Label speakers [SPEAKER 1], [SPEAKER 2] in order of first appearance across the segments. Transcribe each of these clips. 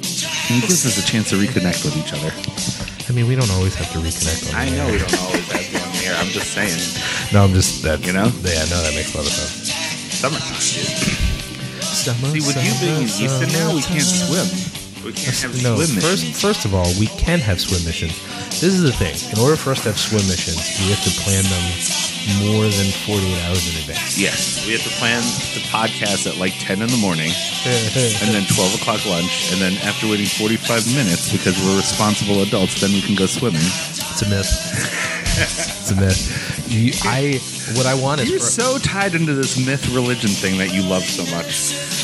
[SPEAKER 1] It gives us a chance to reconnect with each other.
[SPEAKER 2] I mean, we don't always have to reconnect. On
[SPEAKER 1] I
[SPEAKER 2] the
[SPEAKER 1] know we
[SPEAKER 2] air.
[SPEAKER 1] don't always have one here. I'm just saying.
[SPEAKER 2] No, I'm just that.
[SPEAKER 1] You know?
[SPEAKER 2] Yeah, no, that makes a lot of sense.
[SPEAKER 1] Summer. See,
[SPEAKER 2] Summer,
[SPEAKER 1] with you being in
[SPEAKER 2] summer,
[SPEAKER 1] Houston now, we can't
[SPEAKER 2] summer.
[SPEAKER 1] swim. We can't have
[SPEAKER 2] No,
[SPEAKER 1] swim
[SPEAKER 2] first,
[SPEAKER 1] missions.
[SPEAKER 2] first of all, we can have swim missions. This is the thing. In order for us to have swim missions, we have to plan them more than 48 hours in advance.
[SPEAKER 1] Yes, we have to plan the podcast at like 10 in the morning, and then 12 o'clock lunch, and then after waiting 45 minutes because we're responsible adults, then we can go swimming.
[SPEAKER 2] It's a myth. it's a myth. You, I, what I want is
[SPEAKER 1] You're so
[SPEAKER 2] for-
[SPEAKER 1] tied into this myth religion thing that you love so much.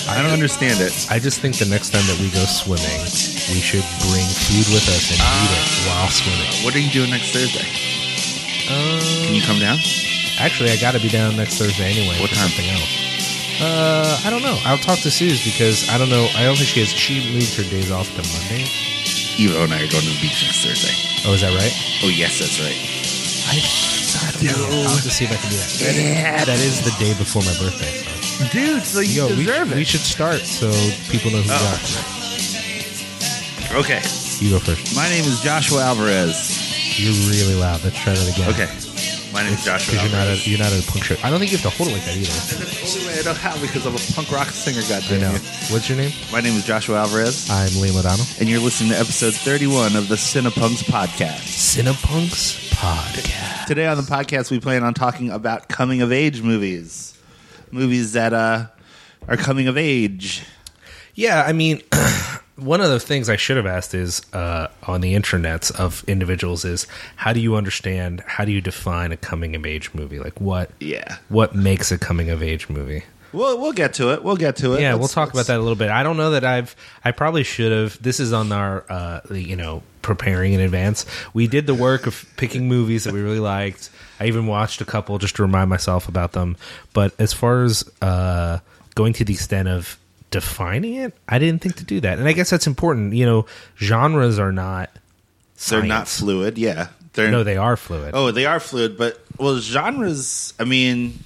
[SPEAKER 1] I don't understand it.
[SPEAKER 2] I just think the next time that we go swimming, we should bring food with us and eat it
[SPEAKER 1] Ah.
[SPEAKER 2] while swimming.
[SPEAKER 1] What are you doing next Thursday?
[SPEAKER 2] Oh.
[SPEAKER 1] Can you come down?
[SPEAKER 2] Actually, I got to be down next Thursday anyway
[SPEAKER 1] What
[SPEAKER 2] for
[SPEAKER 1] time?
[SPEAKER 2] something else. Uh, I don't know. I'll talk to Suze because I don't know. I don't think she has. She moved her days off to Monday.
[SPEAKER 1] Evo and I are going to the beach next Thursday.
[SPEAKER 2] Oh, is that right?
[SPEAKER 1] Oh, yes, that's right.
[SPEAKER 2] I, I don't know. I'll have to see if I can do that. That-
[SPEAKER 1] Yeah.
[SPEAKER 2] that is the day before my birthday. So.
[SPEAKER 1] Dude, so you
[SPEAKER 2] Yo, we,
[SPEAKER 1] deserve
[SPEAKER 2] we
[SPEAKER 1] it.
[SPEAKER 2] should start so people know who
[SPEAKER 1] Oh. okay.
[SPEAKER 2] we are. You go first.
[SPEAKER 1] My name is Joshua Alvarez.
[SPEAKER 2] You're really loud. Let's try that again.
[SPEAKER 1] Okay. My name is Joshua
[SPEAKER 2] Because you're not
[SPEAKER 1] Alvarez.
[SPEAKER 2] at you're not at a punk show. I don't think you have to hold it like that either.
[SPEAKER 1] That's the only way I know how because I'm a punk rock singer,
[SPEAKER 2] I
[SPEAKER 1] goddamn
[SPEAKER 2] know.
[SPEAKER 1] you.
[SPEAKER 2] What's your name?
[SPEAKER 1] My name is Joshua Alvarez,
[SPEAKER 2] I'm Liam O'Donnell.
[SPEAKER 1] and you're listening to episode 31 of the Cinepunks Podcast.
[SPEAKER 2] Cinepunks Podcast.
[SPEAKER 1] Today on the podcast, we plan on talking about coming of age movies. Movies that uh, are coming of age.
[SPEAKER 2] Yeah, I mean, one of the things I should have asked is uh, on the internets of individuals is how do you understand, how do you define a coming of age movie? Like what
[SPEAKER 1] Yeah.
[SPEAKER 2] what makes a coming of age movie?
[SPEAKER 1] We'll, we'll get to it. We'll get to it.
[SPEAKER 2] yeah,
[SPEAKER 1] Let's-
[SPEAKER 2] we'll talk about
[SPEAKER 1] let's-
[SPEAKER 2] that a little bit. I don't know that I've. I probably should have. This is on our, uh, the, you know, preparing in advance. We did the work of picking movies that we really liked. I even watched a couple just to remind myself about them. But as far as uh, going to the extent of defining it, I didn't think to do that. And I guess that's important. You know, genres are not.
[SPEAKER 1] They're not
[SPEAKER 2] science.
[SPEAKER 1] fluid. Yeah. They're,
[SPEAKER 2] No, they are fluid.
[SPEAKER 1] Oh, they are fluid, but well, genres. I mean,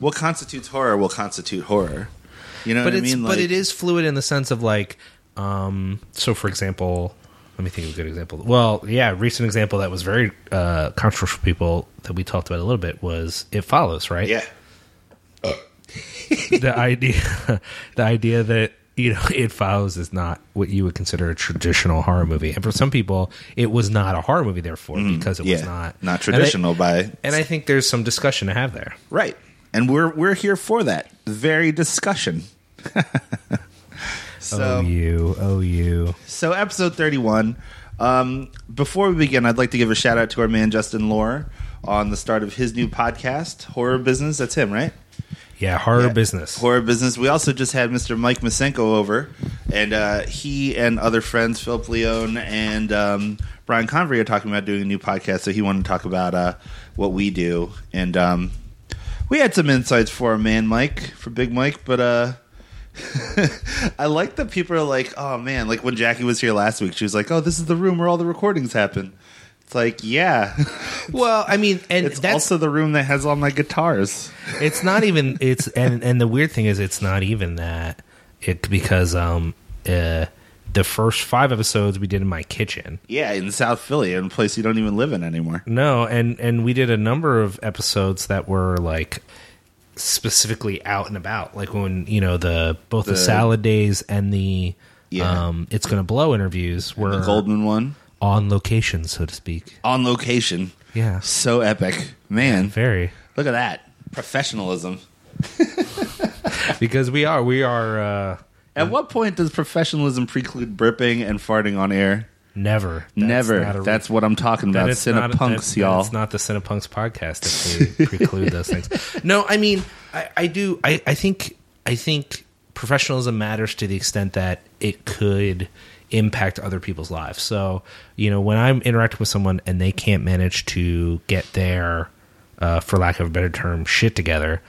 [SPEAKER 1] what constitutes horror will constitute horror. You know
[SPEAKER 2] but
[SPEAKER 1] what I
[SPEAKER 2] it's
[SPEAKER 1] mean?
[SPEAKER 2] but it is fluid in the sense of like um so for example let me think of a good example well yeah recent example that was very uh controversial for people that we talked about a little bit was it follows right
[SPEAKER 1] Yeah.
[SPEAKER 2] the idea the idea that you know it follows is not what you would consider a traditional horror movie and for some people it was not a horror movie therefore because it
[SPEAKER 1] Mm-hmm. Yeah.
[SPEAKER 2] was not
[SPEAKER 1] not
[SPEAKER 2] And I-
[SPEAKER 1] traditional by
[SPEAKER 2] and I think there's some discussion to have there
[SPEAKER 1] right, and we're we're here for that very discussion. so
[SPEAKER 2] oh you oh you
[SPEAKER 1] so episode 31 um, before we begin i'd like to give a shout out to our man justin lore on the start of his new podcast horror business that's him right
[SPEAKER 2] yeah horror
[SPEAKER 1] Yeah.
[SPEAKER 2] business
[SPEAKER 1] Horror business. We also just had Mr. Mike Masenko over, and uh, he and other friends, Philip Leone and um, Brian Convery, are talking about doing a new podcast. So he wanted to talk about uh, what we do, and um, we had some insights for our man Mike, for Big Mike. But uh, I like that people are like, "Oh man!" Like when Jackie was here last week, she was like, "Oh, this is the room where all the recordings happen." It's like, yeah,
[SPEAKER 2] well I mean and
[SPEAKER 1] it's
[SPEAKER 2] that's
[SPEAKER 1] also the room that has all my guitars.
[SPEAKER 2] it's not even it's and and the weird thing is it's not even that it because um uh the first five episodes we did in my kitchen
[SPEAKER 1] Yeah, in South Philly, in a place you don't even live in anymore.
[SPEAKER 2] no and and we did a number of episodes that were like specifically out and about like when you know the both the,
[SPEAKER 1] The-
[SPEAKER 2] salad days and the
[SPEAKER 1] Yeah.
[SPEAKER 2] um it's gonna blow interviews were
[SPEAKER 1] The Goldman one
[SPEAKER 2] on location so to speak
[SPEAKER 1] on location.
[SPEAKER 2] yeah
[SPEAKER 1] So epic, man!
[SPEAKER 2] very
[SPEAKER 1] Look at that professionalism.
[SPEAKER 2] because we are we are uh
[SPEAKER 1] At what point does professionalism preclude burping and farting on air?
[SPEAKER 2] never That's not
[SPEAKER 1] Never.
[SPEAKER 2] a-
[SPEAKER 1] That's what I'm talking about.
[SPEAKER 2] That's not-
[SPEAKER 1] Cinepunks,
[SPEAKER 2] that's-
[SPEAKER 1] y'all.
[SPEAKER 2] That's not the Cinepunks podcast if we preclude those things. No, I mean, I, I do. I, I think. I think professionalism matters to the extent that it could impact other people's lives. So, you know, when I'm interacting with someone and they can't manage to get their, uh, for lack of a better term, shit together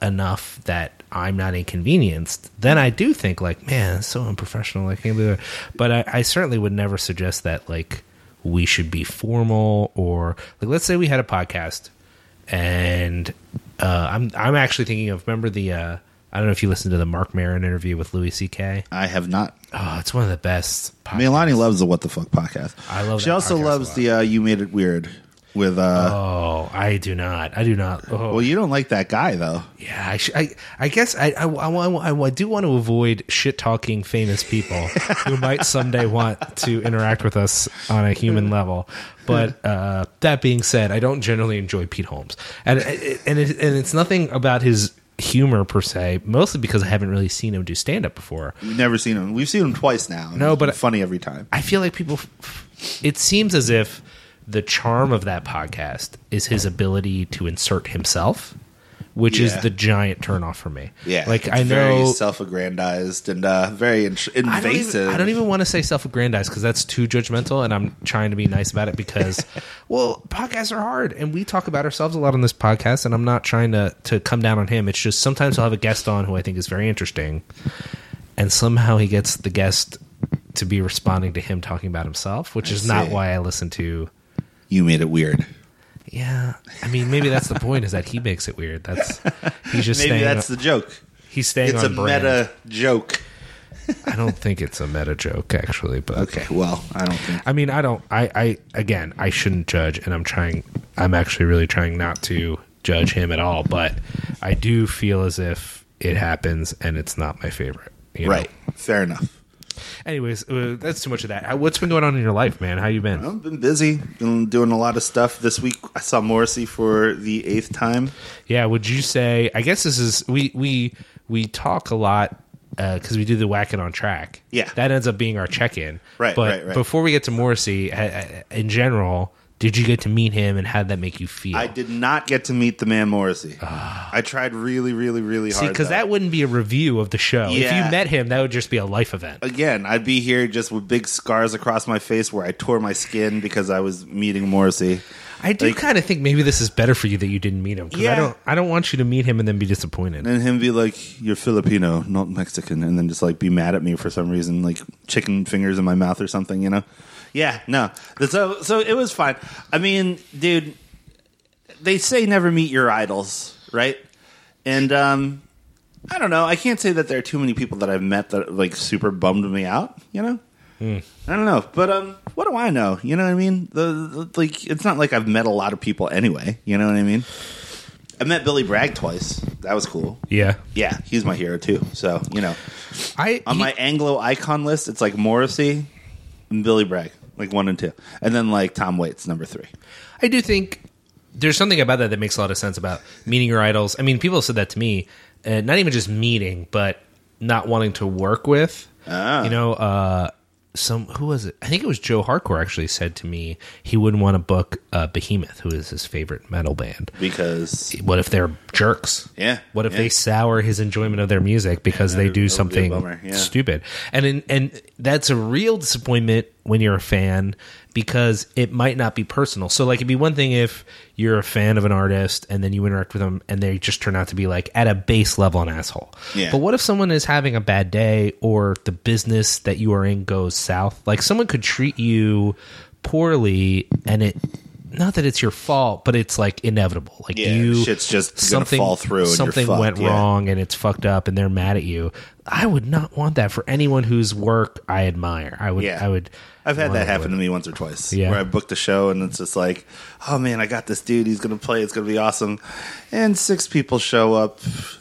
[SPEAKER 2] enough that I'm not inconvenienced, then I do think like, man, that's so unprofessional. I can't believe it. But I, I certainly would never suggest that like we should be formal or like let's say we had a podcast and uh, I'm I'm actually thinking of remember the uh, I don't know if you listened to the Mark Marin interview with Louis C.K.
[SPEAKER 1] I have not.
[SPEAKER 2] Oh, it's one of the best. podcasts.
[SPEAKER 1] Milani loves the What the Fuck podcast.
[SPEAKER 2] I love
[SPEAKER 1] She
[SPEAKER 2] that
[SPEAKER 1] also
[SPEAKER 2] podcast a
[SPEAKER 1] loves
[SPEAKER 2] lot.
[SPEAKER 1] the uh, You Made It Weird with. uh
[SPEAKER 2] Oh, I do not. I do not. Oh,
[SPEAKER 1] Well, you don't like that guy though.
[SPEAKER 2] yeah. I, sh- I, I guess I, I, I, I- I do want to avoid shit talking famous people who might someday want to interact with us on a human level. But uh, that being said, I don't generally enjoy Pete Holmes, and and it, and it's nothing about his humor per se. Mostly because I haven't really seen him do stand up before.
[SPEAKER 1] We've never seen him. We've seen him twice now. and
[SPEAKER 2] No,
[SPEAKER 1] he's
[SPEAKER 2] but-
[SPEAKER 1] been funny every time.
[SPEAKER 2] I feel like people. It seems as if the charm of that podcast is his ability to insert himself, which
[SPEAKER 1] Yeah.
[SPEAKER 2] is the giant turnoff for me.
[SPEAKER 1] Yeah,
[SPEAKER 2] like
[SPEAKER 1] it's
[SPEAKER 2] I
[SPEAKER 1] very
[SPEAKER 2] know.
[SPEAKER 1] self-aggrandized and uh, very in- invasive.
[SPEAKER 2] I don't, even, I don't even want to say self-aggrandized because that's too judgmental, and I'm trying to be nice about it because, well, podcasts are hard, and we talk about ourselves a lot on this podcast, and I'm not trying to to come down on him. It's just sometimes I'll have a guest on who I think is very interesting, and somehow he gets the guest to be responding to him talking about himself, which
[SPEAKER 1] I
[SPEAKER 2] is not
[SPEAKER 1] see.
[SPEAKER 2] why I listen to.
[SPEAKER 1] You made it weird.
[SPEAKER 2] Yeah, I mean, maybe that's the point is that he makes it weird. That's he's just
[SPEAKER 1] Maybe
[SPEAKER 2] staying.
[SPEAKER 1] that's the joke.
[SPEAKER 2] he's staying
[SPEAKER 1] It's a
[SPEAKER 2] on brand.
[SPEAKER 1] meta joke.
[SPEAKER 2] I don't think it's a meta joke actually, but
[SPEAKER 1] Okay, well, I don't think.
[SPEAKER 2] I mean, I don't. I, I again, I shouldn't judge, and I'm trying. I'm actually really trying not to judge him at all, but I do feel as if it happens, and it's not my favorite. you know?
[SPEAKER 1] Right, fair enough.
[SPEAKER 2] Anyways, uh, that's too much of that. Uh, What's been going on in your life, man? How you been?
[SPEAKER 1] I've been busy, been doing a lot of stuff. This week I saw Morrissey for the eighth time.
[SPEAKER 2] Yeah, would you say? I guess this is we we we talk a lot because we do the whack it on track.
[SPEAKER 1] Yeah.
[SPEAKER 2] that ends up being our check in.
[SPEAKER 1] Right,
[SPEAKER 2] but
[SPEAKER 1] right, right.
[SPEAKER 2] before we get to Morrissey, I- I- in general, did you get to meet him, and how did that make you feel?
[SPEAKER 1] I did not get to meet the man Morrissey. I tried really, really, really
[SPEAKER 2] Ah. See,
[SPEAKER 1] hard.
[SPEAKER 2] because
[SPEAKER 1] though.
[SPEAKER 2] that wouldn't be a review of the show. If
[SPEAKER 1] Yeah. Uh,
[SPEAKER 2] you met him, that would just be a life event.
[SPEAKER 1] again, I'd be here just with big scars across my face where I tore my skin because I was meeting Morrissey.
[SPEAKER 2] I do kind of think maybe this is better for you that you didn't meet him. 'cause
[SPEAKER 1] Yeah.
[SPEAKER 2] I don't. I don't want you to meet him and then be disappointed.
[SPEAKER 1] And him be like, "You're Filipino, not Mexican," and then just like be mad at me for some reason, like chicken fingers in my mouth or something, you know? Yeah, no. So, so it was fine. I mean, dude, they say never meet your idols, right? And um, I don't know. I can't say that there are too many people that I've met that like super bummed me out. You know, I don't know. But um, what do I know? You know what I mean? The, the like, it's not like I've met a lot of people anyway. You know what I mean? I met Billy Bragg twice. That was cool.
[SPEAKER 2] Yeah,
[SPEAKER 1] Yeah, he's my hero too. So you know,
[SPEAKER 2] I.
[SPEAKER 1] on
[SPEAKER 2] he-
[SPEAKER 1] my Anglo icon list, it's like Morrissey and Billy Bragg, like one and two, and then like Tom Waits, number three.
[SPEAKER 2] I do think there's something about that that makes a lot of sense about meeting your idols. I mean, people have said that to me, uh, not even just meeting, but not wanting to work with.
[SPEAKER 1] Ah.
[SPEAKER 2] You know, uh, some who was it? I think it was Joe Hardcore actually said to me he wouldn't want to book uh, Behemoth, who is his favorite metal band.
[SPEAKER 1] Because
[SPEAKER 2] What if they're jerks?
[SPEAKER 1] Yeah,
[SPEAKER 2] What if
[SPEAKER 1] yeah.
[SPEAKER 2] they sour his enjoyment of their music because they
[SPEAKER 1] that'd- that would be
[SPEAKER 2] do
[SPEAKER 1] a
[SPEAKER 2] something
[SPEAKER 1] bummer, yeah.
[SPEAKER 2] stupid? And in, and that's a real disappointment when you're a fan because it might not be personal. So like it'd be one thing if you're a fan of an artist and then you interact with them and they just turn out to be like at a base level an asshole.
[SPEAKER 1] Yeah.
[SPEAKER 2] But what if someone is having a bad day or the business that you are in goes south? Like someone could treat you poorly and it not that it's your fault, but it's like inevitable. Like
[SPEAKER 1] Yeah,
[SPEAKER 2] you
[SPEAKER 1] shit's just gonna fall through and you're
[SPEAKER 2] something
[SPEAKER 1] fucked,
[SPEAKER 2] went
[SPEAKER 1] yeah.
[SPEAKER 2] wrong and it's fucked up and they're mad at you. I would not want that for anyone whose work I admire. I would
[SPEAKER 1] Yeah.
[SPEAKER 2] I would
[SPEAKER 1] I've had
[SPEAKER 2] want
[SPEAKER 1] that
[SPEAKER 2] to
[SPEAKER 1] happen
[SPEAKER 2] avoid-
[SPEAKER 1] to me once or twice.
[SPEAKER 2] Yeah.
[SPEAKER 1] Where I booked a show and it's just like, oh man, I got this dude. He's going to play. It's going to be awesome. And six people show up.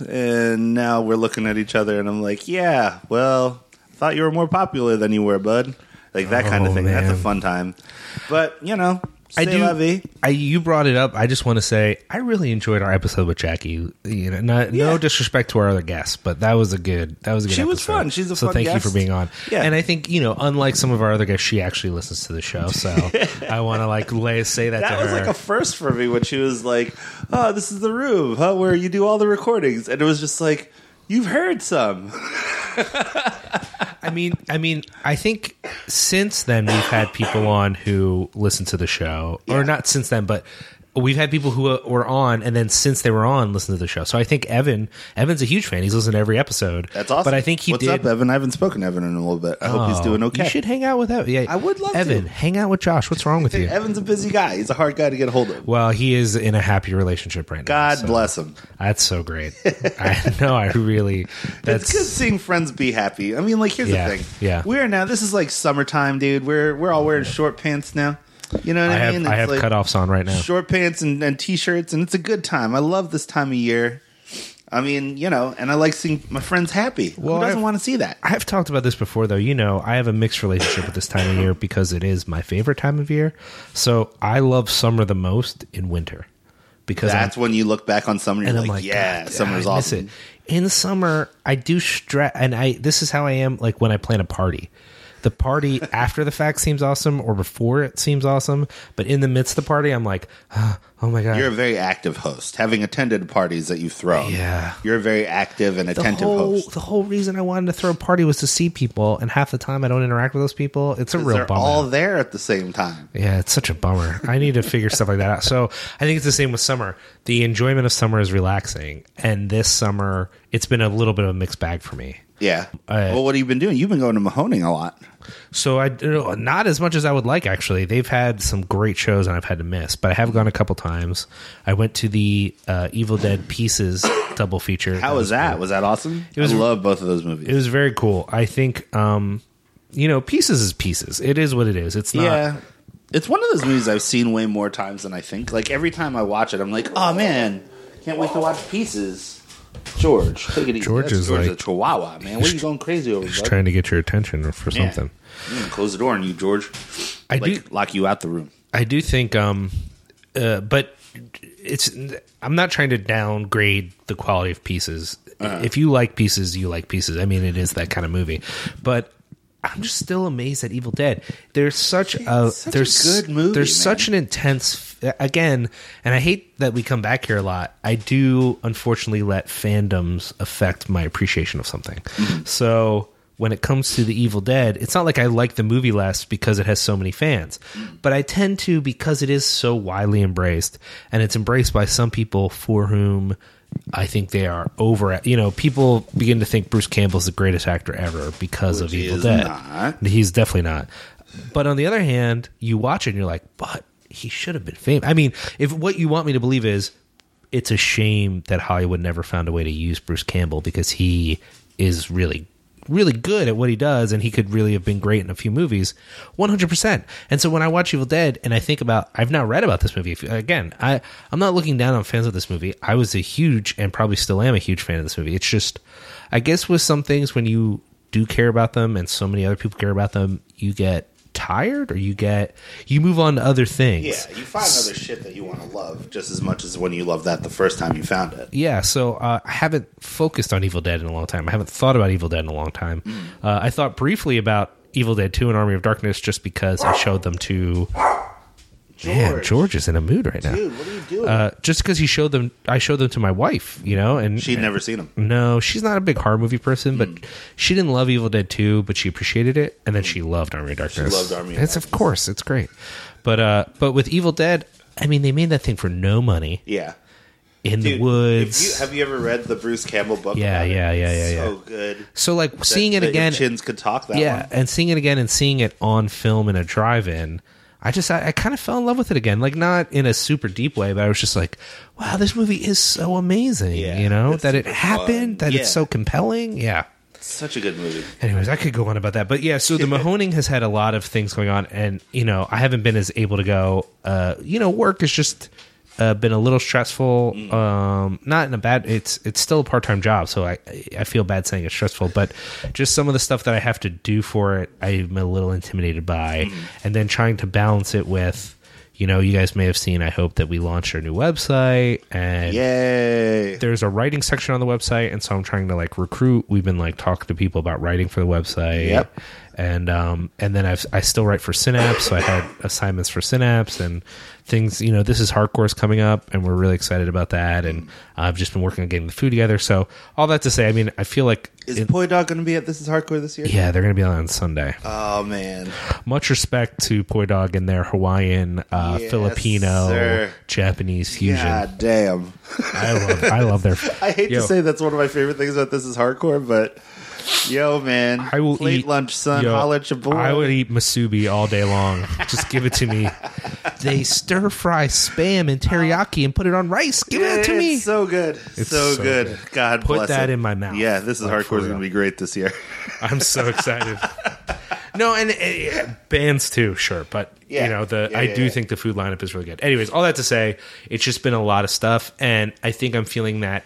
[SPEAKER 1] And now we're looking at each other. And I'm like, yeah, well, thought you were more popular than you were, bud. Like that kind of
[SPEAKER 2] Oh,
[SPEAKER 1] thing. That's a
[SPEAKER 2] man.
[SPEAKER 1] fun time. But, you know,
[SPEAKER 2] I
[SPEAKER 1] c'est
[SPEAKER 2] do.
[SPEAKER 1] la vie.
[SPEAKER 2] I you brought it up. I just want to say I really enjoyed our episode with Jackie. You know, not,
[SPEAKER 1] Yeah.
[SPEAKER 2] no disrespect to our other guests, but that was a good. That was a good.
[SPEAKER 1] She was
[SPEAKER 2] episode.
[SPEAKER 1] fun. She's a
[SPEAKER 2] so
[SPEAKER 1] fun
[SPEAKER 2] thank you
[SPEAKER 1] guest.
[SPEAKER 2] for being on.
[SPEAKER 1] Yeah.
[SPEAKER 2] and I think you know, unlike some of our other guests, she actually listens to the show. So I want to like lay, say that,
[SPEAKER 1] That
[SPEAKER 2] to
[SPEAKER 1] was
[SPEAKER 2] her.
[SPEAKER 1] like a first for me when she was like, "Oh, this is the room, huh, where you do all the recordings," and it was just like, "You've heard some."
[SPEAKER 2] I mean, I mean, I think since then we've had people on who listen to the show, or not since then, but we've had people who uh, were on and then since they were on listen to the show. So I think Evan Evan's a huge fan. He's listened to every episode.
[SPEAKER 1] That's awesome.
[SPEAKER 2] But I think he
[SPEAKER 1] What's
[SPEAKER 2] did.
[SPEAKER 1] up, Evan? I haven't spoken to Evan in a little bit. I hope he's
[SPEAKER 2] Oh,
[SPEAKER 1] doing okay.
[SPEAKER 2] You should hang out with Evan. Yeah,
[SPEAKER 1] I would love to.
[SPEAKER 2] Evan. Hang out with Josh. What's wrong with you?
[SPEAKER 1] Evan's a busy guy. He's a hard guy to get a hold of.
[SPEAKER 2] Well, he is in a happy relationship right now.
[SPEAKER 1] God
[SPEAKER 2] so
[SPEAKER 1] bless him.
[SPEAKER 2] That's so great. I know. I really.
[SPEAKER 1] It's good
[SPEAKER 2] That's
[SPEAKER 1] seeing friends be happy. I mean, like here's
[SPEAKER 2] Yeah,
[SPEAKER 1] the thing.
[SPEAKER 2] yeah.
[SPEAKER 1] we're now. This is like summertime, dude. We're we're all wearing short pants now. You know
[SPEAKER 2] I
[SPEAKER 1] what I,
[SPEAKER 2] have.
[SPEAKER 1] mean?
[SPEAKER 2] I have
[SPEAKER 1] like
[SPEAKER 2] cutoffs on right now.
[SPEAKER 1] short pants and, and t-shirts, and it's a good time. I love this time of year. I mean, you know, and I like seeing my friends happy.
[SPEAKER 2] Well,
[SPEAKER 1] Who doesn't
[SPEAKER 2] I've-
[SPEAKER 1] want to see that?
[SPEAKER 2] I've talked about this before, though. You know, I have a mixed relationship with this time of year because it is my favorite time of year. So I love summer the most in winter because I'm-
[SPEAKER 1] That's when you look back on summer and
[SPEAKER 2] and
[SPEAKER 1] you're
[SPEAKER 2] I'm
[SPEAKER 1] like,
[SPEAKER 2] like,
[SPEAKER 1] yeah,
[SPEAKER 2] God,
[SPEAKER 1] summer's
[SPEAKER 2] I miss
[SPEAKER 1] awesome.
[SPEAKER 2] It. In the summer, I do stress, and I this is how I am. Like when I plan a party, the party after the fact seems awesome, or before it seems awesome, but in the midst of the party, I'm like, "Ah, oh my god,
[SPEAKER 1] You're a very active host, having attended parties that you've thrown.
[SPEAKER 2] Yeah.
[SPEAKER 1] You're a very active and
[SPEAKER 2] the
[SPEAKER 1] attentive
[SPEAKER 2] whole
[SPEAKER 1] host.
[SPEAKER 2] the whole reason I wanted to throw a party was to see people, and half the time I don't interact with those people. It's a real
[SPEAKER 1] They're
[SPEAKER 2] bummer.
[SPEAKER 1] all there at the same time.
[SPEAKER 2] Yeah, it's such a bummer. I need to figure stuff like that out. So I think it's the same with summer. The enjoyment of summer is relaxing, and this summer it's been a little bit of a mixed bag for me.
[SPEAKER 1] Yeah.
[SPEAKER 2] I-
[SPEAKER 1] well, what have you been doing? You've been going to Mahoning a lot.
[SPEAKER 2] So I not as much as I would like. Actually, they've had some great shows, and I've had to miss, but I have gone a couple times. I went to the uh, Evil Dead Pieces double feature.
[SPEAKER 1] How was that? Was that awesome?
[SPEAKER 2] was-
[SPEAKER 1] I love both of those movies.
[SPEAKER 2] It was very cool. I think, um, you know, pieces is pieces. It is what it is. It's not.
[SPEAKER 1] yeah. It's one of those movies I've seen way more times than I think. Like every time I watch it, I'm like, oh man, can't wait to watch Pieces. George, take it easy.
[SPEAKER 2] George
[SPEAKER 1] That's
[SPEAKER 2] is
[SPEAKER 1] George
[SPEAKER 2] like-
[SPEAKER 1] the Chihuahua, man. What are you going crazy over?
[SPEAKER 2] Just
[SPEAKER 1] Bud?
[SPEAKER 2] trying to get your attention for
[SPEAKER 1] Yeah.
[SPEAKER 2] something.
[SPEAKER 1] Mm, close the door on you, George.
[SPEAKER 2] I
[SPEAKER 1] like
[SPEAKER 2] do-
[SPEAKER 1] lock you out the room.
[SPEAKER 2] I do think, um, uh, but it's. I'm not trying to downgrade the quality of pieces.
[SPEAKER 1] Uh-huh.
[SPEAKER 2] If you like pieces, you like pieces. I mean, it is that kind of movie. But I'm just still amazed at Evil Dead. There's such a
[SPEAKER 1] it's such a
[SPEAKER 2] there's
[SPEAKER 1] good movie,
[SPEAKER 2] There's
[SPEAKER 1] man.
[SPEAKER 2] such an intense again, and I hate that we come back here a lot. I do unfortunately let fandoms affect my appreciation of something.
[SPEAKER 1] Mm-hmm.
[SPEAKER 2] So when it comes to the Evil Dead, it's not like I like the movie less because it has so many fans,
[SPEAKER 1] Mm-hmm.
[SPEAKER 2] but I tend to because it is so widely embraced and it's embraced by some people for whom I think they are over. You know, people begin to think Bruce Campbell's the greatest actor ever because of
[SPEAKER 1] Which
[SPEAKER 2] Evil
[SPEAKER 1] is
[SPEAKER 2] Dead.
[SPEAKER 1] not.
[SPEAKER 2] He's definitely not. But on the other hand, you watch it and you're like, but he should have been famous. I mean, if what you want me to believe is it's a shame that Hollywood never found a way to use Bruce Campbell because he is really really good at what he does and he could really have been great in a few movies 100% and so when i watch evil dead and i think about i've now read about this movie again i i'm not looking down on fans of this movie i was a huge and probably still am a huge fan of this movie it's just i guess with some things when you do care about them and so many other people care about them you get tired or you get you move on to other things
[SPEAKER 1] Yeah, you find other shit that you want to love just as much as when you loved that the first time you found it.
[SPEAKER 2] yeah so uh, i haven't focused on evil dead in a long time i haven't thought about evil dead in a long time
[SPEAKER 1] Mm.
[SPEAKER 2] uh, i thought briefly about evil dead 2 and army of darkness just because i showed them to
[SPEAKER 1] George,
[SPEAKER 2] man george is in a mood right now
[SPEAKER 1] dude, what are you doing?
[SPEAKER 2] uh, just because he showed them i showed them to my wife you know and
[SPEAKER 1] She'd never seen him.
[SPEAKER 2] no, she's not a big horror movie person,
[SPEAKER 1] Hmm.
[SPEAKER 2] but she didn't love Evil Dead 2, but she appreciated it, and then she loved Army of Darkness.
[SPEAKER 1] Hmm. loved Army of
[SPEAKER 2] It's of course, it's great. But uh but with Evil Dead, I mean they made that thing for no money
[SPEAKER 1] Yeah.
[SPEAKER 2] in
[SPEAKER 1] Dude,
[SPEAKER 2] the
[SPEAKER 1] if
[SPEAKER 2] woods.
[SPEAKER 1] you- have you ever read the Bruce Campbell book?
[SPEAKER 2] Yeah,
[SPEAKER 1] about it?
[SPEAKER 2] yeah, yeah,
[SPEAKER 1] It's
[SPEAKER 2] yeah,
[SPEAKER 1] So
[SPEAKER 2] yeah.
[SPEAKER 1] good.
[SPEAKER 2] so like seeing
[SPEAKER 1] That-
[SPEAKER 2] it
[SPEAKER 1] that
[SPEAKER 2] again
[SPEAKER 1] your chins could talk that
[SPEAKER 2] Yeah,
[SPEAKER 1] one.
[SPEAKER 2] and seeing it again and seeing it on film in a drive-in, I just I, I kind of fell in love with it again. Like not in a super deep way, but I was just like, wow, this movie is so amazing,
[SPEAKER 1] Yeah,
[SPEAKER 2] you know,
[SPEAKER 1] it's
[SPEAKER 2] that it
[SPEAKER 1] super
[SPEAKER 2] happened,
[SPEAKER 1] fun.
[SPEAKER 2] that
[SPEAKER 1] Yeah.
[SPEAKER 2] it's so compelling. Yeah.
[SPEAKER 1] Such a good movie.
[SPEAKER 2] Anyways, I could go on about that, but yeah. So the Mahoning has had a lot of things going on, and you know, I haven't been as able to go. Uh, you know, work has just uh, been a little stressful. Um, not in a bad. It's it's still a part time job, so I I feel bad saying it's stressful, but just some of the stuff that I have to do for it, I'm a little intimidated by, and then trying to balance it with. You know, you guys may have seen. I hope that we launched our new website, and
[SPEAKER 1] Yay.
[SPEAKER 2] there's a writing section on the website and so i'm trying to like recruit we've been like talking to people about writing for the website
[SPEAKER 1] Yep.
[SPEAKER 2] and um, and then I've, I still write for Synapse, so I had assignments for Synapse and things. You know, this is hardcore's coming up, and we're really excited about that. And I've just been working on getting the food together. So all that to say, I mean, I feel like
[SPEAKER 1] Is
[SPEAKER 2] it-
[SPEAKER 1] Poi Dog going to be at This Is Hardcore this year?
[SPEAKER 2] yeah, they're going to be on Sunday.
[SPEAKER 1] Oh man,
[SPEAKER 2] Much respect to Poi Dog and their Hawaiian, uh,
[SPEAKER 1] Yes,
[SPEAKER 2] Filipino,
[SPEAKER 1] sir.
[SPEAKER 2] Japanese fusion.
[SPEAKER 1] god damn!
[SPEAKER 2] I love, I love their.
[SPEAKER 1] I hate
[SPEAKER 2] Yo.
[SPEAKER 1] to say that's one of my favorite things about This Is Hardcore, but yo man,
[SPEAKER 2] I will
[SPEAKER 1] plate
[SPEAKER 2] eat
[SPEAKER 1] lunch, son.
[SPEAKER 2] yo,
[SPEAKER 1] holla at your boy.
[SPEAKER 2] I would eat masubi all day long. Just give it to me. They stir fry spam and teriyaki and put it on rice. Give it to
[SPEAKER 1] it's
[SPEAKER 2] me.
[SPEAKER 1] so good,
[SPEAKER 2] It's
[SPEAKER 1] so,
[SPEAKER 2] so
[SPEAKER 1] good.
[SPEAKER 2] good.
[SPEAKER 1] God
[SPEAKER 2] Put
[SPEAKER 1] bless
[SPEAKER 2] that
[SPEAKER 1] it.
[SPEAKER 2] in my mouth.
[SPEAKER 1] Yeah, This Is
[SPEAKER 2] Like,
[SPEAKER 1] Hardcore
[SPEAKER 2] for
[SPEAKER 1] is going
[SPEAKER 2] real.
[SPEAKER 1] to be great this year.
[SPEAKER 2] I'm so excited. no, and uh, bands too, sure, but
[SPEAKER 1] Yeah.
[SPEAKER 2] you know the
[SPEAKER 1] Yeah,
[SPEAKER 2] I
[SPEAKER 1] yeah,
[SPEAKER 2] do
[SPEAKER 1] yeah.
[SPEAKER 2] think the food lineup is really good. Anyways, all that to say, it's just been a lot of stuff, and I think I'm feeling that.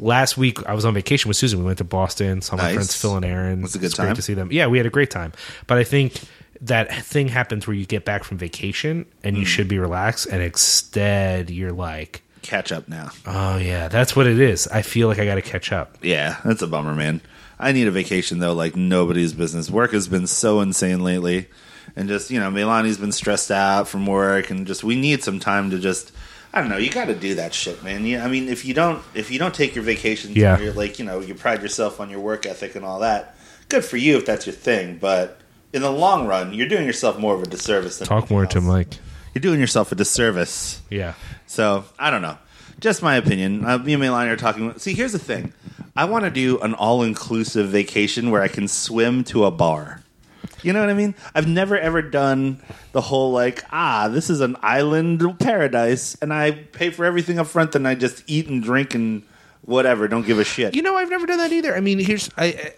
[SPEAKER 2] Last week I was on vacation with Susan. We went to Boston. Saw my
[SPEAKER 1] Nice.
[SPEAKER 2] friends Phil and Aaron.
[SPEAKER 1] Was it a good
[SPEAKER 2] it's
[SPEAKER 1] time?
[SPEAKER 2] Great to see them. Yeah, we had a great time. But I think that thing happens where you get back from vacation and
[SPEAKER 1] Mm.
[SPEAKER 2] you should be relaxed, and instead you're like,
[SPEAKER 1] Catch up now.
[SPEAKER 2] "Oh yeah, that's what it is." I feel like I got to catch up.
[SPEAKER 1] Yeah, that's a bummer, man. I need a vacation though, like nobody's business. Work has been so insane lately, and just you know, Milani's been stressed out from work, and just we need some time to just. I don't know. You got to do that shit, man. Yeah, I mean, if you don't, if you don't take your vacations,
[SPEAKER 2] Yeah.
[SPEAKER 1] and you're like, you know, you pride yourself on your work ethic and all that. Good for you if that's your thing, but in the long run, you're doing yourself more of a disservice. Than
[SPEAKER 2] Talk
[SPEAKER 1] anything
[SPEAKER 2] more to
[SPEAKER 1] else.
[SPEAKER 2] Mike.
[SPEAKER 1] You're doing yourself a disservice.
[SPEAKER 2] Yeah.
[SPEAKER 1] So I don't know. Just my opinion. Uh, me and Melania are talking. See, here's the thing. I want to do an all-inclusive vacation where I can swim to a bar. You know what I mean? I've never ever done the whole like, ah, this is an island paradise, and I pay for everything up front, then I just eat and drink and whatever. Don't give a shit.
[SPEAKER 2] You know, I've never done that either. I mean, here's I, I-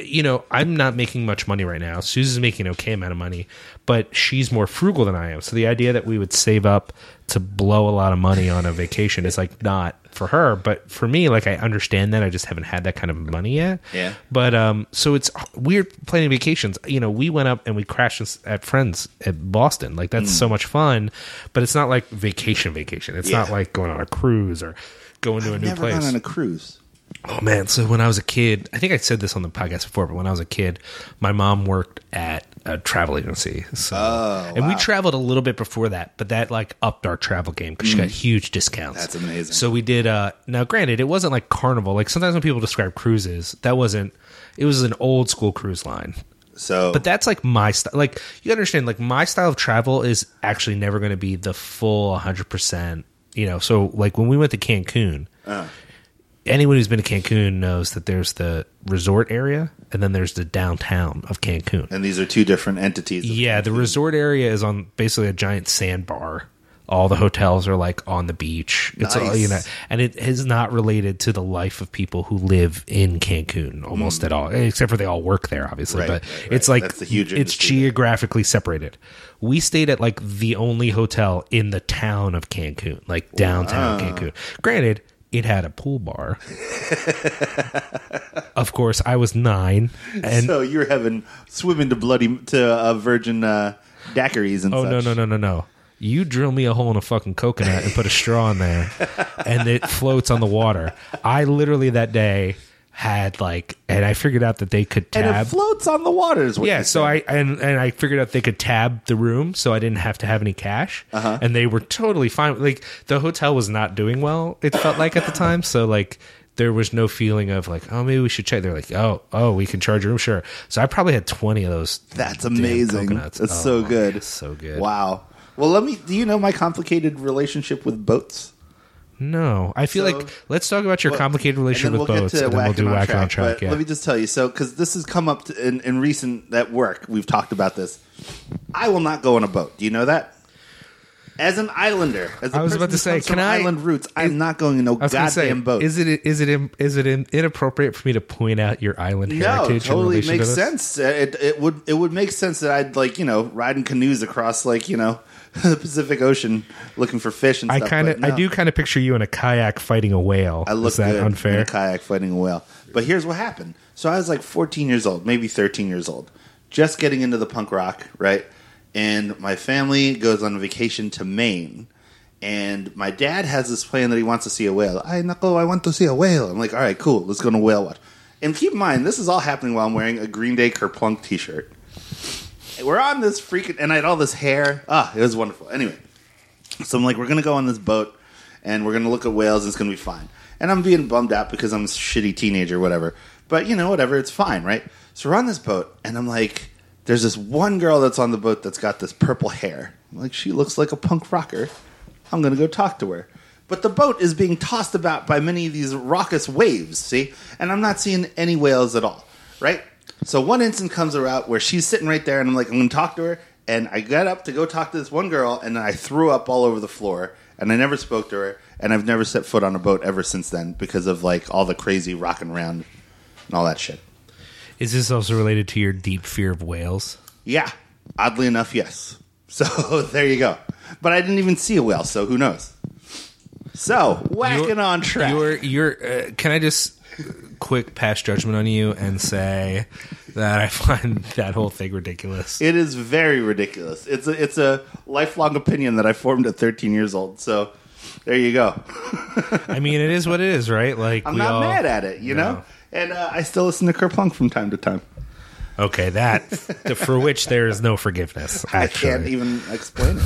[SPEAKER 2] you know, I'm not making much money right now. Susan's making an okay amount of money, but she's more frugal than I am. So the idea that we would save up to blow a lot of money on a vacation is like not for her, but for me, like I understand that. I just haven't had that kind of money yet.
[SPEAKER 1] Yeah.
[SPEAKER 2] But um, so it's weird planning vacations. You know, we went up and we crashed in- at friends at Boston. Like
[SPEAKER 1] Mm.
[SPEAKER 2] that's so much fun, but it's not like vacation vacation. It's not
[SPEAKER 1] Yeah.
[SPEAKER 2] like going on a cruise or going to a new
[SPEAKER 1] never
[SPEAKER 2] place.
[SPEAKER 1] gone on a cruise.
[SPEAKER 2] Oh man! So when I was a kid, I think I said this on the podcast before, but when I was a kid, my mom worked at a travel agency, so
[SPEAKER 1] Oh,
[SPEAKER 2] and we traveled a little bit before that, but that like upped our travel game because she got huge discounts.
[SPEAKER 1] Mm. That's amazing.
[SPEAKER 2] So we did. uh Now, granted, it wasn't like Carnival. Like sometimes when people describe cruises, that wasn't. It was an old school cruise line,
[SPEAKER 1] So,
[SPEAKER 2] but that's like my style. Like you understand, like my style of travel is actually never going to be the full 100. percent You know, so like when we went to Cancun, anyone who's been to Cancun knows that there's the resort area and then there's the downtown of Cancun.
[SPEAKER 1] and these are two different entities.
[SPEAKER 2] Yeah, the resort area is on basically a giant sandbar. All the hotels are like on the beach. It's all,
[SPEAKER 1] Nice.
[SPEAKER 2] you know, and it is not related to the life of people who live in Cancun almost at all, except for they all work there, obviously.
[SPEAKER 1] Hmm. Right,
[SPEAKER 2] but
[SPEAKER 1] right,
[SPEAKER 2] it's
[SPEAKER 1] right.
[SPEAKER 2] like
[SPEAKER 1] That's the huge
[SPEAKER 2] it's
[SPEAKER 1] industry there.
[SPEAKER 2] geographically separated. We stayed at like the only hotel in the town of Cancun, like downtown Cancun. Granted, it had a pool bar. of course, I was nine, and
[SPEAKER 1] so you're having swimming to bloody to uh, virgin uh, daiquiris and
[SPEAKER 2] Oh
[SPEAKER 1] such.
[SPEAKER 2] no no no no no! You drill me a hole in a fucking coconut and put a straw in there, and it floats on the water. I literally that day had like, and I figured out that they could
[SPEAKER 1] and
[SPEAKER 2] tab.
[SPEAKER 1] it floats on the water. Is what
[SPEAKER 2] yeah,
[SPEAKER 1] you
[SPEAKER 2] so I and and I figured out they could tab the room, so I didn't have to have any cash, uh-huh. and they were totally fine. Like the hotel was not doing well. It felt like at the time, so like. There was no feeling of like, oh, maybe we should check. They're like, oh, oh, we can charge your room, sure. So I probably had twenty of those.
[SPEAKER 1] That's
[SPEAKER 2] damn
[SPEAKER 1] amazing.
[SPEAKER 2] coconuts.
[SPEAKER 1] That's so
[SPEAKER 2] Oh,
[SPEAKER 1] good.
[SPEAKER 2] so good.
[SPEAKER 1] Wow. Well, let me. Do you know my complicated relationship with boats?
[SPEAKER 2] No, I feel
[SPEAKER 1] So-
[SPEAKER 2] like let's talk about your complicated relationship with boats, and then we'll do whack on track.
[SPEAKER 1] but
[SPEAKER 2] Yeah.
[SPEAKER 1] Let me just tell you. So, because this has come up to, in, in recent at work, we've talked about this. I will not go on a boat. Do you know that? As an islander, as a
[SPEAKER 2] I was
[SPEAKER 1] person
[SPEAKER 2] about to
[SPEAKER 1] who
[SPEAKER 2] say,
[SPEAKER 1] comes
[SPEAKER 2] can
[SPEAKER 1] from
[SPEAKER 2] I-
[SPEAKER 1] island roots? I'm not going in no
[SPEAKER 2] I was
[SPEAKER 1] goddamn
[SPEAKER 2] gonna say,
[SPEAKER 1] boat.
[SPEAKER 2] is it is it in, is it in, inappropriate for me to point out your island
[SPEAKER 1] no,
[SPEAKER 2] heritage? in
[SPEAKER 1] totally
[SPEAKER 2] relation to
[SPEAKER 1] makes
[SPEAKER 2] this?
[SPEAKER 1] sense. Uh, It, it would it would make sense that I'd like you know riding canoes across like you know the Pacific Ocean looking for fish and
[SPEAKER 2] I
[SPEAKER 1] stuff.
[SPEAKER 2] kind
[SPEAKER 1] but
[SPEAKER 2] of, I
[SPEAKER 1] no.
[SPEAKER 2] do kind of picture you in a kayak fighting a whale.
[SPEAKER 1] I look
[SPEAKER 2] is that
[SPEAKER 1] good in
[SPEAKER 2] unfair?
[SPEAKER 1] a kayak fighting a whale. But here's what happened. So I was like 14 years old, maybe 13 years old, just getting into the punk rock, right? And my family goes on vacation to Maine. And my dad has this plan that he wants to see a whale. I knuckle, I want to see a whale. I'm like, all right, cool, let's go on a whale watch. And keep in mind, this is all happening while I'm wearing a Green Day Kerplunk t shirt. we're on this freaking, and I had all this hair. Ah, it was wonderful. Anyway, so I'm like, we're gonna go on this boat, and we're gonna look at whales, and it's gonna be fine. And I'm being bummed out because I'm a shitty teenager, whatever. But you know, whatever, it's fine, right? So we're on this boat, and I'm like, there's this one girl that's on the boat that's got this purple hair. I'm like, she looks like a punk rocker. I'm gonna go talk to her. But the boat is being tossed about by many of these raucous waves, see? And I'm not seeing any whales at all, right? So one instant comes around where she's sitting right there, and I'm like, I'm gonna talk to her. And I got up to go talk to this one girl, and I threw up all over the floor, and I never spoke to her, and I've never set foot on a boat ever since then because of like all the crazy rocking around and all that shit.
[SPEAKER 2] Is this also related to your deep fear of whales?
[SPEAKER 1] Yeah, oddly enough, yes. So there you go. But I didn't even see a whale, so who knows? So whacking
[SPEAKER 2] You're-
[SPEAKER 1] on track.
[SPEAKER 2] You're, you're, uh, can I just quick pass judgment on you and say that I find that whole thing ridiculous?
[SPEAKER 1] It is very ridiculous. It's a it's a lifelong opinion that I formed at 13 years old. So there you go.
[SPEAKER 2] I mean, it is what it is, right? Like
[SPEAKER 1] I'm not mad at it, you know.
[SPEAKER 2] No.
[SPEAKER 1] And uh, I still listen to Kerplunk from time to time.
[SPEAKER 2] Okay, that for which there is no forgiveness.
[SPEAKER 1] I can't
[SPEAKER 2] Actually,
[SPEAKER 1] even explain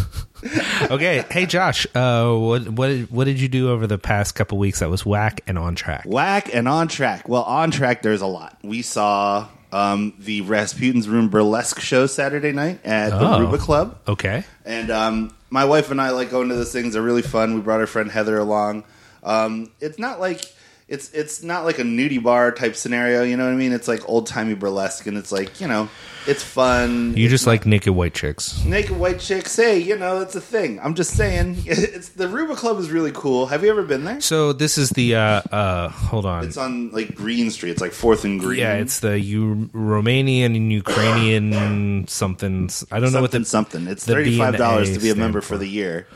[SPEAKER 1] it.
[SPEAKER 2] okay. Hey, Josh, uh, what what did- what did you do over the past couple weeks that was whack and on track?
[SPEAKER 1] Whack and on track. Well, on track, there's a lot. We saw um, the Rasputin's Room burlesque show Saturday night at
[SPEAKER 2] Oh.
[SPEAKER 1] the Ruba Club.
[SPEAKER 2] Okay,
[SPEAKER 1] And um, my wife and I like going to those things. They're really fun. We brought our friend Heather along. Um, it's not like it's it's not like a nudie bar type scenario. You know what I mean? It's like old timey burlesque, and it's like you know, it's fun.
[SPEAKER 2] you just like naked white chicks.
[SPEAKER 1] Naked white chicks. Hey, you know, it's a thing. I'm just saying. It's the Ruba Club is really cool. Have you ever been there?
[SPEAKER 2] So this is the uh, uh, hold on.
[SPEAKER 1] It's on like Green Street. It's like Fourth and Green.
[SPEAKER 2] yeah, it's the U- Romanian and Ukrainian something. I don't know what
[SPEAKER 1] something
[SPEAKER 2] the
[SPEAKER 1] something. It's
[SPEAKER 2] the
[SPEAKER 1] thirty five dollars
[SPEAKER 2] B&A
[SPEAKER 1] to be a
[SPEAKER 2] stand
[SPEAKER 1] member for
[SPEAKER 2] for.
[SPEAKER 1] the year.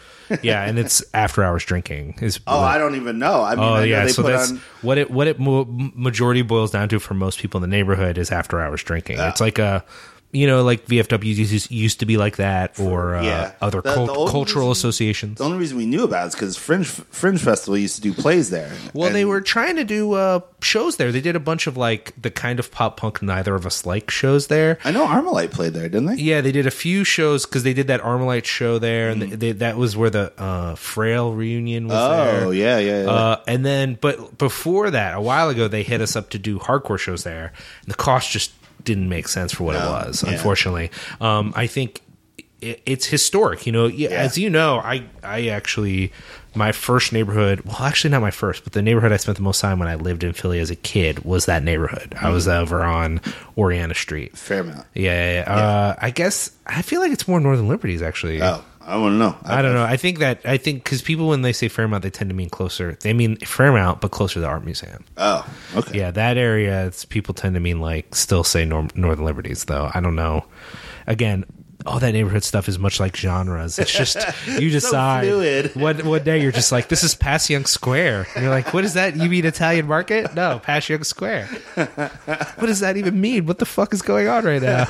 [SPEAKER 2] yeah, and it's after hours drinking. Is
[SPEAKER 1] Oh, I don't even know. I mean,
[SPEAKER 2] Oh
[SPEAKER 1] I know
[SPEAKER 2] yeah,
[SPEAKER 1] they
[SPEAKER 2] so
[SPEAKER 1] put
[SPEAKER 2] that's
[SPEAKER 1] on
[SPEAKER 2] what it what it mo- majority boils down to for most people in the neighborhood is after hours drinking. It's like a you know like VFW used, used to be like that or uh,
[SPEAKER 1] Yeah.
[SPEAKER 2] other
[SPEAKER 1] The-
[SPEAKER 2] cult-
[SPEAKER 1] the old
[SPEAKER 2] cultural
[SPEAKER 1] ones-
[SPEAKER 2] associations.
[SPEAKER 1] The only reason we knew about it is because Fringe Fringe Festival used to do plays there.
[SPEAKER 2] Well,
[SPEAKER 1] And-
[SPEAKER 2] they were trying to do uh, shows there. They did a bunch of like the kind of pop punk neither of us like shows there.
[SPEAKER 1] I know Armalite played there, didn't they?
[SPEAKER 2] Yeah, they did a few shows because they did that Armalite show there, and they, that was where the uh, Frail reunion was. there.
[SPEAKER 1] Mm. Oh, yeah, yeah, yeah.
[SPEAKER 2] Uh, and then, but before that, a while ago, they hit us up to do hardcore shows there, and the cost just didn't make sense for what it was.
[SPEAKER 1] yeah.
[SPEAKER 2] Unfortunately, um, I think i it's historic. You know, yeah,
[SPEAKER 1] Yeah.
[SPEAKER 2] as you know, I I actually my first neighborhood. Well, actually, not my first, but the neighborhood I spent the most time when I lived in Philly as a kid was that neighborhood. I was over on Oriana Street.
[SPEAKER 1] Fairmount.
[SPEAKER 2] Yeah, yeah, yeah. Uh, I guess I feel like it's more Northern Liberties actually.
[SPEAKER 1] Oh, I want to know.
[SPEAKER 2] I don't know. I think that I think because people when they say Fairmount, they tend to mean closer. They mean Fairmount, but closer to the art museum.
[SPEAKER 1] Oh, okay.
[SPEAKER 2] Yeah, that area. It's people tend to mean like still say Nor- Northern Liberties though. I don't know. Again, all that neighborhood stuff is much like genres. It's just you decide
[SPEAKER 1] fluid.
[SPEAKER 2] one one day you're just like this is Pass Young Square. And you're like, what is that? You mean Italian Market? No, Pass Young Square. What does that even mean? What the fuck is going on right now?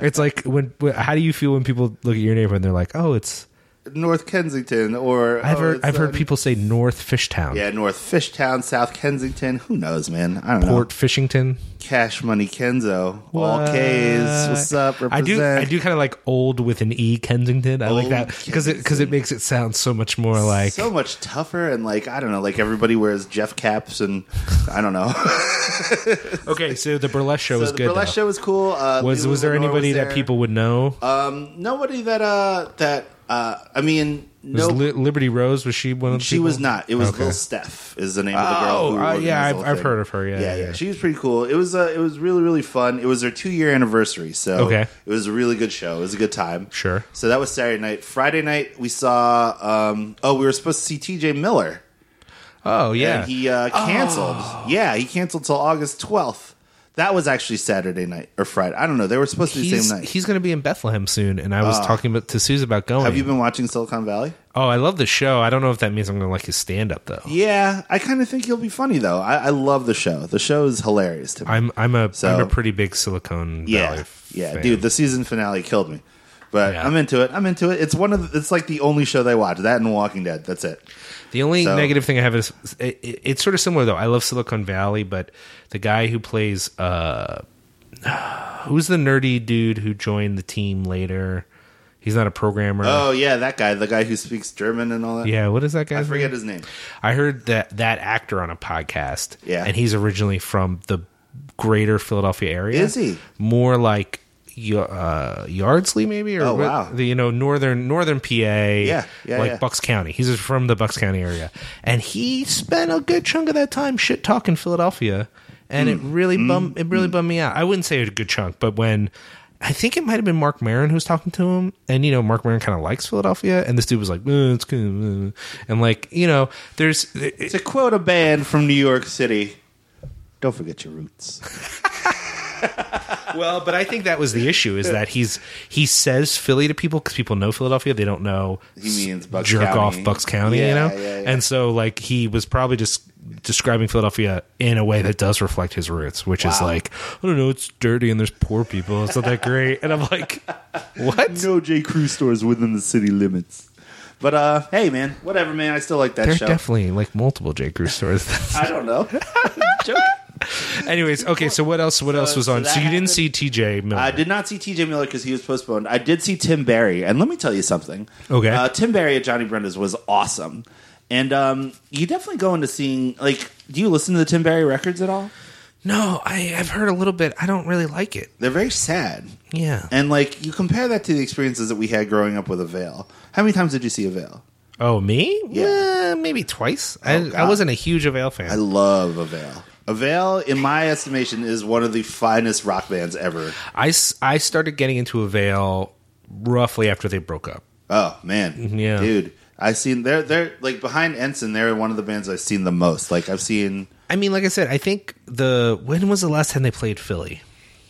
[SPEAKER 2] It's like when, when how do you feel when people look at your neighborhood and they're like, oh, it's
[SPEAKER 1] North Kensington or
[SPEAKER 2] I've
[SPEAKER 1] oh,
[SPEAKER 2] heard
[SPEAKER 1] it's,
[SPEAKER 2] I've heard
[SPEAKER 1] um,
[SPEAKER 2] people say North Fishtown,
[SPEAKER 1] Yeah, North Fishtown, South Kensington. Who knows, man? I don't
[SPEAKER 2] Port
[SPEAKER 1] know.
[SPEAKER 2] Fishington.
[SPEAKER 1] Cash Money Kenzo. All K's. What's up?
[SPEAKER 2] I
[SPEAKER 1] Represent.
[SPEAKER 2] do I do kind of like old with an e Kensington. I like
[SPEAKER 1] Old
[SPEAKER 2] that because it because it makes it sound so much more like
[SPEAKER 1] so much tougher and like I don't know, like everybody wears Jeff caps and I don't know.
[SPEAKER 2] okay. So the burlesque show
[SPEAKER 1] so
[SPEAKER 2] was
[SPEAKER 1] the
[SPEAKER 2] good.
[SPEAKER 1] burlesque
[SPEAKER 2] though.
[SPEAKER 1] show was cool. Uh,
[SPEAKER 2] was
[SPEAKER 1] Lulu
[SPEAKER 2] was there
[SPEAKER 1] Lenore
[SPEAKER 2] anybody
[SPEAKER 1] was
[SPEAKER 2] that
[SPEAKER 1] there.
[SPEAKER 2] people would know?
[SPEAKER 1] Um, nobody that uh that uh I mean no
[SPEAKER 2] was Li- Liberty Rose was she one of the
[SPEAKER 1] she
[SPEAKER 2] people?
[SPEAKER 1] was not. It was
[SPEAKER 2] Okay.
[SPEAKER 1] Lil Steph is the name of the girl.
[SPEAKER 2] Oh,
[SPEAKER 1] who
[SPEAKER 2] uh,
[SPEAKER 1] organized
[SPEAKER 2] yeah,
[SPEAKER 1] the
[SPEAKER 2] I've-
[SPEAKER 1] whole
[SPEAKER 2] I've
[SPEAKER 1] thing.
[SPEAKER 2] heard of her, yeah,
[SPEAKER 1] yeah,
[SPEAKER 2] yeah.
[SPEAKER 1] She was pretty cool. It was uh, it was really really fun. It was their two year anniversary, so
[SPEAKER 2] Okay.
[SPEAKER 1] it was a really good show. It was a good time.
[SPEAKER 2] Sure.
[SPEAKER 1] So that was Saturday night. Friday night we saw. Um, oh, we were supposed to see T.J. Miller.
[SPEAKER 2] Oh yeah. Oh.
[SPEAKER 1] And he uh, canceled. Yeah, he canceled till August twelfth. That was actually Saturday night or Friday. I don't know. They were supposed to be the
[SPEAKER 2] He's,
[SPEAKER 1] same night. Ah.
[SPEAKER 2] he's going to be in Bethlehem soon, and I was talking about, to Suze about going.
[SPEAKER 1] Have you been watching Silicon Valley?
[SPEAKER 2] oh, I love the show. I don't know if that means I'm going to like his stand up though.
[SPEAKER 1] Yeah, I kind of think he'll be funny though. I, I love the show. The show is hilarious to me.
[SPEAKER 2] I'm I'm a
[SPEAKER 1] So-
[SPEAKER 2] am a pretty big Silicon
[SPEAKER 1] yeah,
[SPEAKER 2] Valley.
[SPEAKER 1] yeah,
[SPEAKER 2] fan.
[SPEAKER 1] dude. The season finale killed me, but
[SPEAKER 2] Yeah.
[SPEAKER 1] I'm into it. I'm into it. It's one of the, it's like the only show they watch. That and Walking Dead. That's it.
[SPEAKER 2] The only
[SPEAKER 1] So-
[SPEAKER 2] negative thing I have is it, it, it's sort of similar though. I love Silicon Valley, but the guy who plays uh, who's the nerdy dude who joined the team later? He's not a programmer.
[SPEAKER 1] Oh yeah, that guy, the guy who speaks German and all that.
[SPEAKER 2] yeah, what is that
[SPEAKER 1] I
[SPEAKER 2] guy's
[SPEAKER 1] forget
[SPEAKER 2] name?
[SPEAKER 1] his name.
[SPEAKER 2] I heard that that actor on a podcast.
[SPEAKER 1] Yeah.
[SPEAKER 2] and he's originally from the greater Philadelphia area.
[SPEAKER 1] Is he?
[SPEAKER 2] more like Y- uh, Yardsley, maybe? Or
[SPEAKER 1] Oh,
[SPEAKER 2] what-
[SPEAKER 1] wow.
[SPEAKER 2] The you know northern northern PA. Yeah,
[SPEAKER 1] yeah,
[SPEAKER 2] like
[SPEAKER 1] yeah.
[SPEAKER 2] Bucks County. He's from the Bucks County area, and he spent a good chunk of that time shit talking Philadelphia, and it really bummed it really bummed me out. I wouldn't say a good chunk, but when. I think it might have been Mark Maron who's talking to him, and you know Mark Maron kind of likes Philadelphia, and this dude was like, "Uh, "It's good," uh," and like you know, there's
[SPEAKER 1] To quote a band from New York City, don't forget your roots.
[SPEAKER 2] Well, but I think that was the issue is that he's he says Philly to people because people know Philadelphia. They don't know
[SPEAKER 1] He means Bucks
[SPEAKER 2] jerk
[SPEAKER 1] County.
[SPEAKER 2] off Bucks County, you
[SPEAKER 1] Yeah,
[SPEAKER 2] know.
[SPEAKER 1] yeah, yeah.
[SPEAKER 2] And so like he was probably just describing Philadelphia in a way that does reflect his roots, which is like I don't know, it's dirty and there's poor people. It's not that great. And I'm like, what?
[SPEAKER 1] No J. Crew stores within the city limits. But uh, hey man, whatever man, I still like that
[SPEAKER 2] There's
[SPEAKER 1] show.
[SPEAKER 2] definitely like multiple J Crew stores.
[SPEAKER 1] I don't know.
[SPEAKER 2] Anyways, okay. So what else? What else was
[SPEAKER 1] so
[SPEAKER 2] on?
[SPEAKER 1] that
[SPEAKER 2] So you didn't
[SPEAKER 1] happened.
[SPEAKER 2] see T.J. Miller.
[SPEAKER 1] I did not see T.J. Miller because he was postponed. I did see Tim Barry, and let me tell you something.
[SPEAKER 2] Okay.
[SPEAKER 1] uh, Tim Barry at Johnny Brenda's was awesome, and um, you definitely go into seeing like. Do you listen to the Tim Barry records at all?
[SPEAKER 2] no, I, I've heard a little bit. I don't really like it.
[SPEAKER 1] They're very sad,
[SPEAKER 2] Yeah.
[SPEAKER 1] and like you compare that to the experiences that we had growing up with a veil. How many times did you see a veil?
[SPEAKER 2] Oh, me?
[SPEAKER 1] Yeah. Oh, uh,
[SPEAKER 2] Yeah, Uh, maybe twice. I, I
[SPEAKER 1] God.
[SPEAKER 2] wasn't a huge Avail
[SPEAKER 1] I
[SPEAKER 2] fan.
[SPEAKER 1] love Avail. Avail, in my estimation, is one of the finest rock bands ever.
[SPEAKER 2] I, s- I started getting into Avail roughly after they broke up.
[SPEAKER 1] Oh man,
[SPEAKER 2] Mm-hmm, Yeah.
[SPEAKER 1] dude, I've seen they're they're like behind Ensign. They're one of the bands I've seen the most. Like I've seen
[SPEAKER 2] I mean, like I said, I think the when was the last time they played Philly?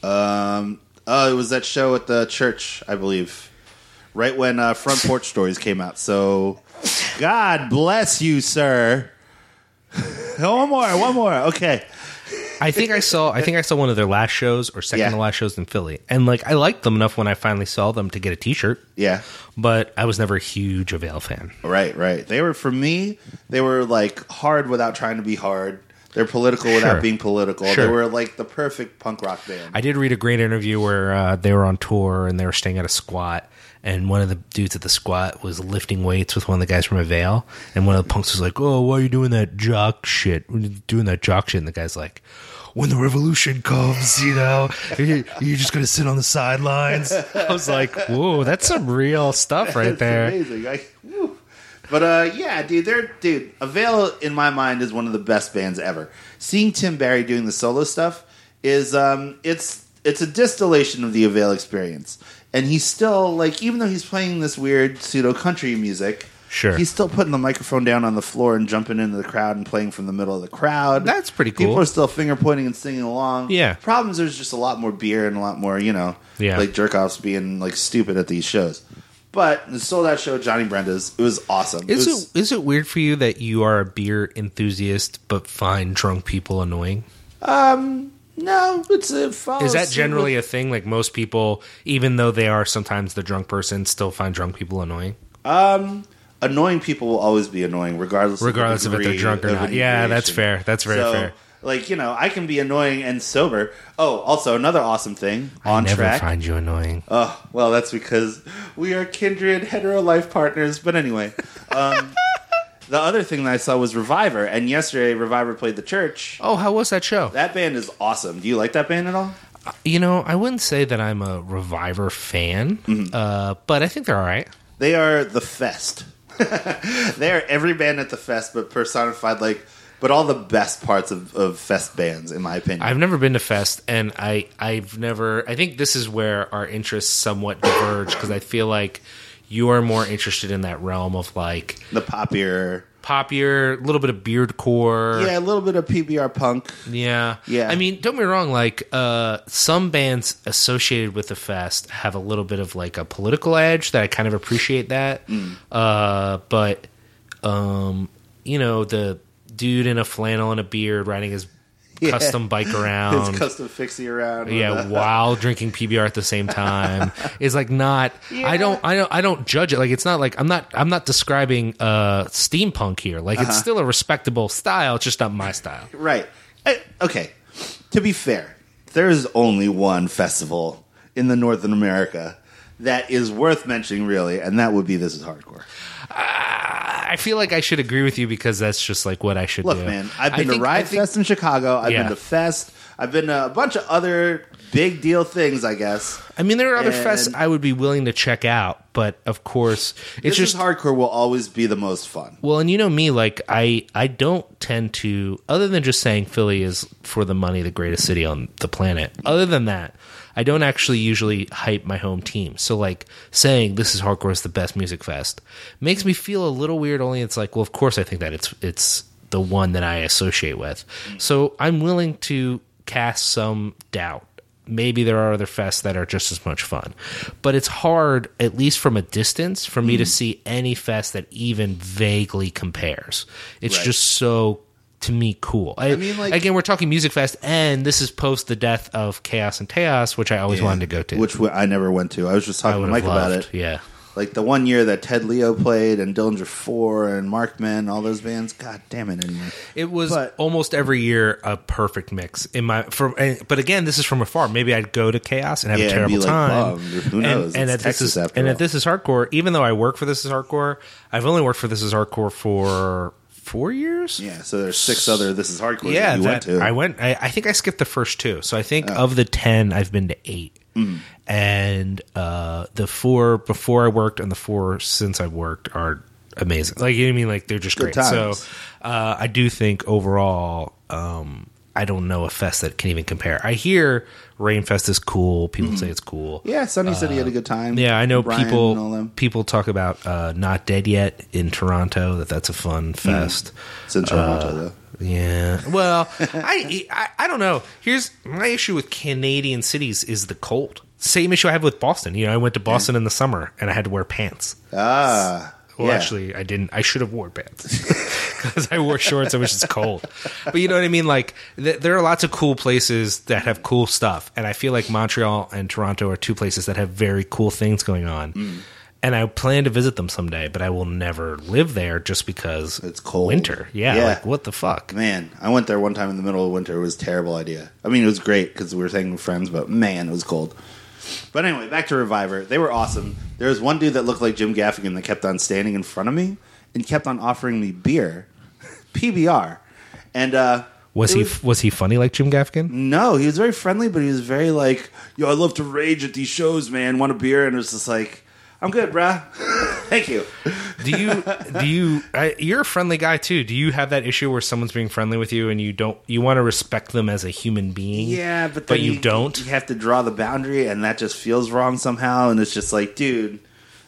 [SPEAKER 1] Um, oh, it was that show at the church, I believe. Right when uh, Front Porch Stories came out. So, God bless you, sir. one more, one more. Okay.
[SPEAKER 2] I think I saw I think I saw one of their last shows or second
[SPEAKER 1] Yeah.
[SPEAKER 2] to last shows in Philly, and like I liked them enough when I finally saw them to get a T-shirt,
[SPEAKER 1] Yeah.
[SPEAKER 2] but I was never a huge Avail fan.
[SPEAKER 1] Right, right. They were, for me, they were like hard without trying to be hard. They're political without
[SPEAKER 2] Sure.
[SPEAKER 1] being political.
[SPEAKER 2] Sure.
[SPEAKER 1] They were like the perfect punk rock band.
[SPEAKER 2] I did read a great interview where uh, they were on tour and they were staying at a squat, and one of the dudes at the squat was lifting weights with one of the guys from a veil, and one of the punks was like, "Oh, why are you doing that jock shit? Why are you Doing that jock shit?" And the guy's like, "When the revolution comes, you know, you- you're just gonna sit on the sidelines." I was like, "Whoa, that's some real stuff right
[SPEAKER 1] It's
[SPEAKER 2] there."
[SPEAKER 1] amazing. I, whew. but uh, yeah, dude, they're dude. Avail in my mind is one of the best bands ever. Seeing Tim Barry doing the solo stuff is um, it's it's a distillation of the Avail experience, and he's still like even though he's playing this weird pseudo country music.
[SPEAKER 2] Sure.
[SPEAKER 1] He's still putting the microphone down on the floor and jumping into the crowd and playing from the middle of the crowd.
[SPEAKER 2] That's pretty
[SPEAKER 1] People
[SPEAKER 2] cool.
[SPEAKER 1] are still finger pointing and singing along.
[SPEAKER 2] Yeah.
[SPEAKER 1] Problems there's just a lot more beer and a lot more, you know,
[SPEAKER 2] Yeah.
[SPEAKER 1] like jerk offs being like stupid at these shows. But the sold out show, Johnny Brenda's, it was awesome.
[SPEAKER 2] Is
[SPEAKER 1] was,
[SPEAKER 2] it is it weird for you that you are a beer enthusiast but find drunk people annoying?
[SPEAKER 1] no, it's a follow
[SPEAKER 2] Is that generally a thing? Like most people, even though they are sometimes the drunk person, still find drunk people annoying,
[SPEAKER 1] annoying people will always be annoying, regardless,
[SPEAKER 2] regardless
[SPEAKER 1] of the
[SPEAKER 2] of if they're
[SPEAKER 1] degree
[SPEAKER 2] drunk or
[SPEAKER 1] of
[SPEAKER 2] not. Yeah,
[SPEAKER 1] inebriation.
[SPEAKER 2] that's fair. That's very
[SPEAKER 1] so,
[SPEAKER 2] fair.
[SPEAKER 1] Like you know, I can be annoying and sober. Oh, also another awesome thing on
[SPEAKER 2] Never
[SPEAKER 1] track.
[SPEAKER 2] find you annoying.
[SPEAKER 1] Oh, well, that's because we are kindred hetero life partners. But anyway, um, the other thing that I saw was Reviver, and yesterday Reviver played the church.
[SPEAKER 2] Oh, how was that show?
[SPEAKER 1] That band is awesome. Do you like that band at all?
[SPEAKER 2] You know, I wouldn't say that I'm a Reviver fan,
[SPEAKER 1] Mm-hmm.
[SPEAKER 2] uh, but I think they're all right.
[SPEAKER 1] They are the fest. they are every band at the fest, but personified like, but all the best parts of, of fest bands, in my opinion.
[SPEAKER 2] I've never been to Fest, and I I've never. I think this is where our interests somewhat diverge because I feel like you are more interested in that realm of like
[SPEAKER 1] the poppier,
[SPEAKER 2] popier, a little bit of beard core.
[SPEAKER 1] yeah, a little bit of PBR punk.
[SPEAKER 2] Yeah.
[SPEAKER 1] Yeah.
[SPEAKER 2] I mean, don't be wrong, like uh some bands associated with the fest have a little bit of like a political edge that I kind of appreciate that.
[SPEAKER 1] Mm.
[SPEAKER 2] Uh but um you know, the dude in a flannel and a beard riding his
[SPEAKER 1] Yeah.
[SPEAKER 2] custom bike around.
[SPEAKER 1] It's custom fixie around. with
[SPEAKER 2] Um, yeah,
[SPEAKER 1] a-
[SPEAKER 2] while drinking PBR at the same time is like not. I don't. I don't. I don't judge it. Like it's not like I'm not. I'm not describing uh steampunk here. Like
[SPEAKER 1] Uh-huh.
[SPEAKER 2] it's still a respectable style. It's just not my style.
[SPEAKER 1] Right. I, okay. Eh, To be fair, there's only one festival in the Northern America that is worth mentioning, really, and that would be This Is Hardcore.
[SPEAKER 2] I feel like I should agree with you because that's just like what I should
[SPEAKER 1] Look,
[SPEAKER 2] do.
[SPEAKER 1] man, I've
[SPEAKER 2] I
[SPEAKER 1] been
[SPEAKER 2] think-
[SPEAKER 1] to Riot
[SPEAKER 2] I think-
[SPEAKER 1] Fest in Chicago. I've
[SPEAKER 2] Yeah.
[SPEAKER 1] been to Fest. I've been to a bunch of other big deal things, I guess.
[SPEAKER 2] I mean, there are other
[SPEAKER 1] and-
[SPEAKER 2] fests I would be willing to check out, but of course, it's
[SPEAKER 1] This
[SPEAKER 2] just
[SPEAKER 1] Is Hardcore will always be the most fun.
[SPEAKER 2] Well, and you know me, like I, I don't tend to, other than just saying Philly is for the money the greatest city on the planet. Other than that, I don't actually usually hype my home team. So, like saying this is hardcore is the best music fest makes me feel a little weird. Only it's like, well, of course I think that it's it's the one that I associate with. So I'm willing to cast some doubt. Maybe there are other fests that are just as much fun, but it's hard, at least from a distance, for
[SPEAKER 1] Mm-hmm.
[SPEAKER 2] me to see any fest that even vaguely compares. It's
[SPEAKER 1] Right.
[SPEAKER 2] just so to me cool. I,
[SPEAKER 1] mean,
[SPEAKER 2] mean,
[SPEAKER 1] like-
[SPEAKER 2] like again, we're talking music fest, and this is post the death of Chaos and Chaos, which I always wanted to go to.
[SPEAKER 1] Which I never went to. I was just
[SPEAKER 2] I
[SPEAKER 1] talking to
[SPEAKER 2] would
[SPEAKER 1] Mike
[SPEAKER 2] have
[SPEAKER 1] about
[SPEAKER 2] loved.
[SPEAKER 1] it.
[SPEAKER 2] Yeah,
[SPEAKER 1] Like the one year that Ted Leo played and Dillinger Four and Markman, all those bands. God damn it! Anyway.
[SPEAKER 2] It was
[SPEAKER 1] But-
[SPEAKER 2] almost every year a perfect mix in my from. and- But again, this is from afar. Maybe I'd go to chaos and have
[SPEAKER 1] Yeah,
[SPEAKER 2] a
[SPEAKER 1] and
[SPEAKER 2] terrible
[SPEAKER 1] be, like,
[SPEAKER 2] time.
[SPEAKER 1] bummed. Who
[SPEAKER 2] And-
[SPEAKER 1] knows?
[SPEAKER 2] And,
[SPEAKER 1] It's
[SPEAKER 2] at
[SPEAKER 1] Texas
[SPEAKER 2] this is
[SPEAKER 1] after
[SPEAKER 2] and
[SPEAKER 1] all.
[SPEAKER 2] at this is hardcore. Even though I work for this is hardcore, I've only worked for this is hardcore for four years.
[SPEAKER 1] Yeah. So there's six other. This is hardcore.
[SPEAKER 2] Oh, Yeah,
[SPEAKER 1] that you went
[SPEAKER 2] that-
[SPEAKER 1] to. Oh.
[SPEAKER 2] I went. I, I think I skipped the first two. So I think of the ten, I've been to eight,
[SPEAKER 1] Hmm.
[SPEAKER 2] and uh, the four before I worked and the four since I worked are amazing. Like you know what I mean? Like they're just
[SPEAKER 1] Good
[SPEAKER 2] great. So
[SPEAKER 1] times.
[SPEAKER 2] uh, I do think overall, um, I don't know a fest that can even compare. I hear Rainfest is cool. People say it's cool.
[SPEAKER 1] Hmm. yeah, Sunny said he had a good time.
[SPEAKER 2] Yeah, I know
[SPEAKER 1] Brian and all
[SPEAKER 2] people.
[SPEAKER 1] them.
[SPEAKER 2] People talk about uh, not dead yet in Toronto. That that's a
[SPEAKER 1] Hmm.
[SPEAKER 2] fun fest.
[SPEAKER 1] It's in Toronto
[SPEAKER 2] Uh,
[SPEAKER 1] though.
[SPEAKER 2] Yeah. Well, I, I I don't know. Here's my issue with Canadian cities is the cold. Same issue I have with Boston. You know, I went to Boston in the summer and I had to wear pants.
[SPEAKER 1] Ah,
[SPEAKER 2] Well,
[SPEAKER 1] yeah.
[SPEAKER 2] actually, I didn't. I should have wore pants because I wore shorts. I was just cold. But you know what I mean? Like, th- there are lots of cool places that have cool stuff, and I feel like Montreal and Toronto are two places that have very cool things going on.
[SPEAKER 1] Mm.
[SPEAKER 2] And I plan to visit them someday, but I will never live there just because
[SPEAKER 1] It's cold.
[SPEAKER 2] Winter, yeah.
[SPEAKER 1] Yeah.
[SPEAKER 2] Like, what the fuck?
[SPEAKER 1] man, I went there one time in the middle of winter. It was a terrible idea. I mean, it was great because we were hanging with friends, but man, it was cold. But anyway, back to Reviver. They were awesome. There was one dude that looked like Jim Gaffigan that kept on standing in front of me and kept on offering me beer, PBR, and uh,
[SPEAKER 2] Was
[SPEAKER 1] it
[SPEAKER 2] he was, he funny like Jim Gaffigan?
[SPEAKER 1] No, he was very friendly, but he was very like, yo, I love to rage at these shows, man. Want a beer? And it was just like, I'm good, bruh. Thank you.
[SPEAKER 2] Do you do you I, you're a friendly guy too? Do you have that issue where someone's being friendly with you and you don't you want to respect them as a human being?
[SPEAKER 1] Yeah, but then
[SPEAKER 2] but you, don't.
[SPEAKER 1] You have to draw the boundary, and that just feels wrong somehow. And it's just like, dude,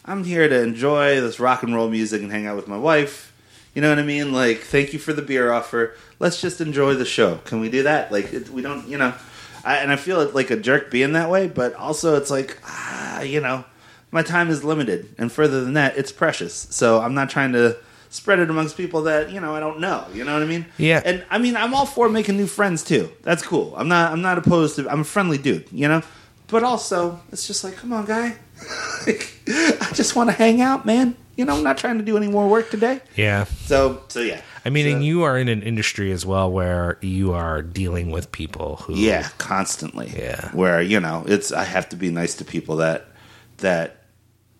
[SPEAKER 1] I'm here to enjoy this rock and roll music and hang out with my wife. You know what I mean? Like, thank you for the beer offer. Let's just enjoy the show. Can we do that? Like, it, we don't, you know. I, and I feel it like a jerk being that way, but also it's like, ah, you know, my time is limited, and further than that, it's precious. So I'm not trying to spread it amongst people that you know I don't know. You know what I mean?
[SPEAKER 2] Yeah.
[SPEAKER 1] And I mean, I'm all for making new friends too. That's cool. I'm not. I'm not opposed to. I'm a friendly dude. You know. But also, it's just like, come on, guy. Like, I just want to hang out, man. You know, I'm not trying to do any more work today.
[SPEAKER 2] Yeah.
[SPEAKER 1] So, so yeah.
[SPEAKER 2] I mean,
[SPEAKER 1] So-
[SPEAKER 2] and you are in an industry as well where you are dealing with people who
[SPEAKER 1] Yeah, constantly.
[SPEAKER 2] Yeah.
[SPEAKER 1] Where, you know, it's I have to be nice to people that that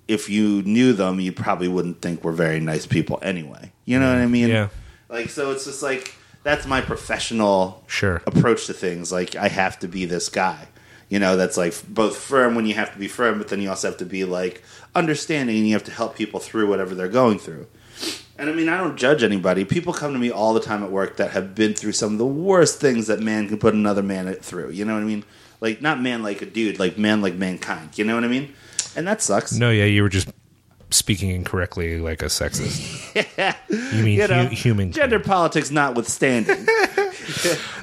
[SPEAKER 1] if you knew them, you probably wouldn't think were very nice people anyway. You know what I mean?
[SPEAKER 2] Mm. Yeah.
[SPEAKER 1] Like so it's just like that's my professional
[SPEAKER 2] Sure.
[SPEAKER 1] approach to things. Like I have to be this guy. You know, that's like both firm when you have to be firm, but then you also have to be like understanding and you have to help people through whatever they're going through. And I mean, I don't judge anybody. People come to me all the time at work that have been through some of the worst things that man can put another man through. You know what I mean? Like, not man like a dude, like man like mankind. You know what I mean? And that sucks.
[SPEAKER 2] No, yeah, you were just speaking incorrectly like a sexist. You mean
[SPEAKER 1] You know,
[SPEAKER 2] hu- human
[SPEAKER 1] gender uh, politics notwithstanding.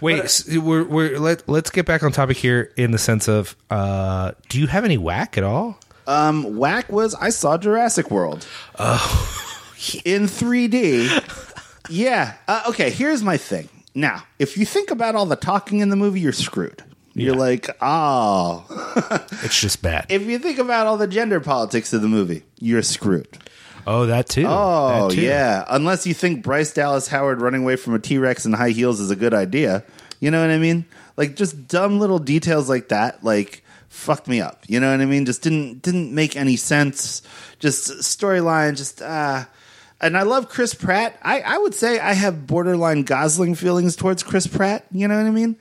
[SPEAKER 2] Wait, s we're, we're let, let's get back on topic here in the sense of uh, do you have any whack at all?
[SPEAKER 1] um, whack was I saw Jurassic World. Oh, in 3D. Yeah. Uh, okay. Here's my thing. Now, if you think about all the talking in the movie, you're screwed. You're
[SPEAKER 2] Yeah.
[SPEAKER 1] like, oh,
[SPEAKER 2] It's just bad.
[SPEAKER 1] if you think about all the gender politics of the movie, you're screwed.
[SPEAKER 2] oh, that too.
[SPEAKER 1] Oh
[SPEAKER 2] That too.
[SPEAKER 1] yeah, unless you think Bryce Dallas Howard running away from a T Rex in high heels is a good idea. You know what I mean? like just dumb little details like that, like fucked me up. You know what I mean? Just didn't didn't make any sense. Just storyline, just uh and I love Chris Pratt. I, I would say I have borderline Gosling feelings towards Chris Pratt. You know what I mean?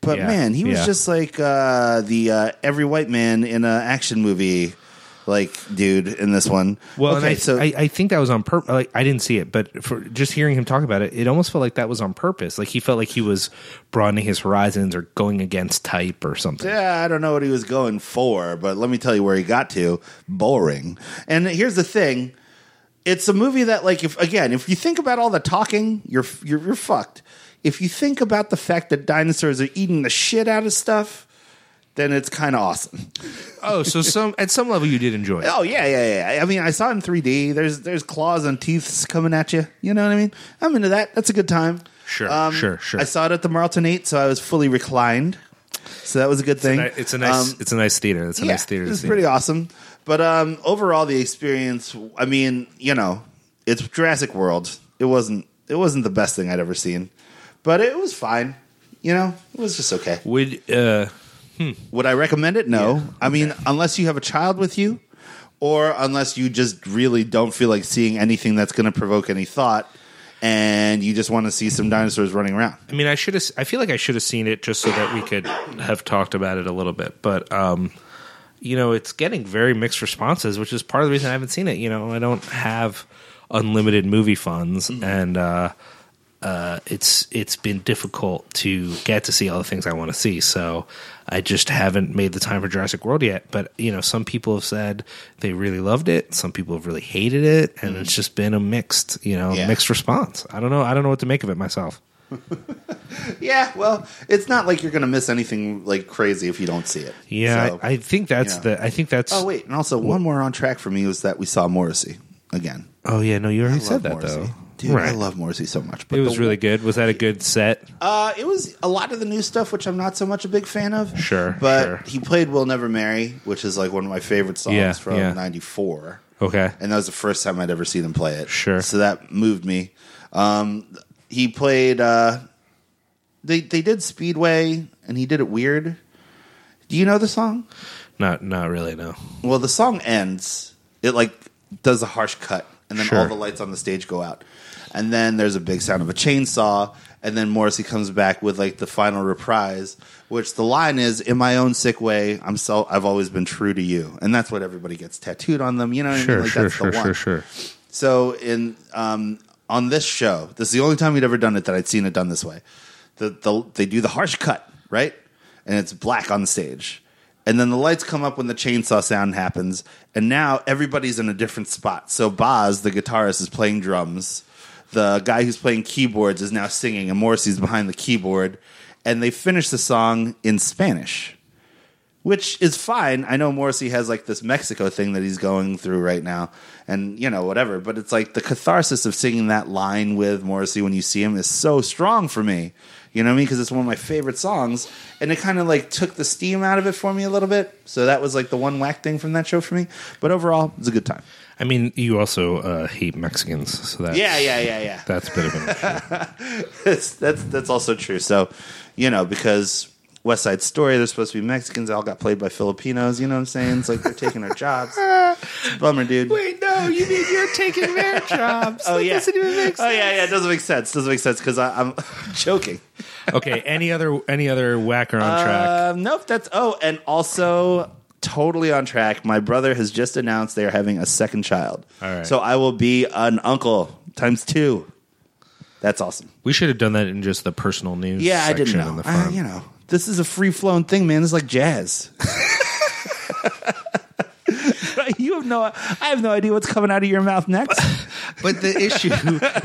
[SPEAKER 1] But
[SPEAKER 2] Yeah,
[SPEAKER 1] man, he was
[SPEAKER 2] yeah.
[SPEAKER 1] just like uh, the uh, every white man in an action movie, like dude in this one.
[SPEAKER 2] Well, and I, I, I think that was on purpose. Like, I didn't see it, but for just hearing him talk about it, it almost felt like that was on purpose. Like he felt like he was broadening his horizons or going against type or something.
[SPEAKER 1] Yeah, I don't know what he was going for, but let me tell you where he got to. Boring. And here's the thing. It's a movie that like if again, if you think about all the talking, you're you're, you're fucked. If you think about the fact that dinosaurs are eating the shit out of stuff, then it's kind of awesome.
[SPEAKER 2] Oh, so some at some level you did enjoy it.
[SPEAKER 1] Oh yeah, yeah, yeah. I mean, I saw it in 3D. There's there's claws and teeths coming at you. You know what I mean? I'm into that. That's a good time.
[SPEAKER 2] Sure,
[SPEAKER 1] Um,
[SPEAKER 2] sure, sure.
[SPEAKER 1] I saw it at the Marlton Eight, so I was fully reclined. So that was a good thing.
[SPEAKER 2] It's a nice,
[SPEAKER 1] Um,
[SPEAKER 2] it's a nice theater. It's a nice theater. to
[SPEAKER 1] It's
[SPEAKER 2] see.
[SPEAKER 1] pretty awesome. But um, overall, the experience. I mean, you know, it's Jurassic World. It wasn't. It wasn't the best thing I'd ever seen, but it was fine. You know, it was just okay.
[SPEAKER 2] Would uh,
[SPEAKER 1] Would I recommend it? No. I mean, unless you have a child with you, or unless you just really don't feel like seeing anything that's going to provoke any thought, and you just want to see some dinosaurs running around.
[SPEAKER 2] I mean, I should have. I feel like I should have seen it just so that we could have talked about it a little bit. But um, you know, it's getting very mixed responses, which is part of the reason I haven't seen it. You know, I don't have unlimited movie funds, and uh, uh, it's it's been difficult to get to see all the things I want to see. So I just haven't made the time for Jurassic World yet. But you know, some people have said they really loved it. Some people have really hated it, and it's just been a mixed, you know,
[SPEAKER 1] Yeah.
[SPEAKER 2] mixed response. I don't know. I don't know what to make of it myself.
[SPEAKER 1] Yeah. Well, it's not like you're going to miss anything like crazy if you don't see it.
[SPEAKER 2] Yeah,
[SPEAKER 1] So-
[SPEAKER 2] I, I think that's
[SPEAKER 1] yeah.
[SPEAKER 2] the. I think that's.
[SPEAKER 1] Oh wait, and also one more on track for me was that we saw Morrissey again.
[SPEAKER 2] Oh, yeah, no, you already
[SPEAKER 1] Love
[SPEAKER 2] said that
[SPEAKER 1] Morrissey.
[SPEAKER 2] though.
[SPEAKER 1] Dude, I love Morrissey so much. But
[SPEAKER 2] it was
[SPEAKER 1] the-
[SPEAKER 2] really good. Was that a good set?
[SPEAKER 1] uh, it was a lot of the new stuff, which I'm not so much a big fan of.
[SPEAKER 2] Sure,
[SPEAKER 1] but
[SPEAKER 2] sure.
[SPEAKER 1] he played "We'll Never Marry," which is like one of my favorite songs
[SPEAKER 2] Yeah,
[SPEAKER 1] from
[SPEAKER 2] yeah.
[SPEAKER 1] '94,
[SPEAKER 2] Okay.
[SPEAKER 1] and that was the first time I'd ever seen him play it.
[SPEAKER 2] Sure.
[SPEAKER 1] so that moved me. Um, he played. Uh, they they did Speedway, and he did it weird. Do you know the song?
[SPEAKER 2] Not, not really. No.
[SPEAKER 1] Well, the song ends. It like does a harsh cut, and then
[SPEAKER 2] Sure.
[SPEAKER 1] all the lights on the stage go out, and then there's a big sound of a chainsaw, and then Morrissey comes back with like the final reprise, which the line is, "In my own sick way, I'm so I've always been true to you," and that's what everybody gets tattooed on them. You know what I mean?
[SPEAKER 2] Sure,
[SPEAKER 1] Like
[SPEAKER 2] sure,
[SPEAKER 1] that's
[SPEAKER 2] sure,
[SPEAKER 1] the one.
[SPEAKER 2] sure, sure.
[SPEAKER 1] So in um, on this show, this is the only time we'd ever done it that I'd seen it done this way. The, the they do the harsh cut right, and it's black on stage, and then the lights come up when the chainsaw sound happens, and now everybody's in a different spot. So Boz, the guitarist, is playing drums. The guy who's playing keyboards is now singing, and Morrissey's behind the keyboard, and they finish the song in Spanish which is fine. I know Morrissey has like this Mexico thing that he's going through right now, and you know whatever. But it's like the catharsis of singing that line with Morrissey when you see him is so strong for me. You know what I mean? Because it's one of my favorite songs, and it kind of like took the steam out of it for me a little bit. So that was like the one whack thing from that show for me. But overall, it was a good time.
[SPEAKER 2] I mean, you also uh, hate Mexicans, so that's
[SPEAKER 1] Yeah, yeah, yeah, yeah.
[SPEAKER 2] That's a bit of an issue.
[SPEAKER 1] that's that's that's also true. So, you know, because West Side Story, they're supposed to be Mexicans. They all got played by Filipinos. You know what I'm saying? It's like they're taking our jobs. It's a bummer, dude.
[SPEAKER 2] Wait, no, you mean you're taking their jobs?
[SPEAKER 1] oh yeah. Oh yeah, yeah. It doesn't make sense. Doesn't make sense because I'm joking.
[SPEAKER 2] okay. Any other, any other whacker on track?
[SPEAKER 1] Um, nope. That's oh, and also totally on track. My brother has just announced they are having a second child.
[SPEAKER 2] All right.
[SPEAKER 1] So I will be an uncle times two. That's awesome.
[SPEAKER 2] we should have done that in just the personal news.
[SPEAKER 1] Yeah, I didn't
[SPEAKER 2] section
[SPEAKER 1] know.
[SPEAKER 2] In the
[SPEAKER 1] I-
[SPEAKER 2] front.
[SPEAKER 1] you know, this is a free flowing thing, man. This is like jazz. you have no. I have no idea what's coming out of your mouth next.
[SPEAKER 2] But the issue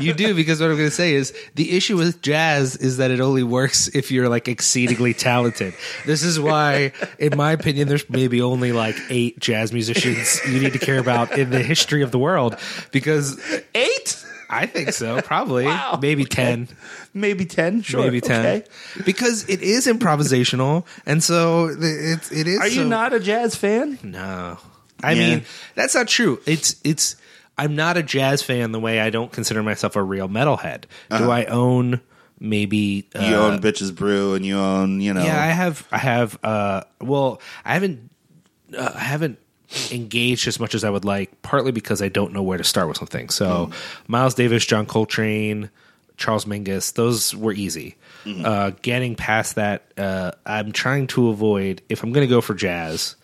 [SPEAKER 2] you do because what I'm going to say is the issue with jazz is that it only works if you're like exceedingly talented. This is why, in my opinion, there's maybe only like eight jazz musicians you need to care about in the history of the world because
[SPEAKER 1] Eight,
[SPEAKER 2] I think so, probably
[SPEAKER 1] Wow.
[SPEAKER 2] maybe ten,
[SPEAKER 1] maybe ten. Sure,
[SPEAKER 2] maybe ten,
[SPEAKER 1] okay.
[SPEAKER 2] because it is improvisational, and so it's it is.
[SPEAKER 1] Are you
[SPEAKER 2] so-
[SPEAKER 1] not a jazz fan?
[SPEAKER 2] no. I
[SPEAKER 1] Yeah.
[SPEAKER 2] mean, that's not true. It's it's I'm not a jazz fan the way I don't consider myself a real metalhead. Do I own maybe uh,
[SPEAKER 1] Uh-huh. You own Bitches Brew and you own, you know.
[SPEAKER 2] yeah, I have. I have. Uh, well, I haven't. Uh, I haven't engaged as much as I would like, partly because I don't know where to start with something. So,
[SPEAKER 1] Mm-hmm.
[SPEAKER 2] Miles Davis, John Coltrane, Charles Mingus, those were easy.
[SPEAKER 1] Mm-hmm.
[SPEAKER 2] Uh, getting past that, uh, I'm trying to avoid. If I'm going to go for jazz,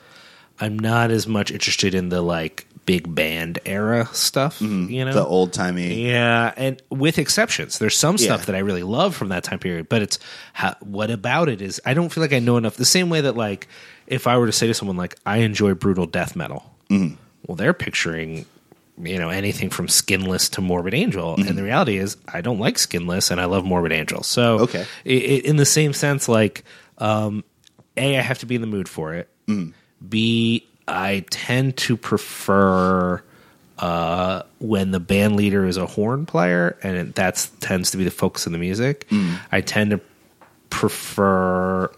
[SPEAKER 2] I'm not as much interested in the like big band era stuff. You know,
[SPEAKER 1] Mm-hmm. the old timey.
[SPEAKER 2] yeah, and with exceptions, there's some stuff
[SPEAKER 1] Yeah.
[SPEAKER 2] that I really love from that time period, but it's how, what about it is I don't feel like I know enough. The same way that like if I were to say to someone like I enjoy brutal death metal, well, they're picturing you know anything from Skinless to Morbid Angel, and the reality is I don't like Skinless and I love Morbid Angel. So
[SPEAKER 1] Okay.
[SPEAKER 2] i i in the same sense, like um, a I have to be in the mood for it. B I tend to prefer uh, when the band leader is a horn player, and that tends to be the focus of the music. I tend to prefer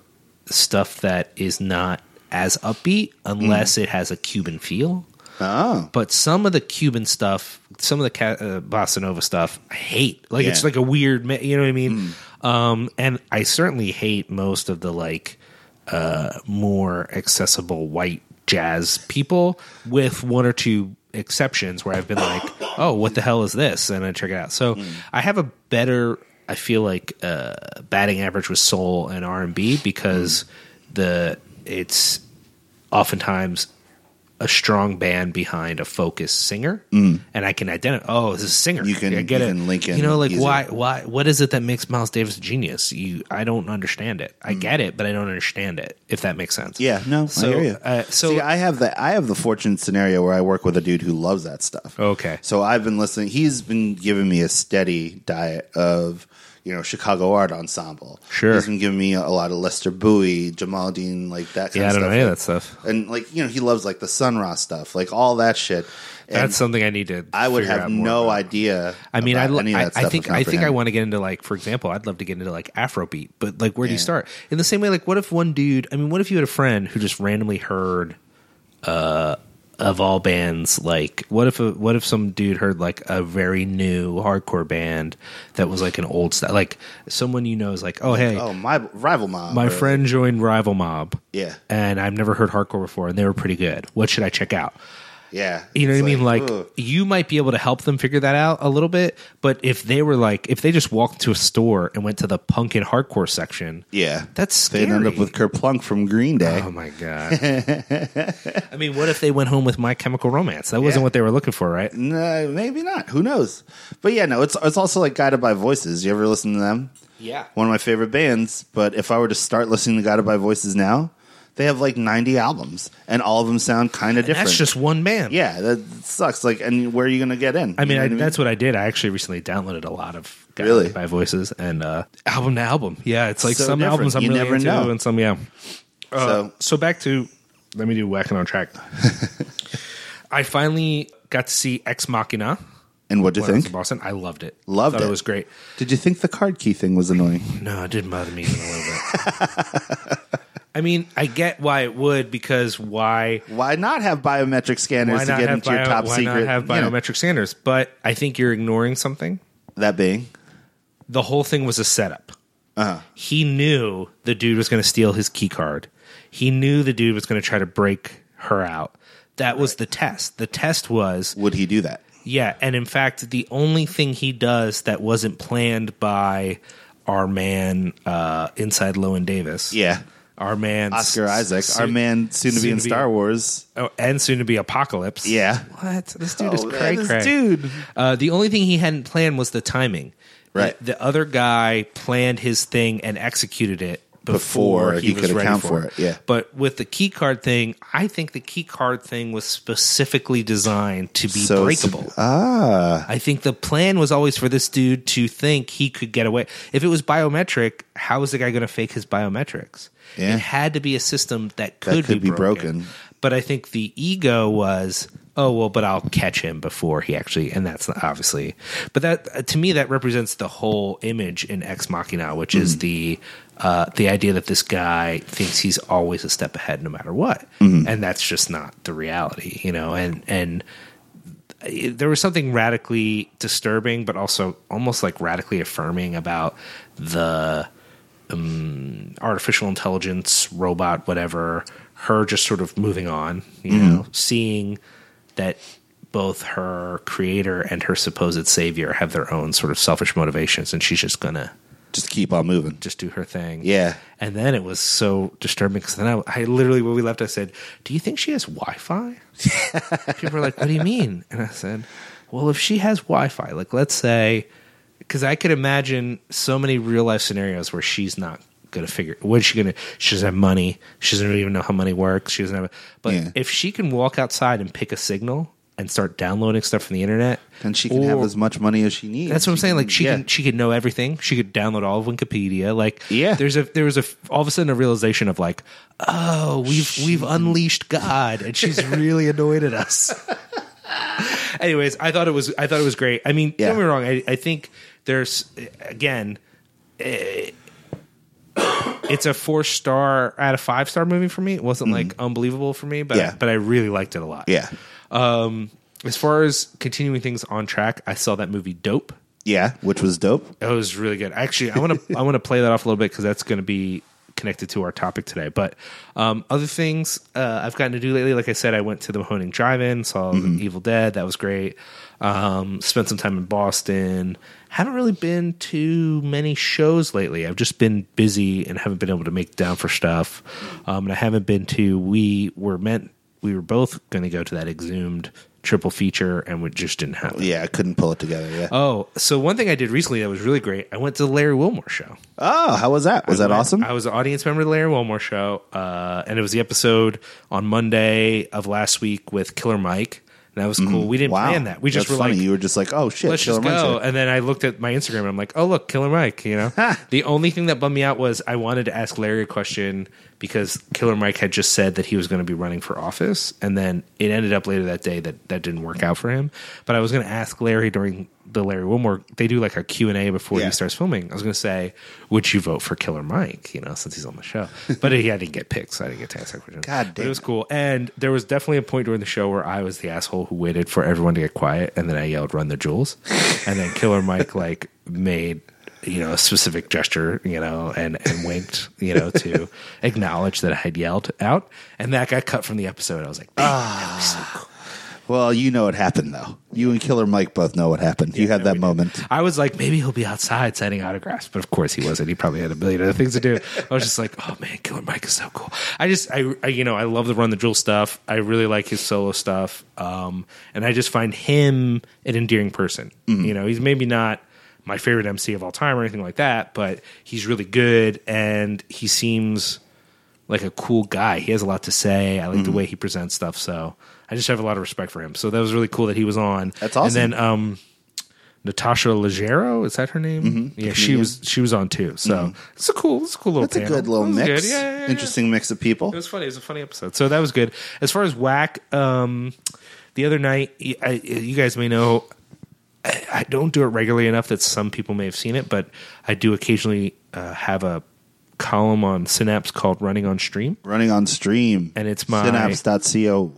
[SPEAKER 2] stuff that is not as upbeat unless it has a Cuban feel.
[SPEAKER 1] Mm. Oh.
[SPEAKER 2] But some of the Cuban stuff, some of the ca- uh, bossa nova stuff, I hate. Like it's
[SPEAKER 1] Yeah. Mm.
[SPEAKER 2] like a weird, mi- you know what I mean? Um, and I certainly hate most of the like uh, more accessible white jazz people, with one or two exceptions where I've been like, oh, what the hell is this? And I check it out. So
[SPEAKER 1] Mm.
[SPEAKER 2] I have a better, I feel like, uh, batting average with soul and R and B because the it's oftentimes a strong band behind a focused singer, and I can identify. Oh, this is a singer.
[SPEAKER 1] Mm. You can-
[SPEAKER 2] I get
[SPEAKER 1] you
[SPEAKER 2] it.
[SPEAKER 1] can link in
[SPEAKER 2] You know, like
[SPEAKER 1] easier.
[SPEAKER 2] why? Why? What is it that makes Miles Davis a genius? You, I don't understand it. I get it, but I don't understand it. If that makes sense.
[SPEAKER 1] Mm. Yeah, no,
[SPEAKER 2] So,
[SPEAKER 1] I hear you.
[SPEAKER 2] uh, so-
[SPEAKER 1] See, I have the I have the fortunate scenario where I work with a dude who loves that stuff.
[SPEAKER 2] Okay.
[SPEAKER 1] So I've been listening. He's been giving me a steady diet of you know Chicago art ensemble.
[SPEAKER 2] Sure.
[SPEAKER 1] He's been giving me a lot of Lester Bowie, Jamal Dean, like that. Kind
[SPEAKER 2] Yeah,
[SPEAKER 1] of
[SPEAKER 2] I don't
[SPEAKER 1] stuff.
[SPEAKER 2] know any of that stuff.
[SPEAKER 1] And like you know, he loves like the Sun Ra stuff, like all that shit. And
[SPEAKER 2] That's something I need to.
[SPEAKER 1] I would
[SPEAKER 2] figure
[SPEAKER 1] have
[SPEAKER 2] out more
[SPEAKER 1] no
[SPEAKER 2] about.
[SPEAKER 1] idea.
[SPEAKER 2] I mean,
[SPEAKER 1] about
[SPEAKER 2] I,
[SPEAKER 1] any of
[SPEAKER 2] I,
[SPEAKER 1] that
[SPEAKER 2] I
[SPEAKER 1] stuff
[SPEAKER 2] think
[SPEAKER 1] if not
[SPEAKER 2] I
[SPEAKER 1] for
[SPEAKER 2] think I
[SPEAKER 1] him.
[SPEAKER 2] want to get into like, for example, I'd love to get into like Afrobeat, but like, where do you
[SPEAKER 1] Yeah.
[SPEAKER 2] start? In the same way, like, what if one dude? I mean, what if you had a friend who just randomly heard, uh, of all bands, like, what if a, what if some dude heard like a very new hardcore band that was like an old style, like someone you know is like, oh hey,
[SPEAKER 1] Oh my rival mom.
[SPEAKER 2] my
[SPEAKER 1] or-
[SPEAKER 2] friend joined Rival Mob,
[SPEAKER 1] Yeah.
[SPEAKER 2] and I've never heard hardcore before, and they were pretty good. What should I check out?
[SPEAKER 1] Yeah.
[SPEAKER 2] You know
[SPEAKER 1] It's
[SPEAKER 2] what I mean? Like
[SPEAKER 1] ugh.
[SPEAKER 2] you might be able to help them figure that out a little bit, but if they were like, if they just walked to a store and went to the punk and hardcore section,
[SPEAKER 1] yeah.
[SPEAKER 2] that's
[SPEAKER 1] They'd
[SPEAKER 2] scary.
[SPEAKER 1] end up with Kerplunk from Green Day.
[SPEAKER 2] Oh my god! I mean, what if they went home with My Chemical Romance? That wasn't
[SPEAKER 1] Yeah.
[SPEAKER 2] what they were looking for, right?
[SPEAKER 1] No, maybe not. Who knows? But yeah, no, it's it's also like guided by voices. You ever listen to them?
[SPEAKER 2] Yeah.
[SPEAKER 1] One of my favorite bands, but if I were to start listening to Guided by Voices now, they have like 90 albums and all of them sound kind of different.
[SPEAKER 2] That's just one man.
[SPEAKER 1] yeah, that sucks. Like, and where are you going to get in?
[SPEAKER 2] I mean,
[SPEAKER 1] You know
[SPEAKER 2] I,
[SPEAKER 1] what
[SPEAKER 2] that's what I did. I actually recently downloaded a lot of Guided
[SPEAKER 1] Really?
[SPEAKER 2] by voices and uh, album to album. Yeah, it's like
[SPEAKER 1] So
[SPEAKER 2] some
[SPEAKER 1] different.
[SPEAKER 2] albums I'm
[SPEAKER 1] You
[SPEAKER 2] really
[SPEAKER 1] never
[SPEAKER 2] into,
[SPEAKER 1] know.
[SPEAKER 2] and some yeah. Uh,
[SPEAKER 1] So-
[SPEAKER 2] so back to let me do whacking on track. I finally got to see Ex Machina.
[SPEAKER 1] And what do you
[SPEAKER 2] When I was in
[SPEAKER 1] think?
[SPEAKER 2] Boston, I loved it.
[SPEAKER 1] Loved
[SPEAKER 2] Thought
[SPEAKER 1] it.
[SPEAKER 2] It was great.
[SPEAKER 1] Did you think the card key thing was annoying?
[SPEAKER 2] No, it didn't bother me even a little bit. I mean, I get why it would because why
[SPEAKER 1] Why not have biometric scanners
[SPEAKER 2] why
[SPEAKER 1] to
[SPEAKER 2] not
[SPEAKER 1] get
[SPEAKER 2] have
[SPEAKER 1] into your
[SPEAKER 2] bio-
[SPEAKER 1] top
[SPEAKER 2] why
[SPEAKER 1] secret?
[SPEAKER 2] not have
[SPEAKER 1] you know,
[SPEAKER 2] biometric standards? But I think you're ignoring something.
[SPEAKER 1] that being,
[SPEAKER 2] the whole thing was a setup.
[SPEAKER 1] Uh-huh.
[SPEAKER 2] He knew the dude was going to steal his key card. He knew the dude was going to try to break her out. That was the test. The test was,
[SPEAKER 1] would he do that?
[SPEAKER 2] yeah. And in fact, the only thing he does that wasn't planned by our man uh, inside Lowen Davis,
[SPEAKER 1] Yeah.
[SPEAKER 2] our man
[SPEAKER 1] Oscar
[SPEAKER 2] s-
[SPEAKER 1] Isaac,
[SPEAKER 2] soon-
[SPEAKER 1] our man soon to be
[SPEAKER 2] soon
[SPEAKER 1] in
[SPEAKER 2] to be-
[SPEAKER 1] Star Wars.
[SPEAKER 2] oh, and soon to be Apocalypse.
[SPEAKER 1] Yeah.
[SPEAKER 2] What? This dude is
[SPEAKER 1] Oh, man,
[SPEAKER 2] cray
[SPEAKER 1] this
[SPEAKER 2] cray.
[SPEAKER 1] dude.
[SPEAKER 2] Uh, the only thing he hadn't planned was the timing.
[SPEAKER 1] Right.
[SPEAKER 2] The, the other guy planned his thing and executed it before,
[SPEAKER 1] Before
[SPEAKER 2] he,
[SPEAKER 1] he
[SPEAKER 2] was
[SPEAKER 1] could
[SPEAKER 2] ready
[SPEAKER 1] account
[SPEAKER 2] for,
[SPEAKER 1] for it,
[SPEAKER 2] it.
[SPEAKER 1] yeah.
[SPEAKER 2] But with the key card thing, I think the key card thing was specifically designed to be
[SPEAKER 1] So it's- Ah.
[SPEAKER 2] breakable. I think the plan was always for this dude to think he could get away. If it was biometric, how was the guy going to fake his biometrics?
[SPEAKER 1] Yeah.
[SPEAKER 2] It had to be a system that could,
[SPEAKER 1] could
[SPEAKER 2] be,
[SPEAKER 1] be
[SPEAKER 2] broken.
[SPEAKER 1] broken.
[SPEAKER 2] But I think the ego was, oh well, but I'll catch him before he actually, and that's not obviously. But that uh, to me that represents the whole image in Ex Machina, which is the uh, the idea that this guy thinks he's always a Mm-hmm. step ahead no matter what, and that's just not the reality, you know. And and it- there was something radically disturbing, but also almost like radically affirming about the um, artificial intelligence robot, whatever. Her just sort of moving on, you know, seeing that both her creator and her supposed savior have their own sort of selfish motivations, and she's just gonna
[SPEAKER 1] Just keep on moving.
[SPEAKER 2] just do her thing.
[SPEAKER 1] Yeah.
[SPEAKER 2] And then it was so disturbing because then I, I literally, when we left, I said, Do you think she has Wi Fi? People were like, What do you mean? And I said, Well, if she has Wi Fi, like let's say, because I could imagine so many real life scenarios where she's not going to figure what is she going to she doesn't have money she doesn't even know how money works she doesn't have but
[SPEAKER 1] Yeah.
[SPEAKER 2] if she can walk outside and pick a signal and start downloading stuff from the internet
[SPEAKER 1] Then she can have
[SPEAKER 2] or-
[SPEAKER 1] as much money as she needs.
[SPEAKER 2] that's what I'm saying. Like she
[SPEAKER 1] yeah.
[SPEAKER 2] can, she could know everything. She could download all of Wikipedia. Like
[SPEAKER 1] Yeah.
[SPEAKER 2] there's a there was a all of a sudden a realization of like, oh, we've we've unleashed God, and she's really annoyed at us. Anyways, I thought it was I thought it was great. I mean,
[SPEAKER 1] Yeah.
[SPEAKER 2] don't get me wrong. I, I think there's again, eh, it's a four star out of five star movie for me. It wasn't like unbelievable for me, but
[SPEAKER 1] Mm-hmm. Yeah.
[SPEAKER 2] but I really liked it a lot.
[SPEAKER 1] Yeah.
[SPEAKER 2] As far as continuing things on track, I saw that movie Dope.
[SPEAKER 1] Yeah. Which was dope.
[SPEAKER 2] That was really good. Actually, I want to I want to play that off a little bit because that's going to be connected to our topic today. But um, other things uh, I've gotten to do lately, like I said, I went to the Mahoning Drive-In, saw the Evil Dead. That was great. Um, spent some time in Boston. Haven't really been to many shows lately. I've just been busy and haven't been able to make down for stuff. Um, and I haven't been to. We were meant. We were both going to go to that exhumed triple feature, and we just didn't happen.
[SPEAKER 1] Yeah. I couldn't pull it together. Yeah. Oh,
[SPEAKER 2] Oh, so one thing I did recently that was really great. I went to the Larry Wilmore show.
[SPEAKER 1] Oh, how was that? Was that awesome?
[SPEAKER 2] I was an audience member of the Larry Wilmore show, uh, and it was the episode on Monday of last week with Killer Mike. And that was cool. We didn't
[SPEAKER 1] Mm-hmm. wow.
[SPEAKER 2] plan that. We just
[SPEAKER 1] That's
[SPEAKER 2] were
[SPEAKER 1] funny.
[SPEAKER 2] like,
[SPEAKER 1] you were just like, oh shit.
[SPEAKER 2] let's
[SPEAKER 1] Killer
[SPEAKER 2] just
[SPEAKER 1] Mike's
[SPEAKER 2] go.
[SPEAKER 1] here.
[SPEAKER 2] And then I looked at my Instagram and I'm like, oh look, Killer Mike. You know, the only thing that bummed me out was I wanted to ask Larry a question because Killer Mike had just said that he was going to be running for office, and then it ended up later that day that that didn't work out for him. But I was going to ask Larry during the Larry Wilmore. They do like a Q and A before
[SPEAKER 1] Yeah.
[SPEAKER 2] he starts filming. I was going to say, would you vote for Killer Mike? You know, since he's on the show, but he, I didn't get picked, so I didn't get to ask that question.
[SPEAKER 1] God
[SPEAKER 2] But
[SPEAKER 1] damn
[SPEAKER 2] it was cool. And there was definitely a point during the show where I was the asshole who waited for everyone to get quiet, and then I yelled, "Run the jewels," and then Killer Mike like made you know a specific gesture, you know, and and winked, you know, to acknowledge that I had yelled out, and that got cut from the episode. I was like,
[SPEAKER 1] Well, you know what happened though. You and Killer Mike both know what happened. you had that moment.
[SPEAKER 2] I was like, maybe he'll be outside signing autographs, but of course he wasn't. He probably had a million other things to do. I was just like, oh man, Killer Mike is so cool. I just, I, I you know, I love the Run the Jewel stuff. I really like his solo stuff, um, and I just find him an endearing person.
[SPEAKER 1] Mm-hmm.
[SPEAKER 2] You know, he's maybe not my favorite MC of all time or anything like that, but he's really good, and he seems like a cool guy. He has a lot to say. I like
[SPEAKER 1] Mm-hmm.
[SPEAKER 2] the way he presents stuff. So I just have a lot of respect for him. So that was really cool that he was on.
[SPEAKER 1] That's awesome.
[SPEAKER 2] And then um, Natasha Leggero, is that her name?
[SPEAKER 1] Mm-hmm.
[SPEAKER 2] Yeah, she was she was on too. So it's a cool, it's a cool little.
[SPEAKER 1] That's a
[SPEAKER 2] panel.
[SPEAKER 1] good little
[SPEAKER 2] That was
[SPEAKER 1] mix.
[SPEAKER 2] good. Yeah, yeah, yeah, yeah.
[SPEAKER 1] Interesting mix of people.
[SPEAKER 2] It was funny. It was a funny episode. So that was good. As far as whack, um, the other night, y- I- you guys may know, I, I don't do it regularly enough that some people may have seen it, but I do occasionally uh, have a column on Synapse called "Running on Stream."
[SPEAKER 1] Running on stream.
[SPEAKER 2] And it's my-
[SPEAKER 1] synapse.co.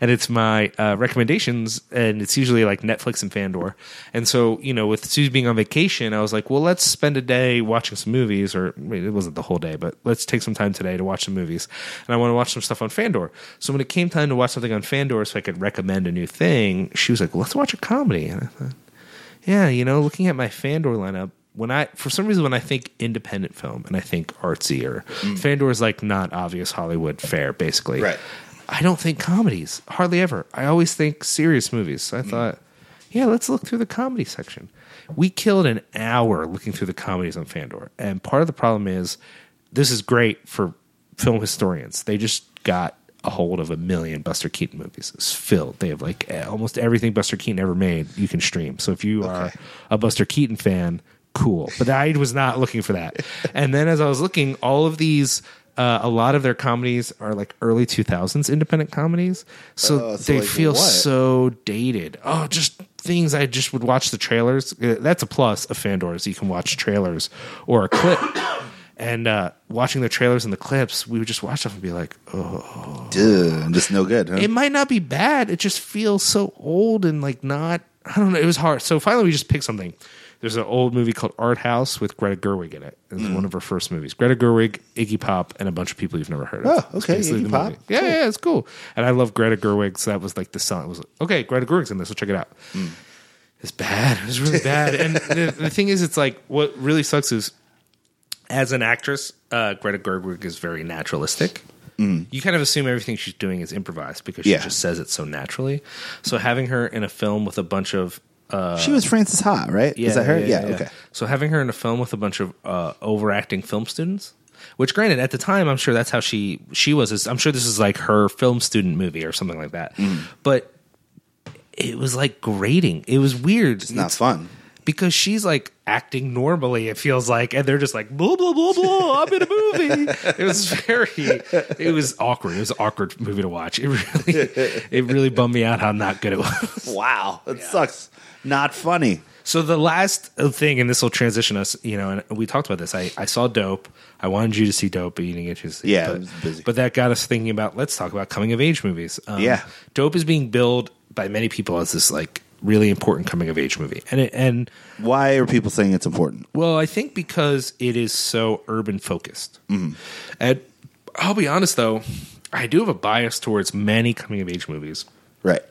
[SPEAKER 2] and it's my uh, recommendations, and it's usually like Netflix and Fandor. And so, you know, with Susie being on vacation, I was like, well, let's spend a day watching some movies, or I mean, it wasn't the whole day, but let's take some time today to watch some movies. And I want to watch some stuff on Fandor. So when it came time to watch something on Fandor, so I could recommend a new thing, she was like, well, let's watch a comedy. And I thought, yeah, you know, looking at my Fandor lineup, when I for some reason when I think independent film and I think artsy or Fandor is like not obvious Hollywood fare, basically.
[SPEAKER 1] Right.
[SPEAKER 2] I don't think comedies hardly ever. I always think serious movies. So I thought, yeah, let's look through the comedy section. We killed an hour looking through the comedies on Fandor, and part of the problem is this is great for film historians. They just got a hold of a million Buster Keaton movies. It's filled. They have like eh, almost everything Buster Keaton ever made. You can stream. So if you are a Buster Keaton fan, cool. But I was not looking for that. and then as I was looking, all of these. Uh, a lot of their comedies are like early 2000s independent comedies so
[SPEAKER 1] Oh, so,
[SPEAKER 2] they
[SPEAKER 1] like,
[SPEAKER 2] feel
[SPEAKER 1] what?
[SPEAKER 2] so dated oh just things i just would watch the trailers Uh, that's a plus of fandor is you can watch trailers or a clip And uh, watching the trailers and the clips, we would just watch stuff and be like, oh,
[SPEAKER 1] Dude, just no good. Huh?
[SPEAKER 2] it might not be bad. It just feels so old and like not. I don't know. It was hard. So finally, we just picked something. There's an old movie called Art House with Greta Gerwig in it. It's
[SPEAKER 1] Mm.
[SPEAKER 2] one of her first movies. Greta Gerwig, Iggy Pop, and a bunch of people you've never heard of.
[SPEAKER 1] Oh,
[SPEAKER 2] It's
[SPEAKER 1] okay,
[SPEAKER 2] basically
[SPEAKER 1] Iggy
[SPEAKER 2] the
[SPEAKER 1] Pop.
[SPEAKER 2] movie. Yeah, yeah, it's cool. And I love Greta Gerwig, so that was like the song. It was like, okay, Greta Gerwig's in this. So check it out.
[SPEAKER 1] Mm.
[SPEAKER 2] It's bad. It's really bad. and the, the thing is, it's like what really sucks is as an actress, uh, Greta Gerwig is very naturalistic. You kind of assume everything she's doing is improvised because she
[SPEAKER 1] Mm. Yeah.
[SPEAKER 2] just says it so naturally. So having her in a film with a bunch of
[SPEAKER 1] she was Frances Ha, right? Is that her? Yeah, okay.
[SPEAKER 2] So having her in a film with a bunch of uh, overacting film students, which granted at the time I'm sure that's how she she was. Is- I'm sure this is like her film student movie or something like that.
[SPEAKER 1] Mm.
[SPEAKER 2] But it was like grating. It was weird. It's
[SPEAKER 1] Not fun.
[SPEAKER 2] because she's like acting normally it feels like and they're just like blah blah blah blah i'm in a movie it was very it was awkward it was an awkward movie to watch it really it really bummed me out how not good it was
[SPEAKER 1] Wow, that sucks. Not funny.
[SPEAKER 2] so the last thing and this will transition us you know and we talked about this i, I saw dope i wanted you to see dope but you didn't get to see it.
[SPEAKER 1] Yeah, I
[SPEAKER 2] but,
[SPEAKER 1] was busy.
[SPEAKER 2] but that got us thinking about let's talk about coming of age movies um,
[SPEAKER 1] Yeah.
[SPEAKER 2] dope is being billed by many people as this like really important coming of age movie and it, and
[SPEAKER 1] Why are people saying it's important?
[SPEAKER 2] Well, I think because it is so urban focused. And I'll be honest though, I do have a bias towards many coming of age movies
[SPEAKER 1] Right.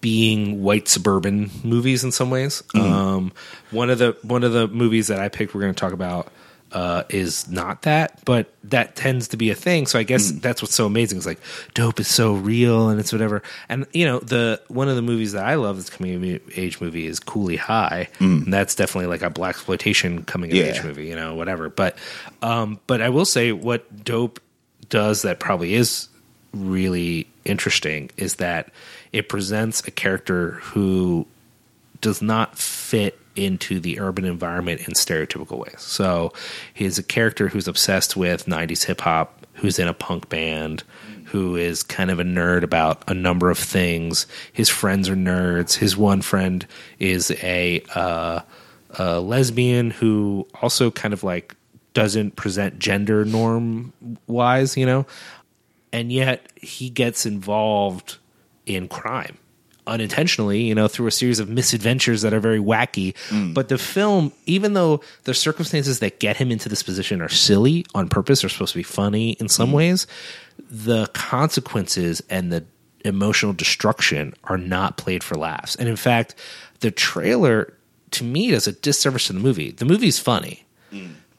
[SPEAKER 2] being white suburban movies in some ways. Um, one of the one of the movies that I picked we're going to talk about uh, is not that, but that tends to be a thing. So I guess that's what's so amazing is like dope is so real and it's whatever. And you know the one of the movies that I love that's coming of age movie is Coolie High, and that's definitely like a black exploitation coming of
[SPEAKER 1] Yeah.
[SPEAKER 2] age movie, you know, whatever. But um, but I will say what dope does that probably is really interesting is that it presents a character who does not fit into the urban environment in stereotypical ways. So he's a character who's obsessed with 90s hip hop, who's in a punk band, who is kind of a nerd about a number of things. His friends are nerds. His one friend is a uh, a lesbian who also kind of like doesn't present gender norm wise, you know, and yet he gets involved in crime unintentionally, you know, through a series of misadventures that are very wacky. But the film, even though the circumstances that get him into this position are silly on purpose, are supposed to be funny in some ways, the consequences and the emotional destruction are not played for laughs. And in fact, the trailer to me does a disservice to the movie. The movie's funny.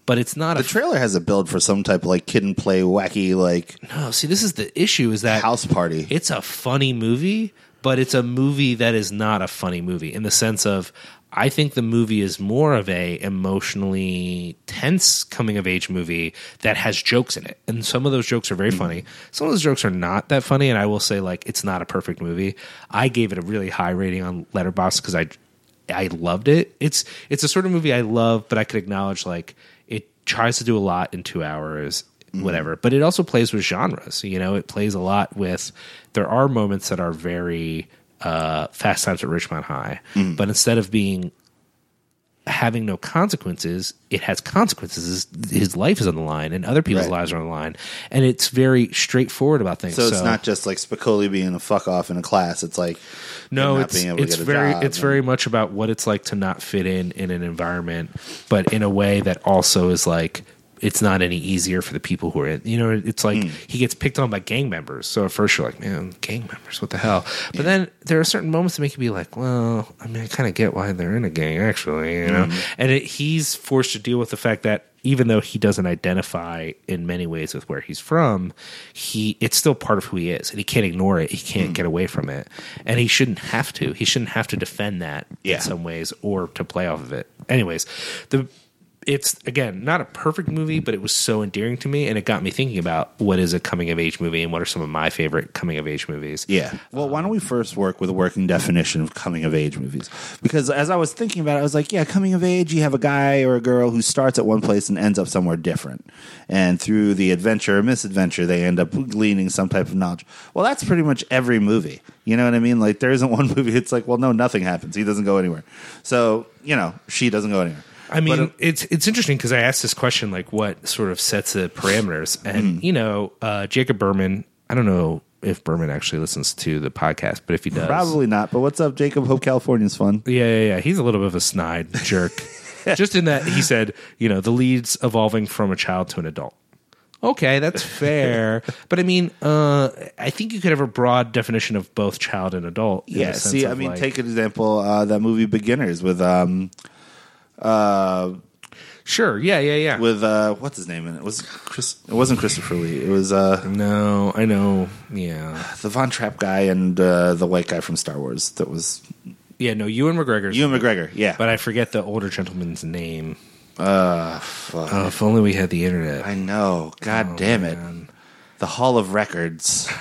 [SPEAKER 2] But it's not
[SPEAKER 1] The
[SPEAKER 2] a
[SPEAKER 1] trailer has a build for some type of like kid and play wacky like
[SPEAKER 2] no. oh, See, this is the issue: is that
[SPEAKER 1] house party.
[SPEAKER 2] it's a funny movie, but it's a movie that is not a funny movie in the sense of I think the movie is more of a emotionally tense coming of age movie that has jokes in it. And some of those jokes are very funny. Some of those jokes are not that funny and I will say like it's not a perfect movie. I gave it a really high rating on Letterboxd cuz I I loved it. It's it's a sort of movie I love, but I could acknowledge like it tries to do a lot in two hours, whatever. But it also plays with genres. You know, it plays a lot with. There are moments that are very uh, Fast Times at Richmond High,
[SPEAKER 1] Mm.
[SPEAKER 2] but instead of being having no consequences, it has consequences. His, his life is on the line, and other people's
[SPEAKER 1] Right.
[SPEAKER 2] lives are on the line, and it's very straightforward about things.
[SPEAKER 1] So it's not just like Spicoli being a fuck off in a class. It's like
[SPEAKER 2] no
[SPEAKER 1] not
[SPEAKER 2] it's
[SPEAKER 1] being able to
[SPEAKER 2] it's
[SPEAKER 1] get a
[SPEAKER 2] very
[SPEAKER 1] job
[SPEAKER 2] it's
[SPEAKER 1] and-
[SPEAKER 2] very much about what it's like to not fit in in an environment but in a way that also is like it's not any easier for the people who are in you know it's like
[SPEAKER 1] Hmm.
[SPEAKER 2] he gets picked on by gang members so at first you're like man gang members what the hell but then there are certain moments that make you be like well i mean i kind of get why they're in a gang actually you
[SPEAKER 1] Hmm.
[SPEAKER 2] know and it, he's forced to deal with the fact that even though he doesn't identify in many ways with where he's from, he it's still part of who he is, and he can't ignore it. He can't get away from it, and he shouldn't have to. He shouldn't have to defend that
[SPEAKER 1] Yeah.
[SPEAKER 2] in some ways or to play off of it. Anyways, the it's again not a perfect movie, but it was so endearing to me, and it got me thinking about what is a coming of age movie and what are some of my favorite coming of age movies.
[SPEAKER 1] Yeah. Well, why don't we first work with a working definition of coming of age movies? Because as I was thinking about it, I was like, yeah, coming of age, you have a guy or a girl who starts at one place and ends up somewhere different. And through the adventure or misadventure, they end up gleaning some type of knowledge. Well, that's pretty much every movie. You know what I mean? Like, there isn't one movie it's like, well, no, nothing happens. He doesn't go anywhere. So, you know, she doesn't go anywhere.
[SPEAKER 2] I mean,
[SPEAKER 1] But, uh,
[SPEAKER 2] it's it's interesting because I asked this question like, what sort of sets the parameters?
[SPEAKER 1] Mm.
[SPEAKER 2] And you know, uh, Jacob Berman. I don't know if Berman actually listens to the podcast, but if he does,
[SPEAKER 1] Probably not. But what's up, Jacob? Hope California's fun.
[SPEAKER 2] yeah, yeah, yeah. He's a little bit of a snide jerk. Just in that he said, you know, the lead's evolving from a child to an adult. Okay, that's fair. but I mean, uh, I think you could have a broad definition of both child and adult. in the
[SPEAKER 1] Yeah.
[SPEAKER 2] sense
[SPEAKER 1] See, I
[SPEAKER 2] of,
[SPEAKER 1] mean,
[SPEAKER 2] like-
[SPEAKER 1] take an example uh, that movie Beginners with um uh
[SPEAKER 2] sure, yeah, yeah, yeah.
[SPEAKER 1] with uh what's his name in it was Chris. It wasn't Christopher Lee. It was uh
[SPEAKER 2] no, I know. Yeah,
[SPEAKER 1] the Von Trapp guy and uh, the white guy from Star Wars. That was
[SPEAKER 2] yeah. No, Ewan McGregor's
[SPEAKER 1] Ewan McGregor. Yeah.
[SPEAKER 2] but I forget the older gentleman's name.
[SPEAKER 1] uh, fuck.
[SPEAKER 2] Oh, if only we had the internet.
[SPEAKER 1] I know. God
[SPEAKER 2] Oh,
[SPEAKER 1] damn it.
[SPEAKER 2] man.
[SPEAKER 1] The Hall of Records.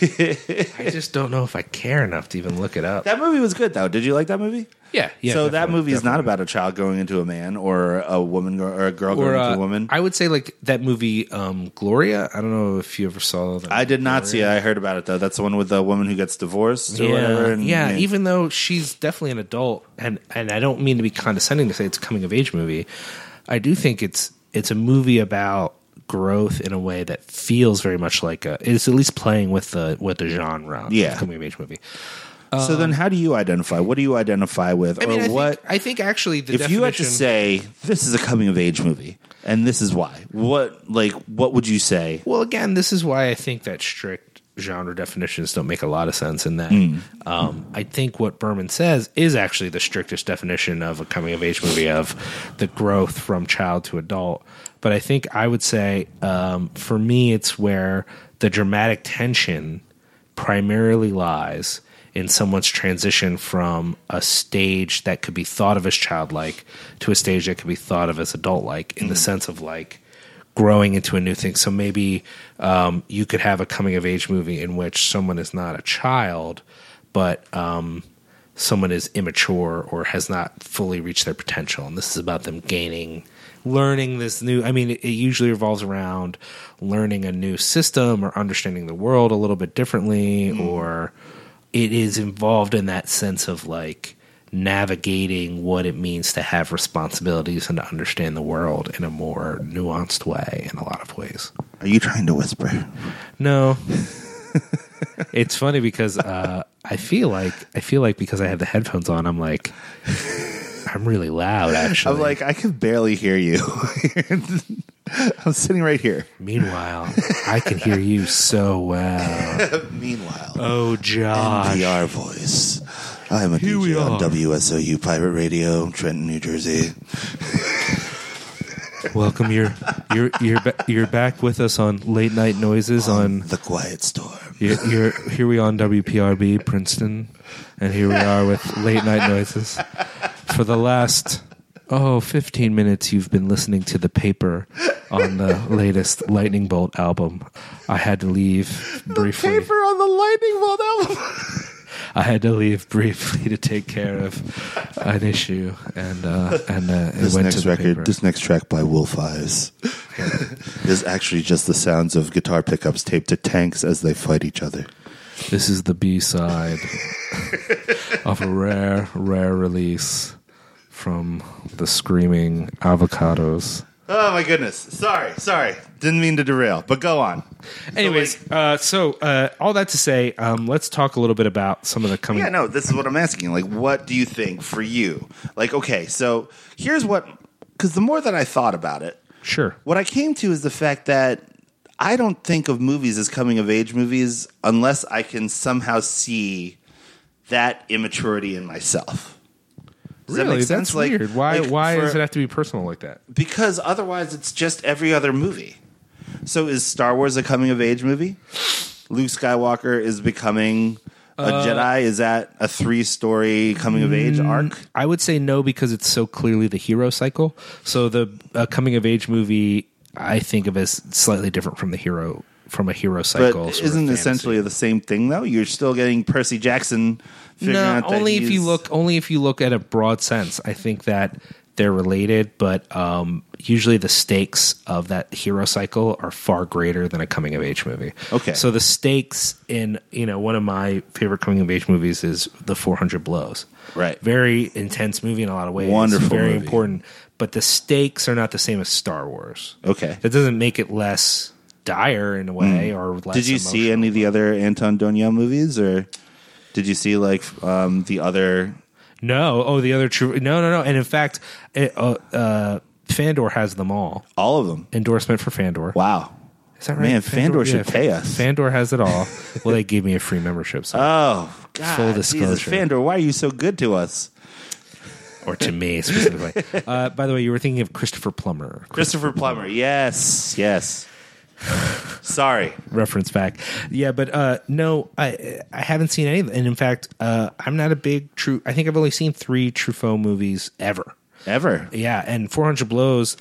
[SPEAKER 2] I just don't know if I care enough to even look it up.
[SPEAKER 1] That movie was good though. Did you like that movie?
[SPEAKER 2] yeah, yeah.
[SPEAKER 1] so that
[SPEAKER 2] definitely,
[SPEAKER 1] movie is not
[SPEAKER 2] definitely.
[SPEAKER 1] about a child going into a man or a woman go- or a girl
[SPEAKER 2] Or,
[SPEAKER 1] going into
[SPEAKER 2] uh,
[SPEAKER 1] a woman. I,
[SPEAKER 2] I would say like that movie um, Gloria. I don't know if you ever saw that.
[SPEAKER 1] did not see it. I heard about it though. That's the one with the woman who gets divorced or
[SPEAKER 2] yeah,
[SPEAKER 1] whatever. and-
[SPEAKER 2] yeah, Even though she's definitely an adult, and and I don't mean to be condescending to say it's a coming of age movie. I do think it's it's a movie about growth in a way that feels very much like a. It's at least playing with the with the genre. of
[SPEAKER 1] Yeah.
[SPEAKER 2] coming of age movie.
[SPEAKER 1] so then, how do you identify? What do you identify with,
[SPEAKER 2] um, I mean,
[SPEAKER 1] or
[SPEAKER 2] I
[SPEAKER 1] what?
[SPEAKER 2] Think, I think actually the
[SPEAKER 1] if
[SPEAKER 2] definition,
[SPEAKER 1] you had to say this is a coming of age movie and this is why, what like what would you say?
[SPEAKER 2] well, again, this is why I think that strict genre definitions don't make a lot of sense. In that,
[SPEAKER 1] Hmm.
[SPEAKER 2] um, I think what Berman says is actually the strictest definition of a coming of age movie of the growth from child to adult. But I think I would say um, for me, it's where the dramatic tension primarily lies in someone's transition from a stage that could be thought of as childlike to a stage that could be thought of as adult like in the sense of like growing into a new thing. So maybe um, you could have a coming of age movie in which someone is not a child, but um, someone is immature or has not fully reached their potential. And this is about them gaining, learning this new. I mean, it, it usually revolves around learning a new system or understanding the world a little bit differently, or it is involved in that sense of like navigating what it means to have responsibilities and to understand the world in a more nuanced way in a lot of ways.
[SPEAKER 1] Are you trying to whisper?
[SPEAKER 2] No. it's funny because uh, I feel like I feel like because I have the headphones on, I'm like I'm really loud actually.
[SPEAKER 1] I'm like I can barely hear you. I'm sitting right here.
[SPEAKER 2] Meanwhile, I can hear you so well.
[SPEAKER 1] Meanwhile.
[SPEAKER 2] Oh Josh.
[SPEAKER 1] NPR voice. I'm a DJ
[SPEAKER 2] we
[SPEAKER 1] on
[SPEAKER 2] are.
[SPEAKER 1] WSOU Pirate Radio, Trenton, New Jersey.
[SPEAKER 2] Welcome you're you're you're ba- you're back with us on late night noises on
[SPEAKER 1] The Quiet Storm.
[SPEAKER 2] You're, you're here. We on WPRB Princeton, and here we are with late night noises. For the last oh 15 minutes, you've been listening to the paper on the latest Lightning Bolt album. I had to leave briefly.
[SPEAKER 1] on the Lightning Bolt album.
[SPEAKER 2] I had to leave briefly to take care of an issue, and uh, and uh, it
[SPEAKER 1] This
[SPEAKER 2] went
[SPEAKER 1] next
[SPEAKER 2] to the
[SPEAKER 1] record,
[SPEAKER 2] paper.
[SPEAKER 1] this next track by Wolf Eyes, is actually just the sounds of guitar pickups taped to tanks as they fight each other.
[SPEAKER 2] This is the B side of a rare, rare release from the Screaming Avocados.
[SPEAKER 1] Oh my goodness! Sorry, sorry, didn't mean to derail, but go on.
[SPEAKER 2] Anyways, uh, so uh, all that to say, um, let's talk a little bit about some of the coming.
[SPEAKER 1] Yeah, no, this is what I'm asking. Like, what do you think for you? Like, okay, so here's what, because the more that I thought about it,
[SPEAKER 2] Sure.
[SPEAKER 1] What I came to is the fact that I don't think of movies as coming of age movies unless I can somehow see that immaturity in myself. Does that
[SPEAKER 2] really?
[SPEAKER 1] make sense?
[SPEAKER 2] That's
[SPEAKER 1] Like-
[SPEAKER 2] weird. Why?
[SPEAKER 1] like
[SPEAKER 2] why
[SPEAKER 1] for-
[SPEAKER 2] does it have to be personal like that?
[SPEAKER 1] Because otherwise, it's just every other movie. So is Star Wars a coming of age movie? Luke Skywalker is becoming a
[SPEAKER 2] Uh,
[SPEAKER 1] Jedi. Is that a three story coming of
[SPEAKER 2] Mm,
[SPEAKER 1] age arc?
[SPEAKER 2] I would say no because it's so clearly the hero cycle. So the uh, coming of age movie, I think of as slightly different from the hero from a hero
[SPEAKER 1] But
[SPEAKER 2] cycle. sort of
[SPEAKER 1] isn't
[SPEAKER 2] fantasy.
[SPEAKER 1] essentially the same thing though? You're still getting Percy Jackson. figuring
[SPEAKER 2] no,
[SPEAKER 1] out that
[SPEAKER 2] only if you
[SPEAKER 1] he's-
[SPEAKER 2] look only if you look at a broad sense. I think that they're related, but um, usually the stakes of that hero cycle are far greater than a coming of age movie.
[SPEAKER 1] Okay.
[SPEAKER 2] So the stakes in, you know, one of my favorite coming of age movies is The 400 Blows.
[SPEAKER 1] Right.
[SPEAKER 2] Very intense movie in a lot of ways.
[SPEAKER 1] Wonderful
[SPEAKER 2] Very
[SPEAKER 1] movie.
[SPEAKER 2] important. But the stakes are not the same as Star Wars.
[SPEAKER 1] Okay.
[SPEAKER 2] That doesn't make it less dire in a way or less.
[SPEAKER 1] Hmm. Did you see
[SPEAKER 2] emotional.
[SPEAKER 1] any of the other Anton Donia movies, or did you see like um, the other?
[SPEAKER 2] No. Oh, the other true. No, no, no. And in fact, it, uh, uh, Fandor has them all.
[SPEAKER 1] All of them.
[SPEAKER 2] Endorsement for Fandor.
[SPEAKER 1] Wow.
[SPEAKER 2] Is that right?
[SPEAKER 1] Man, Fandor should pay us.
[SPEAKER 2] Fandor has it all. well, they gave me a free membership, so,
[SPEAKER 1] Oh God!
[SPEAKER 2] Full
[SPEAKER 1] Jesus,
[SPEAKER 2] disclosure.
[SPEAKER 1] Fandor, why are you so good to us?
[SPEAKER 2] or to me specifically. Uh, by the way, you were thinking of Christopher Plummer.
[SPEAKER 1] Christopher Plummer. Yes, yes. Sorry.
[SPEAKER 2] reference back. Yeah, but uh, no, I I haven't seen any. of And in fact, uh, I'm not a big true. I think I've only seen three Truffaut movies ever.
[SPEAKER 1] Ever.
[SPEAKER 2] Yeah, and 400 Blows.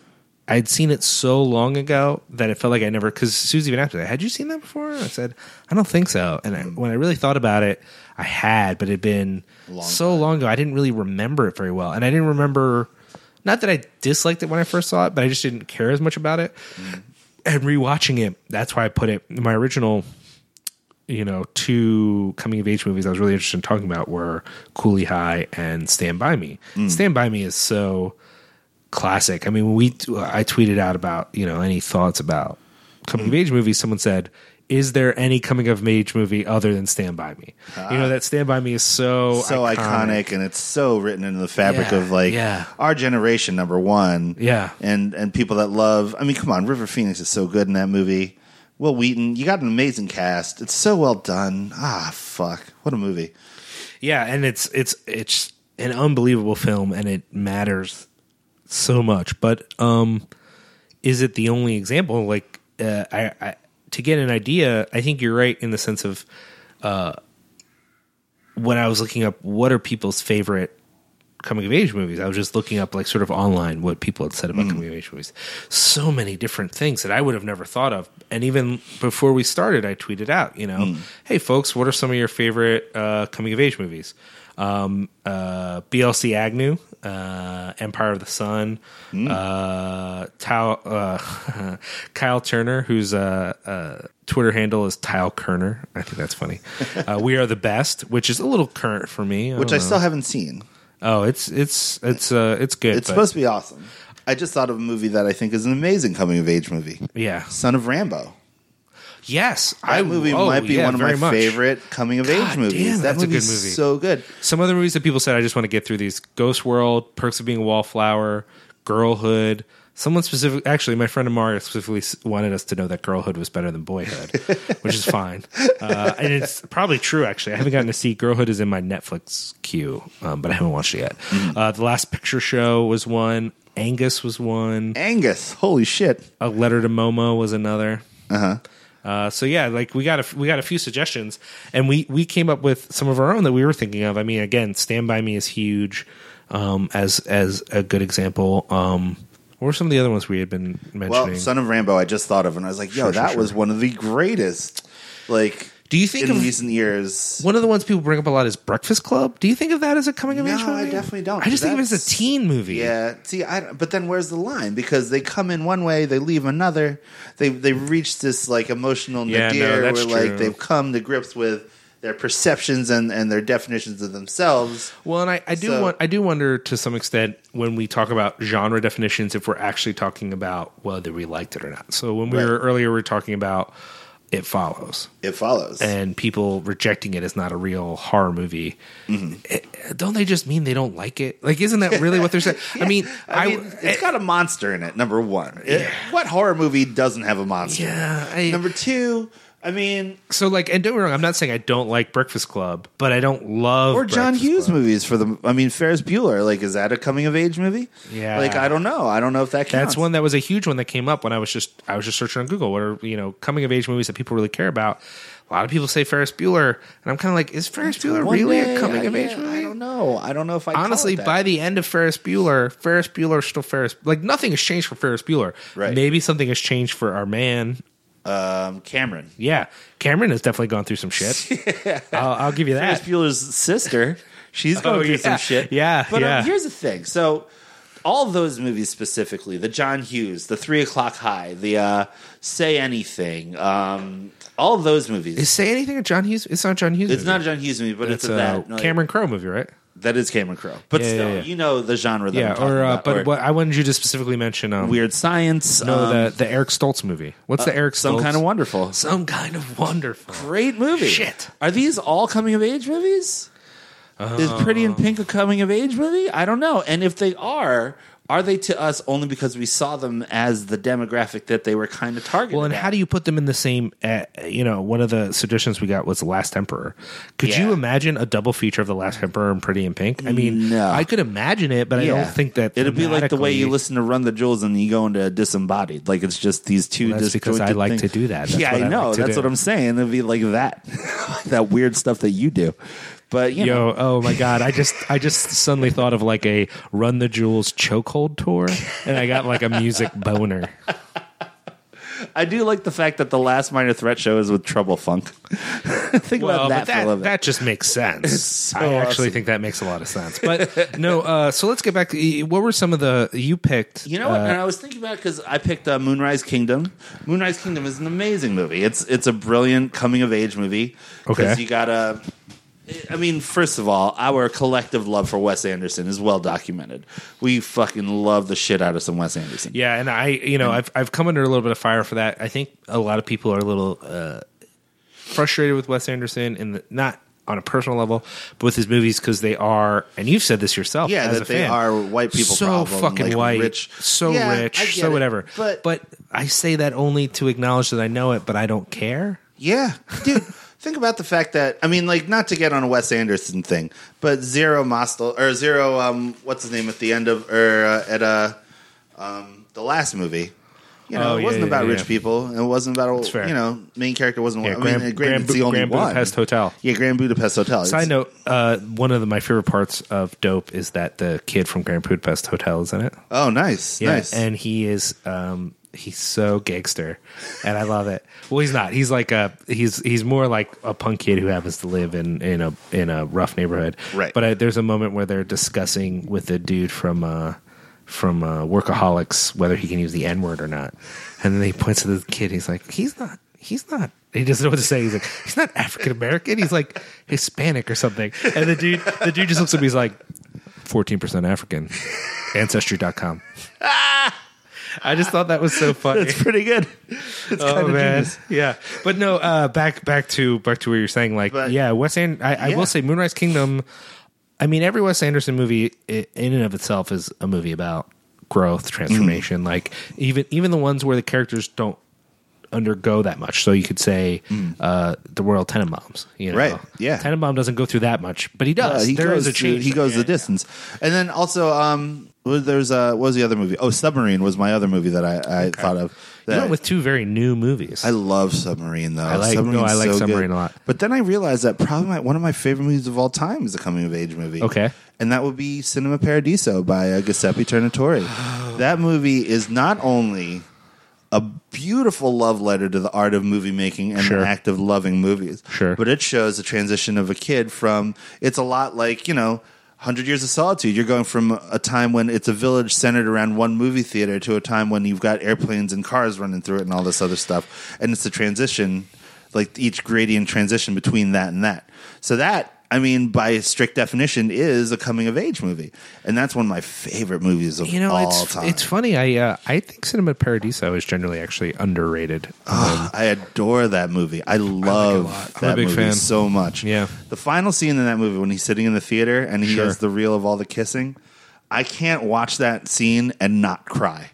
[SPEAKER 2] I'd seen it so long ago that it felt like I never. Because Susie even asked me, "Had you seen that before?" And I said, "I don't think so." And I, when I really thought about it, I had, but it had been so long ago. I didn't really remember it very well, and I didn't remember. Not that I disliked it when I first saw it, but I just didn't care as much about it. And rewatching it, that's why I put it. My original you know, two coming of age movies I was really interested in talking about were Coolie High and Stand By Me.
[SPEAKER 1] Mm.
[SPEAKER 2] Stand By Me is so classic. I mean, when we I tweeted out about, you know, any thoughts about coming
[SPEAKER 1] Mm.
[SPEAKER 2] of age movies, someone said, "Is there any coming of age movie other than Stand By Me?" you know, that Stand By Me is so
[SPEAKER 1] Ah. So iconic. and it's so written into the fabric
[SPEAKER 2] Yeah,
[SPEAKER 1] of like
[SPEAKER 2] yeah.
[SPEAKER 1] our generation. Number one,
[SPEAKER 2] Yeah.
[SPEAKER 1] and and people that love. I mean, come on, River Phoenix is so good in that movie. Will Wheaton, you got an amazing cast. It's so well done. Ah, fuck, what a movie.
[SPEAKER 2] Yeah, and it's it's it's an unbelievable film and it matters so much. But um is it the only example like uh, I, I to get an idea, I think you're right in the sense of uh when I was looking up what are people's favorite coming of age movies, I was just looking up like sort of online what people had said about
[SPEAKER 1] Hmm.
[SPEAKER 2] coming of age movies. So many different things that I would have never thought of. And even before we started, I tweeted out, you
[SPEAKER 1] Hmm.
[SPEAKER 2] know, hey folks, what are some of your favorite uh, coming of age movies? Um, uh, BLC Agnew, uh, Empire of the Sun,
[SPEAKER 1] Hmm.
[SPEAKER 2] uh, Tao, uh, Kyle Turner, whose uh, uh, Twitter handle is Tile Kerner. I think that's funny. uh, we are the best, which is a little current for me,
[SPEAKER 1] Which
[SPEAKER 2] don't
[SPEAKER 1] I
[SPEAKER 2] know.
[SPEAKER 1] still haven't seen.
[SPEAKER 2] Oh, it's it's it's uh it's good.
[SPEAKER 1] It's
[SPEAKER 2] but-
[SPEAKER 1] supposed to be awesome. I just thought of a movie that I think is an amazing coming of age movie.
[SPEAKER 2] yeah.
[SPEAKER 1] Son of Rambo.
[SPEAKER 2] Yes,
[SPEAKER 1] That movie
[SPEAKER 2] oh,
[SPEAKER 1] might be
[SPEAKER 2] yeah,
[SPEAKER 1] one of my
[SPEAKER 2] very much.
[SPEAKER 1] favorite coming of
[SPEAKER 2] God
[SPEAKER 1] age movies.
[SPEAKER 2] damn,
[SPEAKER 1] that
[SPEAKER 2] that's a good
[SPEAKER 1] movie's
[SPEAKER 2] movie.
[SPEAKER 1] so good.
[SPEAKER 2] Some other movies that people said I just want to get through these: Ghost World, Perks of Being a Wallflower, Girlhood. Someone specific, actually, my friend Amari specifically s- wanted us to know that Girlhood was better than Boyhood, which is fine, uh, and it's probably true. Actually, I haven't gotten to see Girlhood is in my Netflix queue, um, but I haven't watched it yet.
[SPEAKER 1] Mm-hmm.
[SPEAKER 2] Uh, the Last Picture Show was one. Angus was one.
[SPEAKER 1] Angus, holy shit.
[SPEAKER 2] A Letter to Momo was another.
[SPEAKER 1] Uh-huh.
[SPEAKER 2] Uh, so yeah, like we got a we got a few suggestions, and we we came up with some of our own that we were thinking of. I mean, again, Stand by Me is huge um, as as a good example. Um, what were some of the other ones we had been mentioning?
[SPEAKER 1] Well, Son of Rambo, I just thought of, and I was like, yo,
[SPEAKER 2] Sure, sure,
[SPEAKER 1] that was
[SPEAKER 2] sure.
[SPEAKER 1] one of the greatest. Like,
[SPEAKER 2] Do you think
[SPEAKER 1] in
[SPEAKER 2] of-
[SPEAKER 1] recent years?
[SPEAKER 2] one of the ones people bring up a lot is Breakfast Club. Do you think of that as a coming of
[SPEAKER 1] No,
[SPEAKER 2] age movie?
[SPEAKER 1] I definitely don't.
[SPEAKER 2] I just think of it as a
[SPEAKER 1] That's-
[SPEAKER 2] teen movie.
[SPEAKER 1] Yeah. See, I. don't- But then where's the line? Because they come in one way, they leave another. They they reach this like emotional
[SPEAKER 2] Yeah, no,
[SPEAKER 1] nadir
[SPEAKER 2] that's
[SPEAKER 1] where
[SPEAKER 2] true.
[SPEAKER 1] like they've come to grips with their perceptions and and their definitions of themselves.
[SPEAKER 2] Well, and I, I do
[SPEAKER 1] So-
[SPEAKER 2] want I do wonder to some extent when we talk about genre definitions if we're actually talking about whether we liked it or not. So when we
[SPEAKER 1] Right.
[SPEAKER 2] were earlier, we were talking about it follows
[SPEAKER 1] It follows.
[SPEAKER 2] and people rejecting it as not a real horror movie.
[SPEAKER 1] Mm-hmm.
[SPEAKER 2] Eh, Don't they just mean they don't like it? Like, isn't that really what they're saying? I mean, I,
[SPEAKER 1] I mean, it's
[SPEAKER 2] eh,
[SPEAKER 1] got a monster in it. Number one, It- what horror movie doesn't have a monster?
[SPEAKER 2] yeah. I,
[SPEAKER 1] Number two, I mean,
[SPEAKER 2] so like, and don't get me wrong, I'm not saying I don't like Breakfast Club, but I don't love
[SPEAKER 1] or John
[SPEAKER 2] Breakfast
[SPEAKER 1] Hughes
[SPEAKER 2] Club.
[SPEAKER 1] movies for the. I mean, Ferris Bueller. Like, is that a coming of age movie?
[SPEAKER 2] Yeah.
[SPEAKER 1] Like, I don't know. I don't know if that counts.
[SPEAKER 2] That's one that was a huge one that came up when I was just I was just searching on Google. What are you know coming of age movies that people really care about? A lot of people say Ferris Bueller, and I'm kind of like, is Ferris Bueller
[SPEAKER 1] One
[SPEAKER 2] really
[SPEAKER 1] day,
[SPEAKER 2] a coming
[SPEAKER 1] I-
[SPEAKER 2] of age
[SPEAKER 1] yeah,
[SPEAKER 2] movie?
[SPEAKER 1] I don't know. I don't know if I
[SPEAKER 2] Honestly, by the end of Ferris Bueller, Ferris Bueller is still Ferris. Like nothing has changed for Ferris Bueller.
[SPEAKER 1] Right.
[SPEAKER 2] Maybe something has changed for our man.
[SPEAKER 1] um, Cameron.
[SPEAKER 2] Yeah, Cameron has definitely gone through some shit. I'll, I'll give you that.
[SPEAKER 1] Ferris Bueller's sister. She's going
[SPEAKER 2] Oh,
[SPEAKER 1] through
[SPEAKER 2] yeah.
[SPEAKER 1] some shit.
[SPEAKER 2] Yeah,
[SPEAKER 1] But um,
[SPEAKER 2] yeah.
[SPEAKER 1] here's the thing. So all those movies specifically the John Hughes, the Three O'clock High, the uh, Say Anything, um, all those movies.
[SPEAKER 2] Is say anything of John Hughes? It's not John Hughes.
[SPEAKER 1] it's
[SPEAKER 2] movie.
[SPEAKER 1] not a John Hughes movie, but
[SPEAKER 2] It's
[SPEAKER 1] it's,
[SPEAKER 2] a
[SPEAKER 1] a that like,
[SPEAKER 2] Cameron Crowe movie, right?
[SPEAKER 1] that is Cameron Crowe. But
[SPEAKER 2] Yeah, yeah,
[SPEAKER 1] still,
[SPEAKER 2] yeah.
[SPEAKER 1] you know the genre. That I'm
[SPEAKER 2] Yeah.
[SPEAKER 1] talking
[SPEAKER 2] Or uh,
[SPEAKER 1] about,
[SPEAKER 2] but
[SPEAKER 1] or
[SPEAKER 2] what I wanted you to specifically mention. Um,
[SPEAKER 1] Weird Science,
[SPEAKER 2] no,
[SPEAKER 1] um, uh,
[SPEAKER 2] the the Eric Stoltz movie. What's the Eric Stoltz?
[SPEAKER 1] some kind of wonderful,
[SPEAKER 2] some kind of wonderful.
[SPEAKER 1] great movie.
[SPEAKER 2] Shit.
[SPEAKER 1] are these all coming of age movies? is Pretty in Pink a coming of age movie? I don't know. And if they are. Are they to us only because we saw them as the demographic that they were kind of targeted?
[SPEAKER 2] Well, and
[SPEAKER 1] at?
[SPEAKER 2] how do you put them in the same? Uh, you know, one of the suggestions we got was The Last Emperor. Could you
[SPEAKER 1] Yeah.
[SPEAKER 2] imagine a double feature of The Last Emperor and Pretty in Pink? I mean,
[SPEAKER 1] No.
[SPEAKER 2] I could imagine it, but I don't think that
[SPEAKER 1] it'd be like the way you
[SPEAKER 2] thematically-
[SPEAKER 1] listen to Run the Jewels and you go into disembodied. Like it's just these two.
[SPEAKER 2] That's because I
[SPEAKER 1] disjointed
[SPEAKER 2] like to
[SPEAKER 1] things.
[SPEAKER 2] do that. That's
[SPEAKER 1] yeah,
[SPEAKER 2] what I
[SPEAKER 1] I
[SPEAKER 2] like
[SPEAKER 1] know.
[SPEAKER 2] to
[SPEAKER 1] That's
[SPEAKER 2] do.
[SPEAKER 1] what I'm saying. It'd be like that, that weird stuff that you do. But you know,
[SPEAKER 2] Yo, oh my god! I just, I just suddenly thought of like a Run the Jewels chokehold tour, and I got like a music boner.
[SPEAKER 1] I do like the fact that the last minor threat show is with Trouble Funk. Think
[SPEAKER 2] Well,
[SPEAKER 1] about that,
[SPEAKER 2] but that,
[SPEAKER 1] for a little bit.
[SPEAKER 2] that just makes sense.
[SPEAKER 1] so
[SPEAKER 2] I actually
[SPEAKER 1] awesome.
[SPEAKER 2] think that makes a lot of sense. But no, uh, so let's get back. to What were some of the you picked?
[SPEAKER 1] You know what?
[SPEAKER 2] uh,
[SPEAKER 1] and I was thinking about because I picked uh, Moonrise Kingdom. Moonrise Kingdom is an amazing movie. It's it's a brilliant coming of age movie.
[SPEAKER 2] Okay.
[SPEAKER 1] you gotta. I mean, first of all, our collective love for Wes Anderson is well documented. We fucking love the shit out of some Wes Anderson.
[SPEAKER 2] Yeah, and I, you know, I've I've come under a little bit of fire for that. I think a lot of people are a little uh, frustrated with Wes Anderson, and the, not on a personal level, but with his movies because they are, and you've said this yourself,
[SPEAKER 1] Yeah,
[SPEAKER 2] as
[SPEAKER 1] that
[SPEAKER 2] a
[SPEAKER 1] they
[SPEAKER 2] fan,
[SPEAKER 1] are white people
[SPEAKER 2] so
[SPEAKER 1] problem,
[SPEAKER 2] fucking
[SPEAKER 1] like
[SPEAKER 2] white,
[SPEAKER 1] rich-
[SPEAKER 2] so
[SPEAKER 1] Yeah, I
[SPEAKER 2] rich,
[SPEAKER 1] get
[SPEAKER 2] so
[SPEAKER 1] it,
[SPEAKER 2] whatever.
[SPEAKER 1] but-
[SPEAKER 2] but I say that only to acknowledge that I know it, but I don't care.
[SPEAKER 1] Yeah, dude. Think about the fact that I mean, like, not to get on a Wes Anderson thing, but Zero Mostel or Zero, um, what's his name at the end of or uh, at uh, um, the last movie. You know,
[SPEAKER 2] Oh,
[SPEAKER 1] it
[SPEAKER 2] yeah,
[SPEAKER 1] wasn't
[SPEAKER 2] yeah,
[SPEAKER 1] about
[SPEAKER 2] yeah.
[SPEAKER 1] rich people. and It wasn't about
[SPEAKER 2] fair.
[SPEAKER 1] you know main character wasn't.
[SPEAKER 2] Yeah,
[SPEAKER 1] one. I
[SPEAKER 2] Grand-
[SPEAKER 1] mean,
[SPEAKER 2] Grand
[SPEAKER 1] Grand, it's the
[SPEAKER 2] Bu-
[SPEAKER 1] only
[SPEAKER 2] Grand
[SPEAKER 1] one.
[SPEAKER 2] Budapest Hotel.
[SPEAKER 1] Yeah, Grand Budapest Hotel. It's-
[SPEAKER 2] Side note: uh, one of the, my favorite parts of Dope is that the kid from Grand Budapest Hotel is in it.
[SPEAKER 1] Oh, nice,
[SPEAKER 2] Yeah,
[SPEAKER 1] nice.
[SPEAKER 2] and he is um he's so gangster, and I love it. Well, he's not. He's like a he's he's more like a punk kid who happens to live in in a in a rough neighborhood.
[SPEAKER 1] Right.
[SPEAKER 2] But I, there's a moment where they're discussing with a dude from uh from uh, workaholics whether he can use the N word or not, and then he points to the kid. He's like, he's not. He's not. He doesn't know what to say. He's like, he's not African American. He's like Hispanic or something. And the dude, the dude just looks at me. He's like, fourteen percent African. Ancestry.com. Ah! I just thought that was so funny.
[SPEAKER 1] it's pretty good. It's
[SPEAKER 2] oh
[SPEAKER 1] kinda
[SPEAKER 2] man,
[SPEAKER 1] genius.
[SPEAKER 2] yeah. But no, uh, back back to back to where you're saying like
[SPEAKER 1] But-
[SPEAKER 2] yeah, Wes and I, I
[SPEAKER 1] Yeah.
[SPEAKER 2] will say Moonrise Kingdom. I mean, every Wes Anderson movie i in and of itself is a movie about growth,
[SPEAKER 1] Mm.
[SPEAKER 2] transformation. Like even even the ones where the characters don't undergo that much. So you could say uh, the Royal Tenenbaums, you know,
[SPEAKER 1] Mm. Right, yeah.
[SPEAKER 2] Tenenbaum doesn't go through that much, but he does.
[SPEAKER 1] Uh, he
[SPEAKER 2] There
[SPEAKER 1] goes
[SPEAKER 2] is a
[SPEAKER 1] the-
[SPEAKER 2] change.
[SPEAKER 1] He
[SPEAKER 2] there.
[SPEAKER 1] goes
[SPEAKER 2] Yeah.
[SPEAKER 1] the distance, and then also, um, was- there's uh, what was the other movie? Oh, Submarine was my other movie that I, I thought of.
[SPEAKER 2] You
[SPEAKER 1] that-
[SPEAKER 2] went with two very new movies.
[SPEAKER 1] I love Submarine though. I
[SPEAKER 2] like- no, I like Submarine a lot.
[SPEAKER 1] But then I realized that probably my, one of my favorite movies of all time is a coming of age movie.
[SPEAKER 2] Okay.
[SPEAKER 1] and that would be Cinema Paradiso by uh, Giuseppe Tornatore. that movie is not only a beautiful love letter to the art of movie making and
[SPEAKER 2] Sure.
[SPEAKER 1] the act of loving movies.
[SPEAKER 2] Sure.
[SPEAKER 1] but it shows the transition of a kid from. It's a lot like you know. 100 years of solitude you're going from a time when it's a village centered around one movie theater to a time when you've got airplanes and cars running through it and all this other stuff and it's the transition like each gradient transition between that and that so that i mean by strict definition is a coming of age movie and that's one of my favorite movies of
[SPEAKER 2] you know,
[SPEAKER 1] all
[SPEAKER 2] it's
[SPEAKER 1] time
[SPEAKER 2] it's funny. I uh, I think Cinema Paradiso is generally actually underrated.
[SPEAKER 1] Ah, I adore that movie. I love
[SPEAKER 2] lot. I'm a
[SPEAKER 1] that
[SPEAKER 2] big
[SPEAKER 1] movie
[SPEAKER 2] fan.
[SPEAKER 1] so much.
[SPEAKER 2] Yeah.
[SPEAKER 1] The final scene in that movie when he's sitting in the theater and he
[SPEAKER 2] Sure.
[SPEAKER 1] has the reel of all the kissing. I can't watch that scene and not cry.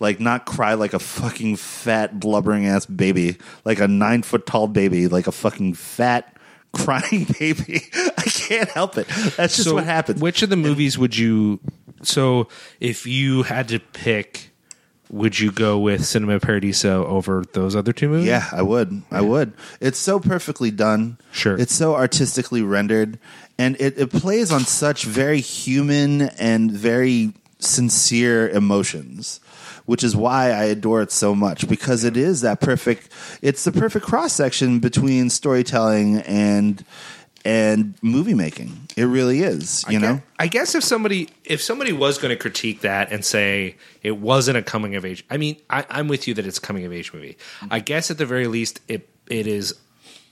[SPEAKER 1] Like not cry like a fucking fat blubbering ass baby, like a nine foot tall baby, like a fucking fat crying baby. I can't help it. That's just what happens.
[SPEAKER 2] Which of the movies would you? So, if you had to pick, would you go with Cinema Paradiso over those other two movies?
[SPEAKER 1] Yeah, I would. I would. It's so perfectly done.
[SPEAKER 2] Sure.
[SPEAKER 1] It's so artistically rendered. And it, it plays on such very human and very sincere emotions, which is why I adore it so much because it is that perfect, it's the perfect cross section between storytelling and. and movie making. It really is, you know?
[SPEAKER 2] I guess if somebody if somebody was going to critique that and say it wasn't a coming of age, I mean, I, I'm with you that it's a coming of age movie. I guess at the very least, it it is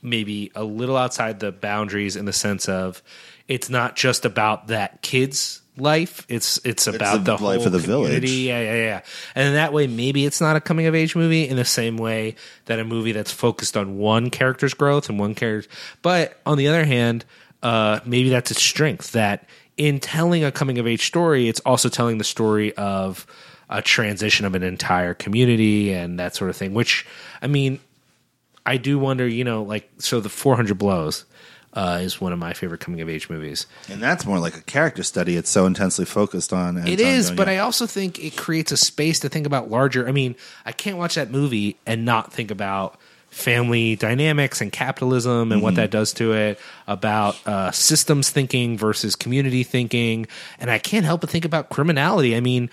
[SPEAKER 2] maybe a little outside the boundaries in the sense of it's not just about that kid's life. It's it's about
[SPEAKER 1] the
[SPEAKER 2] the,
[SPEAKER 1] life
[SPEAKER 2] whole
[SPEAKER 1] of the village.
[SPEAKER 2] community. Yeah, yeah, yeah. And that way, maybe it's not a coming of age movie in the same way that a movie that's focused on one character's growth and one character. But on the other hand, uh, maybe that's its strength that in telling a coming of age story, it's also telling the story of a transition of an entire community and that sort of thing. Which, I mean, I do wonder, you know, like so the 400 blows uh, is one of my favorite coming of age movies.
[SPEAKER 1] And that's more like a character study. It's so intensely focused on.
[SPEAKER 2] It is, but I also think it creates a space to think about larger. I mean, I can't watch that movie and not think about family dynamics and capitalism and what that does to it, about uh, systems thinking versus community thinking, and I can't help but think about criminality. I mean,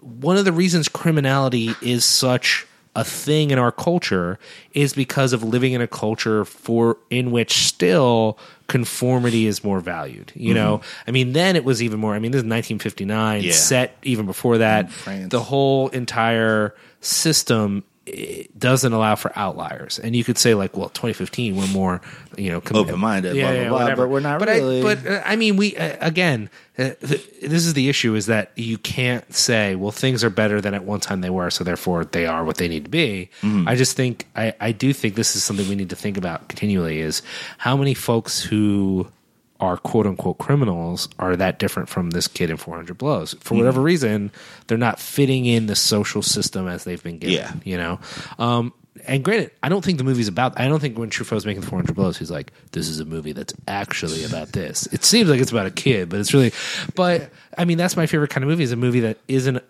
[SPEAKER 2] one of the reasons criminality is such a thing in our culture is because of living in a culture for in which still conformity is more valued. You know, I mean, then it was even more. I mean, this is 1959,
[SPEAKER 1] Mm-hmm. Yeah.
[SPEAKER 2] set even before that.
[SPEAKER 1] France.
[SPEAKER 2] The whole entire system eh, doesn't allow for outliers, and you could say like, well, 2015 we're more, you know, com-
[SPEAKER 1] Open-minded, blah, blah, blah,
[SPEAKER 2] whatever.
[SPEAKER 1] but we're not
[SPEAKER 2] I-
[SPEAKER 1] really.
[SPEAKER 2] but uh, I mean, we uh, again, uh, th- this is the issue: is that you can't say, "Well, things are better than at one time they were, so therefore they are what they need to be." I just think I, I do think this is something we need to think about continually: is how many folks who are quote unquote criminals are that different from this kid in 400 blows for whatever reason they're not fitting in the social system as they've been given
[SPEAKER 1] Yeah.
[SPEAKER 2] you know um and granted, I don't think the movie's about. I don't think when Truffaut's making 400 Blows, he's like, "This is a movie that's actually about this." It seems like it's about a kid, but it's really. But I mean, that's my favorite kind of movie: is a movie that isn't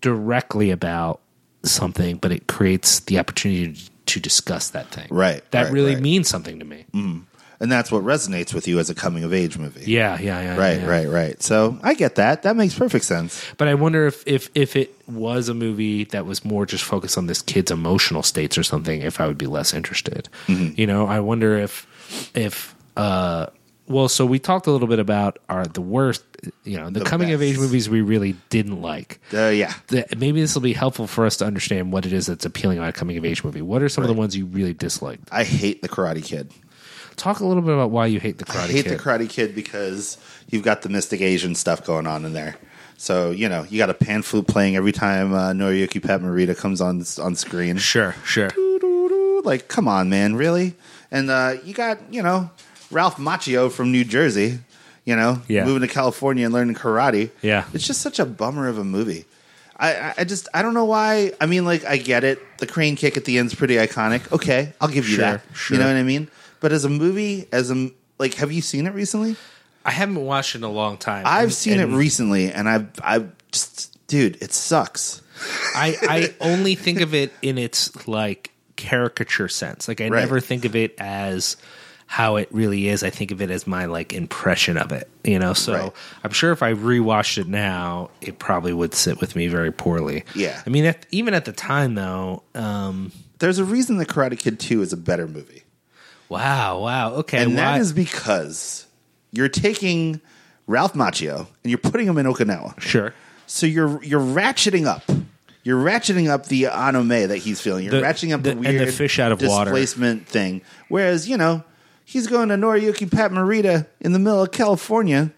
[SPEAKER 2] directly about something, but it creates the opportunity to discuss that thing.
[SPEAKER 1] Right,
[SPEAKER 2] That
[SPEAKER 1] right,
[SPEAKER 2] really
[SPEAKER 1] right. Mm-hmm.
[SPEAKER 2] means something to me.
[SPEAKER 1] and that's what resonates with you as a coming of age movie.
[SPEAKER 2] Yeah, yeah, yeah.
[SPEAKER 1] Right,
[SPEAKER 2] yeah.
[SPEAKER 1] right, right. So I get that. That makes perfect sense.
[SPEAKER 2] But I wonder if, if if it was a movie that was more just focused on this kid's emotional states or something, if I would be less interested.
[SPEAKER 1] Mm-hmm.
[SPEAKER 2] You know, I wonder if if uh well, so we talked a little bit about our the worst, you know, the, coming of age
[SPEAKER 1] best.
[SPEAKER 2] movies we really didn't like.
[SPEAKER 1] Uh, yeah.
[SPEAKER 2] That- Maybe this will be helpful for us to understand what it is that's appealing about a coming of age movie. What are some of the ones you really disliked?
[SPEAKER 1] I hate the Karate Kid.
[SPEAKER 2] Talk a little bit about why you hate the Karate
[SPEAKER 1] I hate
[SPEAKER 2] Kid.
[SPEAKER 1] the Karate Kid because you've got the Mystic Asian stuff going on in there. So you know you got a pan flute playing every time uh, Noriyuki Pat Morita comes on on screen.
[SPEAKER 2] sure, sure.
[SPEAKER 1] Like, come on, man, really? And uh, you got you know Ralph Macchio from New Jersey, you know,
[SPEAKER 2] Yeah.
[SPEAKER 1] moving to California and learning karate.
[SPEAKER 2] Yeah.
[SPEAKER 1] it's just such a bummer of a movie. I- I, I just I don't know why. I mean, like I get it. The crane kick at the end's pretty iconic. Okay, I'll give you
[SPEAKER 2] Sure,
[SPEAKER 1] that.
[SPEAKER 2] sure.
[SPEAKER 1] You know what I mean? But as a movie, as a like, have you seen it recently?
[SPEAKER 2] I haven't watched it in a long time.
[SPEAKER 1] I've
[SPEAKER 2] And-
[SPEAKER 1] seen
[SPEAKER 2] and-
[SPEAKER 1] it recently, and I, I just, dude, it sucks.
[SPEAKER 2] I, I only think of it in its like caricature sense. Like I
[SPEAKER 1] Right.
[SPEAKER 2] never think of it as how it really is. I think of it as my like impression of it. You know, so
[SPEAKER 1] Right.
[SPEAKER 2] I'm sure if I rewatched it now, it probably would sit with me very poorly.
[SPEAKER 1] Yeah.
[SPEAKER 2] I mean, at, even at the time though, um,
[SPEAKER 1] There's a reason that Karate Kid Two is a better movie,
[SPEAKER 2] wow, wow, okay,
[SPEAKER 1] and
[SPEAKER 2] why-
[SPEAKER 1] that is because you're taking Ralph Macchio and you're putting him in Okinawa.
[SPEAKER 2] sure.
[SPEAKER 1] So you're you're ratcheting up. You're ratcheting up the anime that he's feeling. You're
[SPEAKER 2] The-
[SPEAKER 1] ratcheting up the,
[SPEAKER 2] the- and the
[SPEAKER 1] weird
[SPEAKER 2] fish out of water.
[SPEAKER 1] displacement thing. Whereas you know he's going to Noriyuki Pat Morita in the middle of California,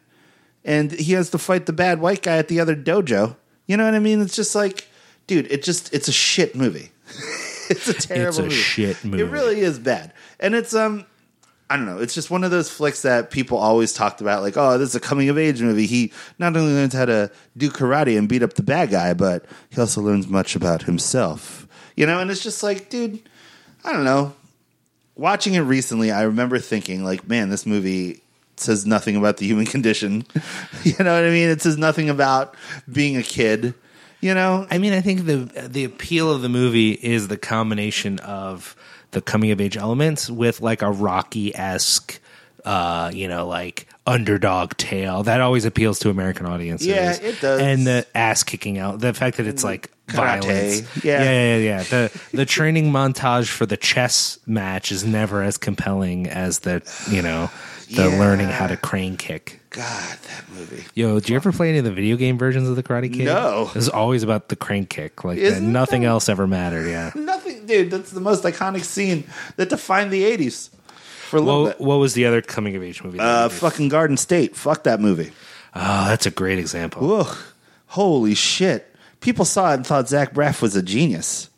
[SPEAKER 1] and he has to fight the bad white guy at the other dojo. You know what I mean? It's just like, dude, it just it's a shit movie. it's a terrible.
[SPEAKER 2] It's a
[SPEAKER 1] movie.
[SPEAKER 2] shit movie.
[SPEAKER 1] It really is bad, and it's um I don't know. It's just one of those flicks that people always talked about, like, oh, this is a coming of age movie. He not only learns how to do karate and beat up the bad guy, but he also learns much about himself. You know, and it's just like, dude, I don't know. Watching it recently, I remember thinking, like, man, this movie says nothing about the human condition. you know what I mean? It says nothing about being a kid. You know,
[SPEAKER 2] I mean, I think the the appeal of the movie is the combination of the coming of age elements with like a Rocky esque, uh, you know, like underdog tale that always appeals to American audiences.
[SPEAKER 1] Yeah, it does. Mm,
[SPEAKER 2] And the ass kicking out, the fact that it's like
[SPEAKER 1] Karate.
[SPEAKER 2] violence.
[SPEAKER 1] Yeah.
[SPEAKER 2] yeah, yeah, yeah. The the training montage for the chess match is never as compelling as the you know the
[SPEAKER 1] Yeah.
[SPEAKER 2] learning how to crane kick.
[SPEAKER 1] God, that movie.
[SPEAKER 2] Yo, did you ever play any of the video game versions of the Karate Kid?
[SPEAKER 1] No.
[SPEAKER 2] it was always about the crane kick. Like
[SPEAKER 1] Isn't
[SPEAKER 2] that, nothing
[SPEAKER 1] it?
[SPEAKER 2] else ever mattered. Yeah.
[SPEAKER 1] Nothing, dude. That's the most iconic scene that defined the '80s for a little
[SPEAKER 2] What,
[SPEAKER 1] bit.
[SPEAKER 2] what was the other coming of age movie? that
[SPEAKER 1] Uh,
[SPEAKER 2] we did?
[SPEAKER 1] fucking Garden State. Fuck that movie.
[SPEAKER 2] oh, that's a great example.
[SPEAKER 1] Ugh, holy shit! People saw it and thought Zach Braff was a genius.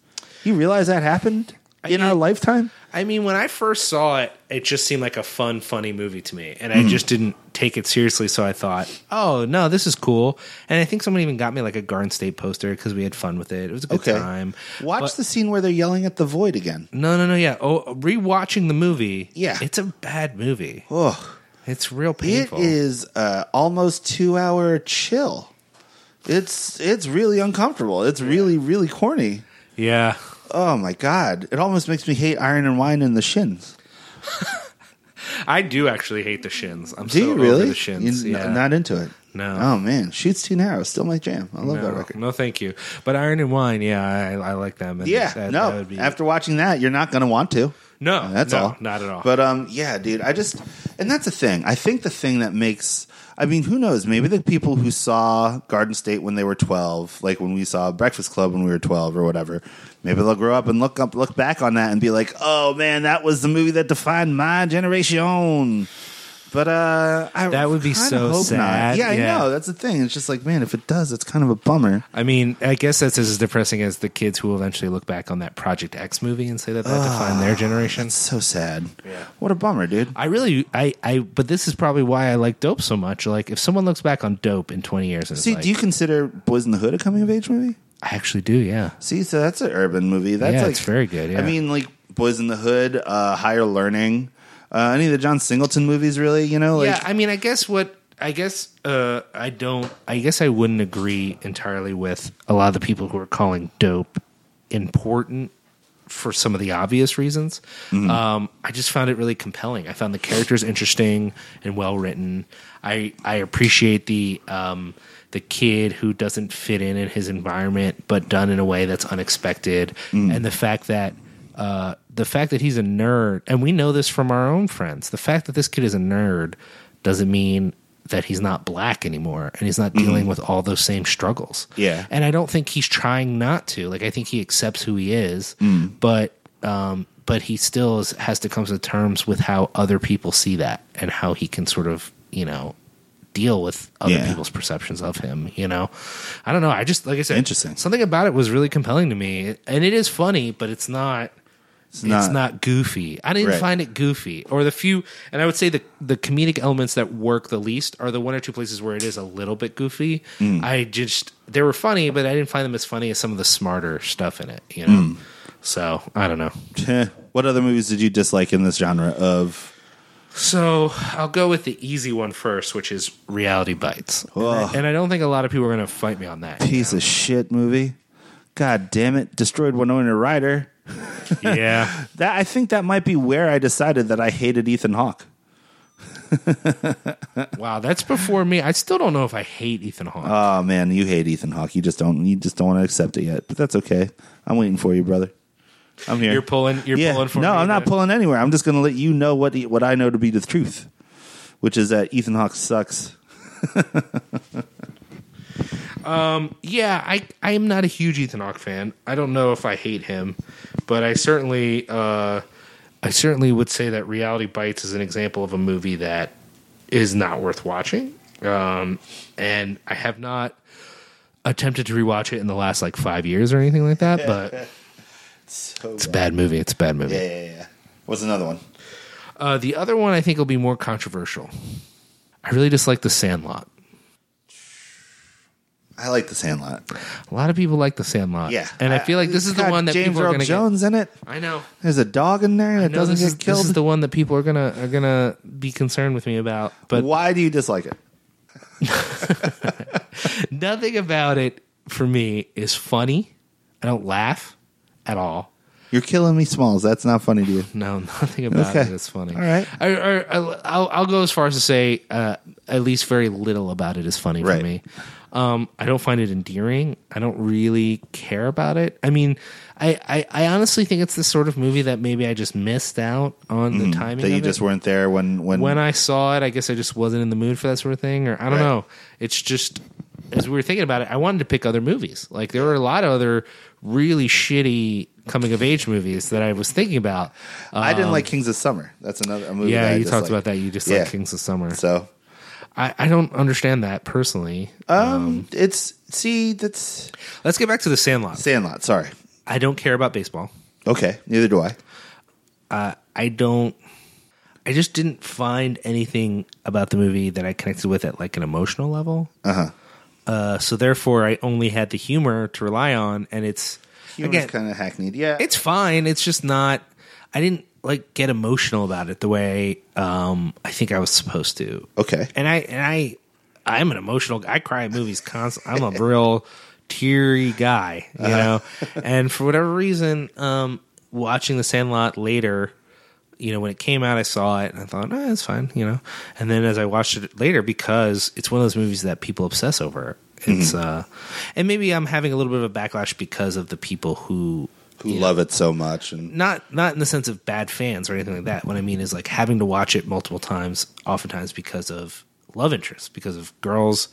[SPEAKER 1] You realize that happened in our lifetime?
[SPEAKER 2] I mean, when I first saw it, it just seemed like a fun, funny movie to me, and I just didn't take it seriously. So I thought, "Oh no, this is cool." And I think someone even got me like a Garden State poster because we had fun with it. It was a good
[SPEAKER 1] Okay.
[SPEAKER 2] time.
[SPEAKER 1] Watch
[SPEAKER 2] But-
[SPEAKER 1] the scene where they're yelling at the void again.
[SPEAKER 2] No, no, no. Yeah. Oh, rewatching the movie.
[SPEAKER 1] Yeah.
[SPEAKER 2] it's a bad movie.
[SPEAKER 1] Ugh,
[SPEAKER 2] It's real
[SPEAKER 1] it
[SPEAKER 2] painful.
[SPEAKER 1] is uh, almost two hour chill. It's it's really uncomfortable. It's really really corny.
[SPEAKER 2] Yeah.
[SPEAKER 1] Oh my god! It almost makes me hate Iron and Wine and the Shins.
[SPEAKER 2] I do actually hate the shins. I'm
[SPEAKER 1] Do
[SPEAKER 2] so
[SPEAKER 1] you really?
[SPEAKER 2] over the shins.
[SPEAKER 1] You- n-
[SPEAKER 2] yeah.
[SPEAKER 1] Not into it.
[SPEAKER 2] No.
[SPEAKER 1] Oh man, shoots too narrow. Still my jam. I love that
[SPEAKER 2] no,
[SPEAKER 1] record.
[SPEAKER 2] no, thank you. But Iron and Wine, yeah, I, I like them. And
[SPEAKER 1] Yeah,
[SPEAKER 2] that-
[SPEAKER 1] no.
[SPEAKER 2] that would be-
[SPEAKER 1] After watching that, you're not going to want to.
[SPEAKER 2] no,
[SPEAKER 1] Uh, That's
[SPEAKER 2] no,
[SPEAKER 1] all.
[SPEAKER 2] Not at all.
[SPEAKER 1] But um, yeah, dude. I just and that's the thing. I think the thing that makes. I mean, who knows? Maybe the people who saw Garden State when they were twelve, like when we saw Breakfast Club when we were twelve or whatever, maybe they'll grow up and look up, look back on that and be like, "Oh man, that was the movie that defined my generation." But uh, I
[SPEAKER 2] That would be
[SPEAKER 1] kinda
[SPEAKER 2] so
[SPEAKER 1] hope
[SPEAKER 2] sad.
[SPEAKER 1] Not. Yeah,
[SPEAKER 2] Yeah.
[SPEAKER 1] I know. That's the thing. It's just like, man, if it does, it's kind of a bummer.
[SPEAKER 2] I mean, I guess that's as depressing as the kids who will eventually look back on that Project X movie and say that that
[SPEAKER 1] Ah.
[SPEAKER 2] defined their generation.
[SPEAKER 1] So sad.
[SPEAKER 2] Yeah.
[SPEAKER 1] What a bummer, dude.
[SPEAKER 2] I really, I, I, but this is probably why I like Dope so much. Like, if someone looks back on Dope in twenty years, and
[SPEAKER 1] See, do you consider Boys in the Hood a coming of age movie?
[SPEAKER 2] I actually do, yeah.
[SPEAKER 1] See, so that's an urban movie. That's
[SPEAKER 2] Yeah,
[SPEAKER 1] like
[SPEAKER 2] it's very good, yeah.
[SPEAKER 1] I mean, like Boys in the Hood, uh, Higher Learning, uh, any of the John Singleton movies, really. You know, like
[SPEAKER 2] yeah, I mean, I guess what I guess uh, I don't. I guess I wouldn't agree entirely with a lot of the people who are calling dope important for some of the obvious reasons. Um, I just found it really compelling. I found the characters interesting and well written. I I appreciate the. Um, the kid who doesn't fit in in his environment, but done in a way that's unexpected, and the fact that uh, the fact that he's a nerd, and we know this from our own friends, the fact that this kid is a nerd doesn't mean that he's not black anymore and he's not dealing with all those same struggles.
[SPEAKER 1] Yeah.
[SPEAKER 2] And I don't think he's trying not to. Like, I think he accepts who he is,
[SPEAKER 1] Mm.
[SPEAKER 2] but, um, but he still is, has to come to terms with how other people see that and how he can sort of, you know, deal with other
[SPEAKER 1] Yeah.
[SPEAKER 2] people's perceptions of him, you know? I don't know. I just, like I said,
[SPEAKER 1] Interesting.
[SPEAKER 2] something about it was really compelling to me. And it is funny, but it's not
[SPEAKER 1] it's
[SPEAKER 2] it's not, goofy. I didn't
[SPEAKER 1] Right.
[SPEAKER 2] find it goofy. Or the few, and I would say the the comedic elements that work the least are the one or two places where it is a little bit goofy.
[SPEAKER 1] Mm.
[SPEAKER 2] I just they were funny, but I didn't find them as funny as some of the smarter stuff in it. You know,
[SPEAKER 1] Mm.
[SPEAKER 2] so I don't know.
[SPEAKER 1] Heh. what other movies did you dislike in this genre of?
[SPEAKER 2] So I'll go with the easy one first, which is Reality Bites, and I,
[SPEAKER 1] Ugh.
[SPEAKER 2] and I don't think a lot of people are going to fight me on that.
[SPEAKER 1] Piece of shit movie. God damn it! Destroyed Winona Ryder.
[SPEAKER 2] yeah,
[SPEAKER 1] That I think that might be where I decided that I hated Ethan Hawke.
[SPEAKER 2] wow, that's before me. I still don't know if I hate Ethan Hawke.
[SPEAKER 1] Oh man, you hate Ethan Hawke. You just don't. You just don't want to accept it yet. But that's okay. I'm waiting for you, brother. I'm here.
[SPEAKER 2] you're pulling. You're
[SPEAKER 1] yeah.
[SPEAKER 2] pulling for
[SPEAKER 1] no,
[SPEAKER 2] me,
[SPEAKER 1] I'm not
[SPEAKER 2] man.
[SPEAKER 1] pulling anywhere. I'm just going to let you know what what I know to be the truth, which is that Ethan Hawke sucks.
[SPEAKER 2] yeah, I I am not a huge Ethan Hawke fan. I don't know if I hate him, but I certainly uh, I certainly would say that Reality Bites is an example of a movie that is not worth watching. Um, and I have not attempted to rewatch it in the last like five years or anything like that. But it's a bad movie. It's a bad movie.
[SPEAKER 1] Yeah, yeah, yeah. What's another one?
[SPEAKER 2] Uh, the other one I think will be more controversial. I really dislike The Sandlot.
[SPEAKER 1] I like The Sandlot.
[SPEAKER 2] A lot of people like The Sandlot.
[SPEAKER 1] Yeah,
[SPEAKER 2] and I, feel like this is
[SPEAKER 1] it's
[SPEAKER 2] the
[SPEAKER 1] got
[SPEAKER 2] one that
[SPEAKER 1] James
[SPEAKER 2] people are
[SPEAKER 1] Earl
[SPEAKER 2] going to get.
[SPEAKER 1] Jones in it.
[SPEAKER 2] I know.
[SPEAKER 1] There's a dog in there that
[SPEAKER 2] No,
[SPEAKER 1] doesn't
[SPEAKER 2] this
[SPEAKER 1] get
[SPEAKER 2] is,
[SPEAKER 1] killed.
[SPEAKER 2] This is the one that people are gonna are gonna be concerned with me about. But
[SPEAKER 1] Why do you dislike it?
[SPEAKER 2] nothing about it for me is funny. I don't laugh at all.
[SPEAKER 1] You're killing me, Smalls. That's not funny to you.
[SPEAKER 2] No, nothing about
[SPEAKER 1] Okay.
[SPEAKER 2] it is funny.
[SPEAKER 1] All right.
[SPEAKER 2] I, I, I'll, I'll go as far as to say uh,
[SPEAKER 3] at least very little about it is funny
[SPEAKER 1] Right.
[SPEAKER 3] for me. Um, I don't find it endearing. I don't really care about it. I mean, I, I, I honestly think it's the sort of movie that maybe I just missed out on the timing.
[SPEAKER 1] Mm, that you
[SPEAKER 3] of it.
[SPEAKER 1] just weren't there when when,
[SPEAKER 3] when I saw it, I guess I just wasn't in the mood for that sort of thing, or I don't
[SPEAKER 1] Right.
[SPEAKER 3] know. It's just as we were thinking about it, I wanted to pick other movies. Like there were a lot of other really shitty coming of age movies that I was thinking about. Uh,
[SPEAKER 1] I didn't
[SPEAKER 2] um,
[SPEAKER 1] like Kings of Summer. That's another a movie. that
[SPEAKER 3] Oh, yeah,
[SPEAKER 1] I
[SPEAKER 3] you talked
[SPEAKER 1] disliked.
[SPEAKER 3] about that. You just
[SPEAKER 1] Yeah.
[SPEAKER 3] like Kings of Summer.
[SPEAKER 1] So
[SPEAKER 3] I, I don't understand that personally.
[SPEAKER 1] um, it's see that's
[SPEAKER 2] Let's get back to the Sandlot.
[SPEAKER 1] Sandlot. Sorry.
[SPEAKER 2] I don't care about baseball.
[SPEAKER 1] Okay, neither do I.
[SPEAKER 2] I don't. I just didn't find anything about the movie that I connected with at like an emotional level. Uh-huh. So therefore, I only had the humor to rely on, and it's
[SPEAKER 1] Humor's
[SPEAKER 2] again,
[SPEAKER 1] kind of hackneyed. Yeah,
[SPEAKER 2] it's fine. It's just not. I didn't like get emotional about it the way um, I think I was supposed to.
[SPEAKER 1] okay.
[SPEAKER 2] And I and I I'm an emotional guy. I cry at movies constantly. I'm a real teary guy, you know. and for whatever reason, um watching The Sandlot later, you know, when it came out I saw it and I thought, "Oh, it's fine," you know. And then as I watched it later because it's one of those movies that people obsess over. It's uh and maybe I'm having a little bit of a backlash because of the people who
[SPEAKER 1] Who love it so much and
[SPEAKER 2] not not in the sense of bad fans or anything like that. What I mean is like having to watch it multiple times, oftentimes because of love interests, because of girls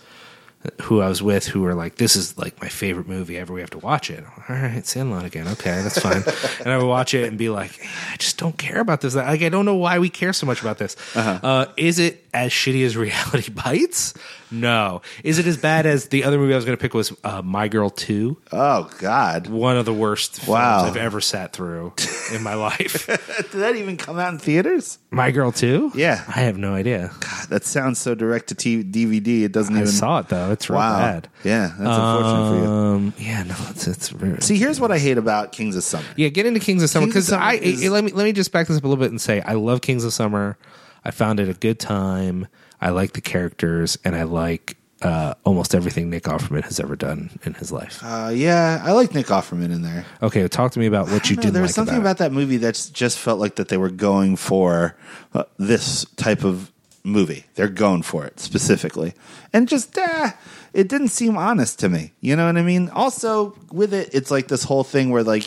[SPEAKER 2] who I was with who were like, "This is like my favorite movie ever. We have to watch it." All right, Sandlot again. Okay, that's fine. and I would watch it and be like, "I just don't care about this. Like, I don't know why we care so much about this. uh is it as shitty as Reality Bites? No. Is it as bad as the other movie I was going to pick was uh, My Girl Two?
[SPEAKER 1] oh god,
[SPEAKER 2] one of the worst
[SPEAKER 1] Wow.
[SPEAKER 2] films I've ever sat through in my life.
[SPEAKER 1] did that even come out in theaters?
[SPEAKER 2] my Girl too?
[SPEAKER 1] Yeah.
[SPEAKER 2] I have no idea.
[SPEAKER 1] That sounds so direct to t- DVD. It Uh, doesn't
[SPEAKER 2] I
[SPEAKER 1] even.
[SPEAKER 2] saw it though. It's real
[SPEAKER 1] wow.
[SPEAKER 2] bad.
[SPEAKER 1] Yeah, that's unfortunate for you.
[SPEAKER 2] Um, yeah, no, it's it's rude.
[SPEAKER 1] See, here's what I hate about Kings of Summer.
[SPEAKER 2] yeah, get into Kings of Summer
[SPEAKER 1] Kings of
[SPEAKER 2] because
[SPEAKER 1] Summer
[SPEAKER 2] I
[SPEAKER 1] is-
[SPEAKER 2] eh, let me let me just back this up a little bit and say I love Kings of Summer. I found it a good time. I like the characters and I like uh, almost everything Nick Offerman has ever done in his life.
[SPEAKER 1] Uh, yeah, I like Nick Offerman in there.
[SPEAKER 2] Okay, talk to me about what you
[SPEAKER 1] No,
[SPEAKER 2] didn't
[SPEAKER 1] there was
[SPEAKER 2] like
[SPEAKER 1] something about,
[SPEAKER 2] about,
[SPEAKER 1] that movie that just felt like that they were going for uh, this type of movie. They're going for it specifically, and just uh, it didn't seem honest to me. You know what I mean? Also, with it, it's like this whole thing where like.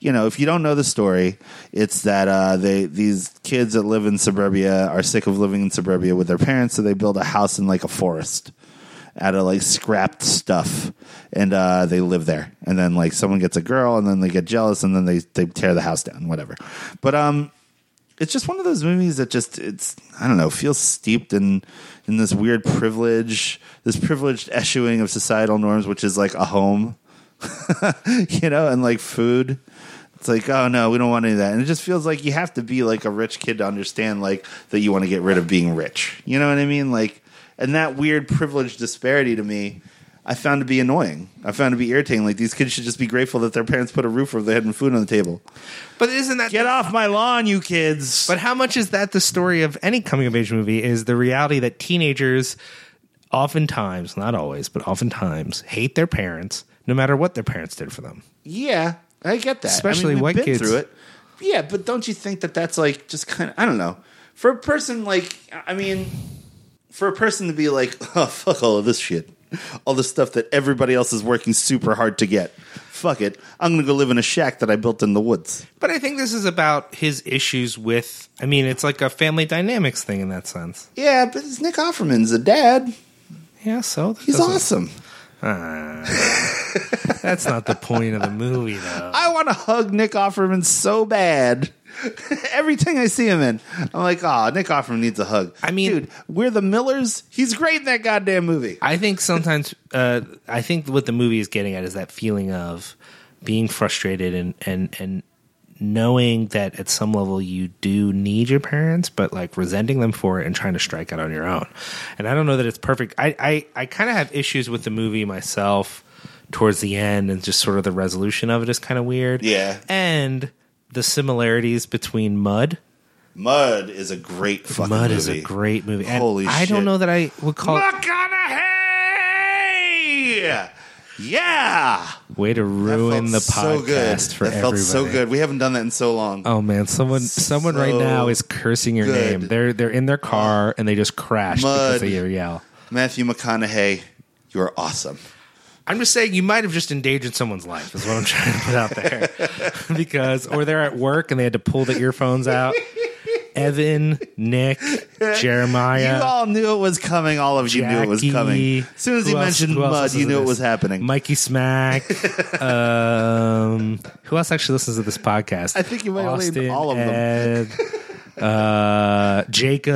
[SPEAKER 1] You know, if you don't know the story, it's that uh, they these kids that live in suburbia are sick of living in suburbia with their parents, so they build a house in like a forest out of like scrapped stuff and uh, they live there and then like someone gets a girl and then they get jealous and then they, they tear the house down whatever but um it's just one of those movies that just it's i don't know feels steeped in in this weird privilege this privileged eschewing of societal norms which is like a home you know and like food it's like oh no we don't want any of that and it just feels like you have to be like a rich kid to understand like that you want to get rid of being rich you know what i mean like and that weird privilege disparity to me i found to be annoying i found to be irritating like these kids should just be grateful that their parents put a roof over their head and food on the table
[SPEAKER 2] But isn't that
[SPEAKER 1] get off my lawn you kids
[SPEAKER 2] But how much is that the story of any coming of age movie? Is the reality that teenagers oftentimes, not always, but oftentimes hate their parents no matter what their parents did for them?
[SPEAKER 1] Yeah, I get that. I mean,
[SPEAKER 2] Especially
[SPEAKER 1] we've
[SPEAKER 2] white
[SPEAKER 1] been
[SPEAKER 2] kids.
[SPEAKER 1] through it. Yeah, but don't you think that that's like just kind of I don't know for a person like I mean for a person to be like oh fuck all of this shit, all the stuff that everybody else is working super hard to get. Fuck it, I'm gonna go live in a shack that I built in the woods.
[SPEAKER 2] But I think this is about his issues with, I mean, it's like a family dynamics thing in that sense.
[SPEAKER 1] Yeah, but it's Nick Offerman's a dad.
[SPEAKER 2] Yeah, so that
[SPEAKER 1] He's
[SPEAKER 2] doesn't-
[SPEAKER 1] awesome.
[SPEAKER 2] That's not the point of the movie, though.
[SPEAKER 1] I want to hug Nick Offerman so bad. Everything I see him in, I'm like, oh, Nick Offerman needs a hug.
[SPEAKER 2] I mean-
[SPEAKER 1] dude, we're the Millers. He's great in that goddamn movie.
[SPEAKER 2] I think sometimes uh, I think what the movie is getting at is that feeling of being frustrated and and and knowing that at some level you do need your parents, but like resenting them for it and trying to strike out on your own. And I don't know that it's perfect. I I, I kind of have issues with the movie myself towards the end and just sort of the resolution of it is kind of weird.
[SPEAKER 1] Yeah.
[SPEAKER 2] and the similarities between Mud.
[SPEAKER 1] Mud is a great fucking
[SPEAKER 2] Mud
[SPEAKER 1] movie.
[SPEAKER 2] is a great movie. And
[SPEAKER 1] Holy
[SPEAKER 2] I
[SPEAKER 1] shit.
[SPEAKER 2] don't know that I would call it
[SPEAKER 1] McConaughey. Yeah,
[SPEAKER 3] Way to
[SPEAKER 1] That
[SPEAKER 3] ruin the
[SPEAKER 1] felt so good.
[SPEAKER 3] podcast for
[SPEAKER 1] that felt
[SPEAKER 3] everybody.
[SPEAKER 1] so good. We haven't done that in so long.
[SPEAKER 3] Oh man, someone someone right
[SPEAKER 1] So
[SPEAKER 3] now is cursing your
[SPEAKER 1] good.
[SPEAKER 3] name. They're they're in their car and they just crash because
[SPEAKER 1] Mud.
[SPEAKER 3] of your yell.
[SPEAKER 1] Matthew McConaughey, you are awesome.
[SPEAKER 2] I'm just saying you might have just endangered someone's life. Is what I'm trying to put out there.
[SPEAKER 3] because or they're at work and they had to pull the earphones out. Evan, Nick, Jeremiah,
[SPEAKER 1] You all knew it was coming. All of you knew it was
[SPEAKER 3] Jackie.
[SPEAKER 1] coming. As soon as he
[SPEAKER 3] Who else-
[SPEAKER 1] mentioned
[SPEAKER 3] who else
[SPEAKER 1] mud,
[SPEAKER 3] listens
[SPEAKER 1] you
[SPEAKER 3] to
[SPEAKER 1] knew it
[SPEAKER 3] this?
[SPEAKER 1] was happening.
[SPEAKER 3] Mikey Smack. um, who else actually listens to this podcast?
[SPEAKER 1] I think you might have named all of
[SPEAKER 3] them. uh, Jacob,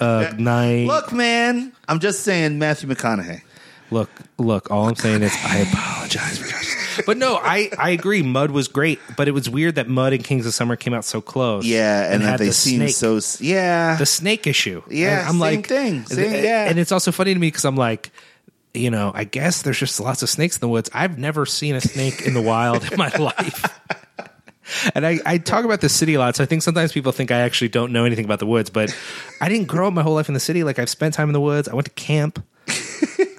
[SPEAKER 3] uh, Knight.
[SPEAKER 1] Look, man, I'm just saying, Matthew McConaughey.
[SPEAKER 3] Look, look, all I'm saying is I apologize for
[SPEAKER 2] But no, I, I agree. Mud was great, but it was weird that Mud and Kings of Summer came out so close.
[SPEAKER 1] Yeah, and, that
[SPEAKER 2] had
[SPEAKER 1] they
[SPEAKER 2] the
[SPEAKER 1] seem
[SPEAKER 2] snake-
[SPEAKER 1] so. s- Yeah,
[SPEAKER 2] the snake issue.
[SPEAKER 1] Yeah,
[SPEAKER 2] And
[SPEAKER 1] same thing. Same-
[SPEAKER 2] and,
[SPEAKER 1] yeah.
[SPEAKER 2] and it's also funny to me because I'm like, you know, I guess there's just lots of snakes in the woods. I've never seen a snake in the wild in my life. And I, I talk about the city a lot, so I think sometimes people think I actually don't know anything about the woods, but I didn't grow up my whole life in the city. Like I've spent time in the woods. I went to camp.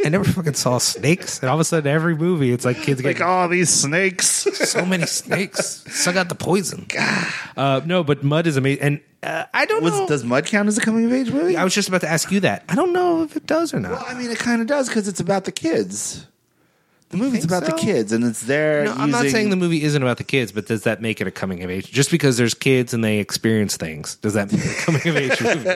[SPEAKER 2] I never fucking saw snakes. And all of a sudden every movie it's like kids get
[SPEAKER 1] like all these snakes.
[SPEAKER 2] so many snakes. Suck out the poison. Uh, no, but mud is amazing. And uh, I don't know.
[SPEAKER 1] was, does mud count as a coming of age movie?
[SPEAKER 2] I was just about to ask you that. I don't know if it does or
[SPEAKER 1] Well,
[SPEAKER 2] not.
[SPEAKER 1] I mean, it kind of does because it's about the kids. The movie's
[SPEAKER 2] think
[SPEAKER 1] about the
[SPEAKER 2] so?
[SPEAKER 1] kids, and it's there.
[SPEAKER 2] No, I'm not
[SPEAKER 1] using-
[SPEAKER 2] saying the movie isn't about the kids, but does that make it a coming of age? Just because there's kids and they experience things, does that make it a coming of age movie?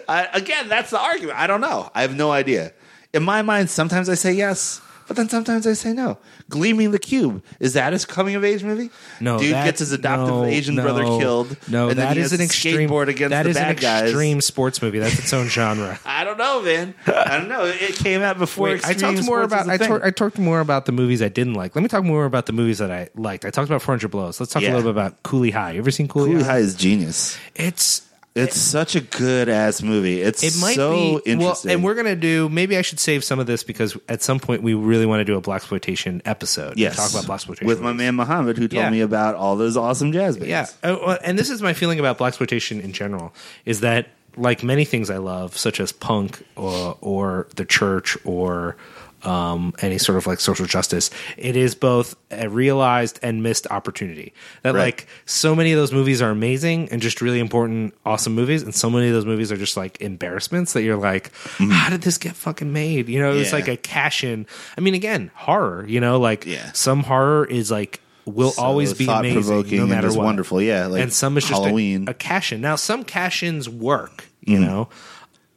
[SPEAKER 1] I, again, that's the argument. I don't know. I have no idea. In my mind, sometimes I say yes, but then sometimes I say no. Gleaming the Cube is that his coming of age movie?
[SPEAKER 2] No,
[SPEAKER 1] dude
[SPEAKER 2] that-
[SPEAKER 1] gets his adoptive
[SPEAKER 2] no,
[SPEAKER 1] Asian brother
[SPEAKER 2] no,
[SPEAKER 1] killed.
[SPEAKER 2] No,
[SPEAKER 1] and then
[SPEAKER 2] that
[SPEAKER 1] he
[SPEAKER 2] is
[SPEAKER 1] has
[SPEAKER 2] an
[SPEAKER 1] to
[SPEAKER 2] extreme
[SPEAKER 1] skateboard against
[SPEAKER 2] that
[SPEAKER 1] the
[SPEAKER 2] is an
[SPEAKER 1] bad guys.
[SPEAKER 2] extreme sports movie. That's its own genre.
[SPEAKER 1] I don't know, man. I don't know. It came out before.
[SPEAKER 2] Wait, I
[SPEAKER 1] extreme
[SPEAKER 2] talked more
[SPEAKER 1] sports was
[SPEAKER 2] about
[SPEAKER 1] a
[SPEAKER 2] I,
[SPEAKER 1] thing.
[SPEAKER 2] tor- I talked more about the movies I didn't like. Let me talk more about the movies that I liked. I talked about 400 Blows. Let's talk
[SPEAKER 1] Yeah.
[SPEAKER 2] a little bit about Cooley High. You ever seen Cooley,
[SPEAKER 1] Cooley
[SPEAKER 2] High?
[SPEAKER 1] High is genius.
[SPEAKER 2] It's
[SPEAKER 1] It's such a good ass movie. It's
[SPEAKER 2] it might
[SPEAKER 1] so
[SPEAKER 2] be
[SPEAKER 1] interesting.
[SPEAKER 2] well and we're gonna do maybe i should save some of this because at some point we really want to do a black exploitation episode
[SPEAKER 1] yes.
[SPEAKER 2] talk about black exploitation
[SPEAKER 1] with my man Muhammad, who told
[SPEAKER 2] Yeah.
[SPEAKER 1] me about all those awesome jazz bands.
[SPEAKER 2] yeah Oh, well, and this is my feeling about black exploitation in general is that like many things i love such as punk or, or the church or um, any sort of like social justice it is both a realized and missed opportunity that
[SPEAKER 1] Right.
[SPEAKER 2] like so many of those movies are amazing and just really important awesome movies and so many of those movies are just like embarrassments that you're like how did this get fucking made you know it's
[SPEAKER 1] Mm-hmm. Yeah.
[SPEAKER 2] like a cash in i mean again horror you know like
[SPEAKER 1] Yeah.
[SPEAKER 2] some horror is like will
[SPEAKER 1] So
[SPEAKER 2] always be amazing
[SPEAKER 1] thought-provoking
[SPEAKER 2] no
[SPEAKER 1] and
[SPEAKER 2] matter
[SPEAKER 1] just
[SPEAKER 2] what
[SPEAKER 1] wonderful. Yeah, like
[SPEAKER 2] and some is just
[SPEAKER 1] Halloween. Mm-hmm.
[SPEAKER 2] a, a cash in. Now, some cash ins work, you know.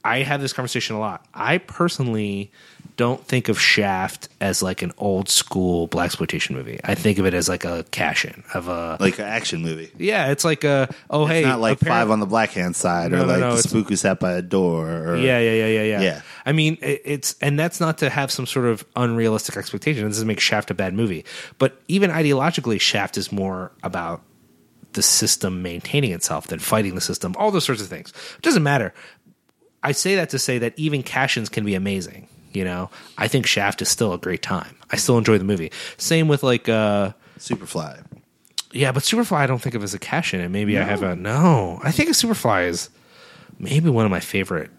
[SPEAKER 2] I have this conversation a lot. I personally don't think of Shaft as like an old school black exploitation movie. I think of it as like a cash in of a
[SPEAKER 1] like an action movie.
[SPEAKER 2] yeah. It's like a oh hey,
[SPEAKER 1] Not like
[SPEAKER 2] a parent-
[SPEAKER 1] Five on the Black Hand Side
[SPEAKER 2] No,
[SPEAKER 1] or
[SPEAKER 2] no,
[SPEAKER 1] like
[SPEAKER 2] no,
[SPEAKER 1] the
[SPEAKER 2] it's-
[SPEAKER 1] spook who sat by a door. Or,
[SPEAKER 2] Yeah, yeah, yeah, yeah, yeah.
[SPEAKER 1] Yeah.
[SPEAKER 2] I mean, it, it's and that's not to have some sort of unrealistic expectation. This doesn't make Shaft a bad movie, but even ideologically, Shaft is more about the system maintaining itself than fighting the system. All those sorts of things. It doesn't matter. I say that to say that even cash-ins can be amazing. You know, I think Shaft is still a great time. I still enjoy the movie. Same with like. uh
[SPEAKER 1] Superfly.
[SPEAKER 2] yeah, but Superfly I don't think of as a cash in it. Maybe I have a no. I think of Superfly is maybe one of my favorite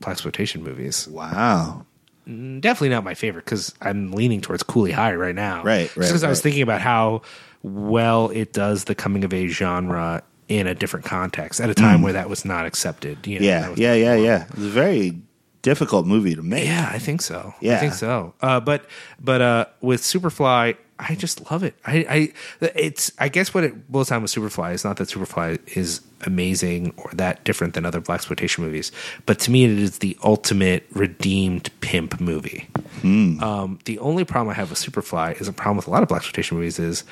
[SPEAKER 2] black exploitation movies.
[SPEAKER 1] Wow.
[SPEAKER 2] Definitely not my favorite because I'm leaning towards Cooley High right now.
[SPEAKER 1] Right,
[SPEAKER 2] Just
[SPEAKER 1] right,
[SPEAKER 2] because I was
[SPEAKER 1] right.
[SPEAKER 2] thinking about how well it does the coming of age genre in a different context at a time where that was not accepted. You know, that
[SPEAKER 1] Hmm. Yeah,
[SPEAKER 2] was-
[SPEAKER 1] yeah, yeah, yeah. It's a very difficult movie to make.
[SPEAKER 2] yeah, I think so. I
[SPEAKER 1] Yeah.
[SPEAKER 2] think so. Uh, but but uh, with Superfly, I just love it. I, I it's I guess what it boils down with Superfly is not that Superfly is amazing or that different than other black exploitation movies, but to me it is the ultimate redeemed pimp movie. Um, the only problem I have with Superfly is a problem with a lot of black exploitation movies is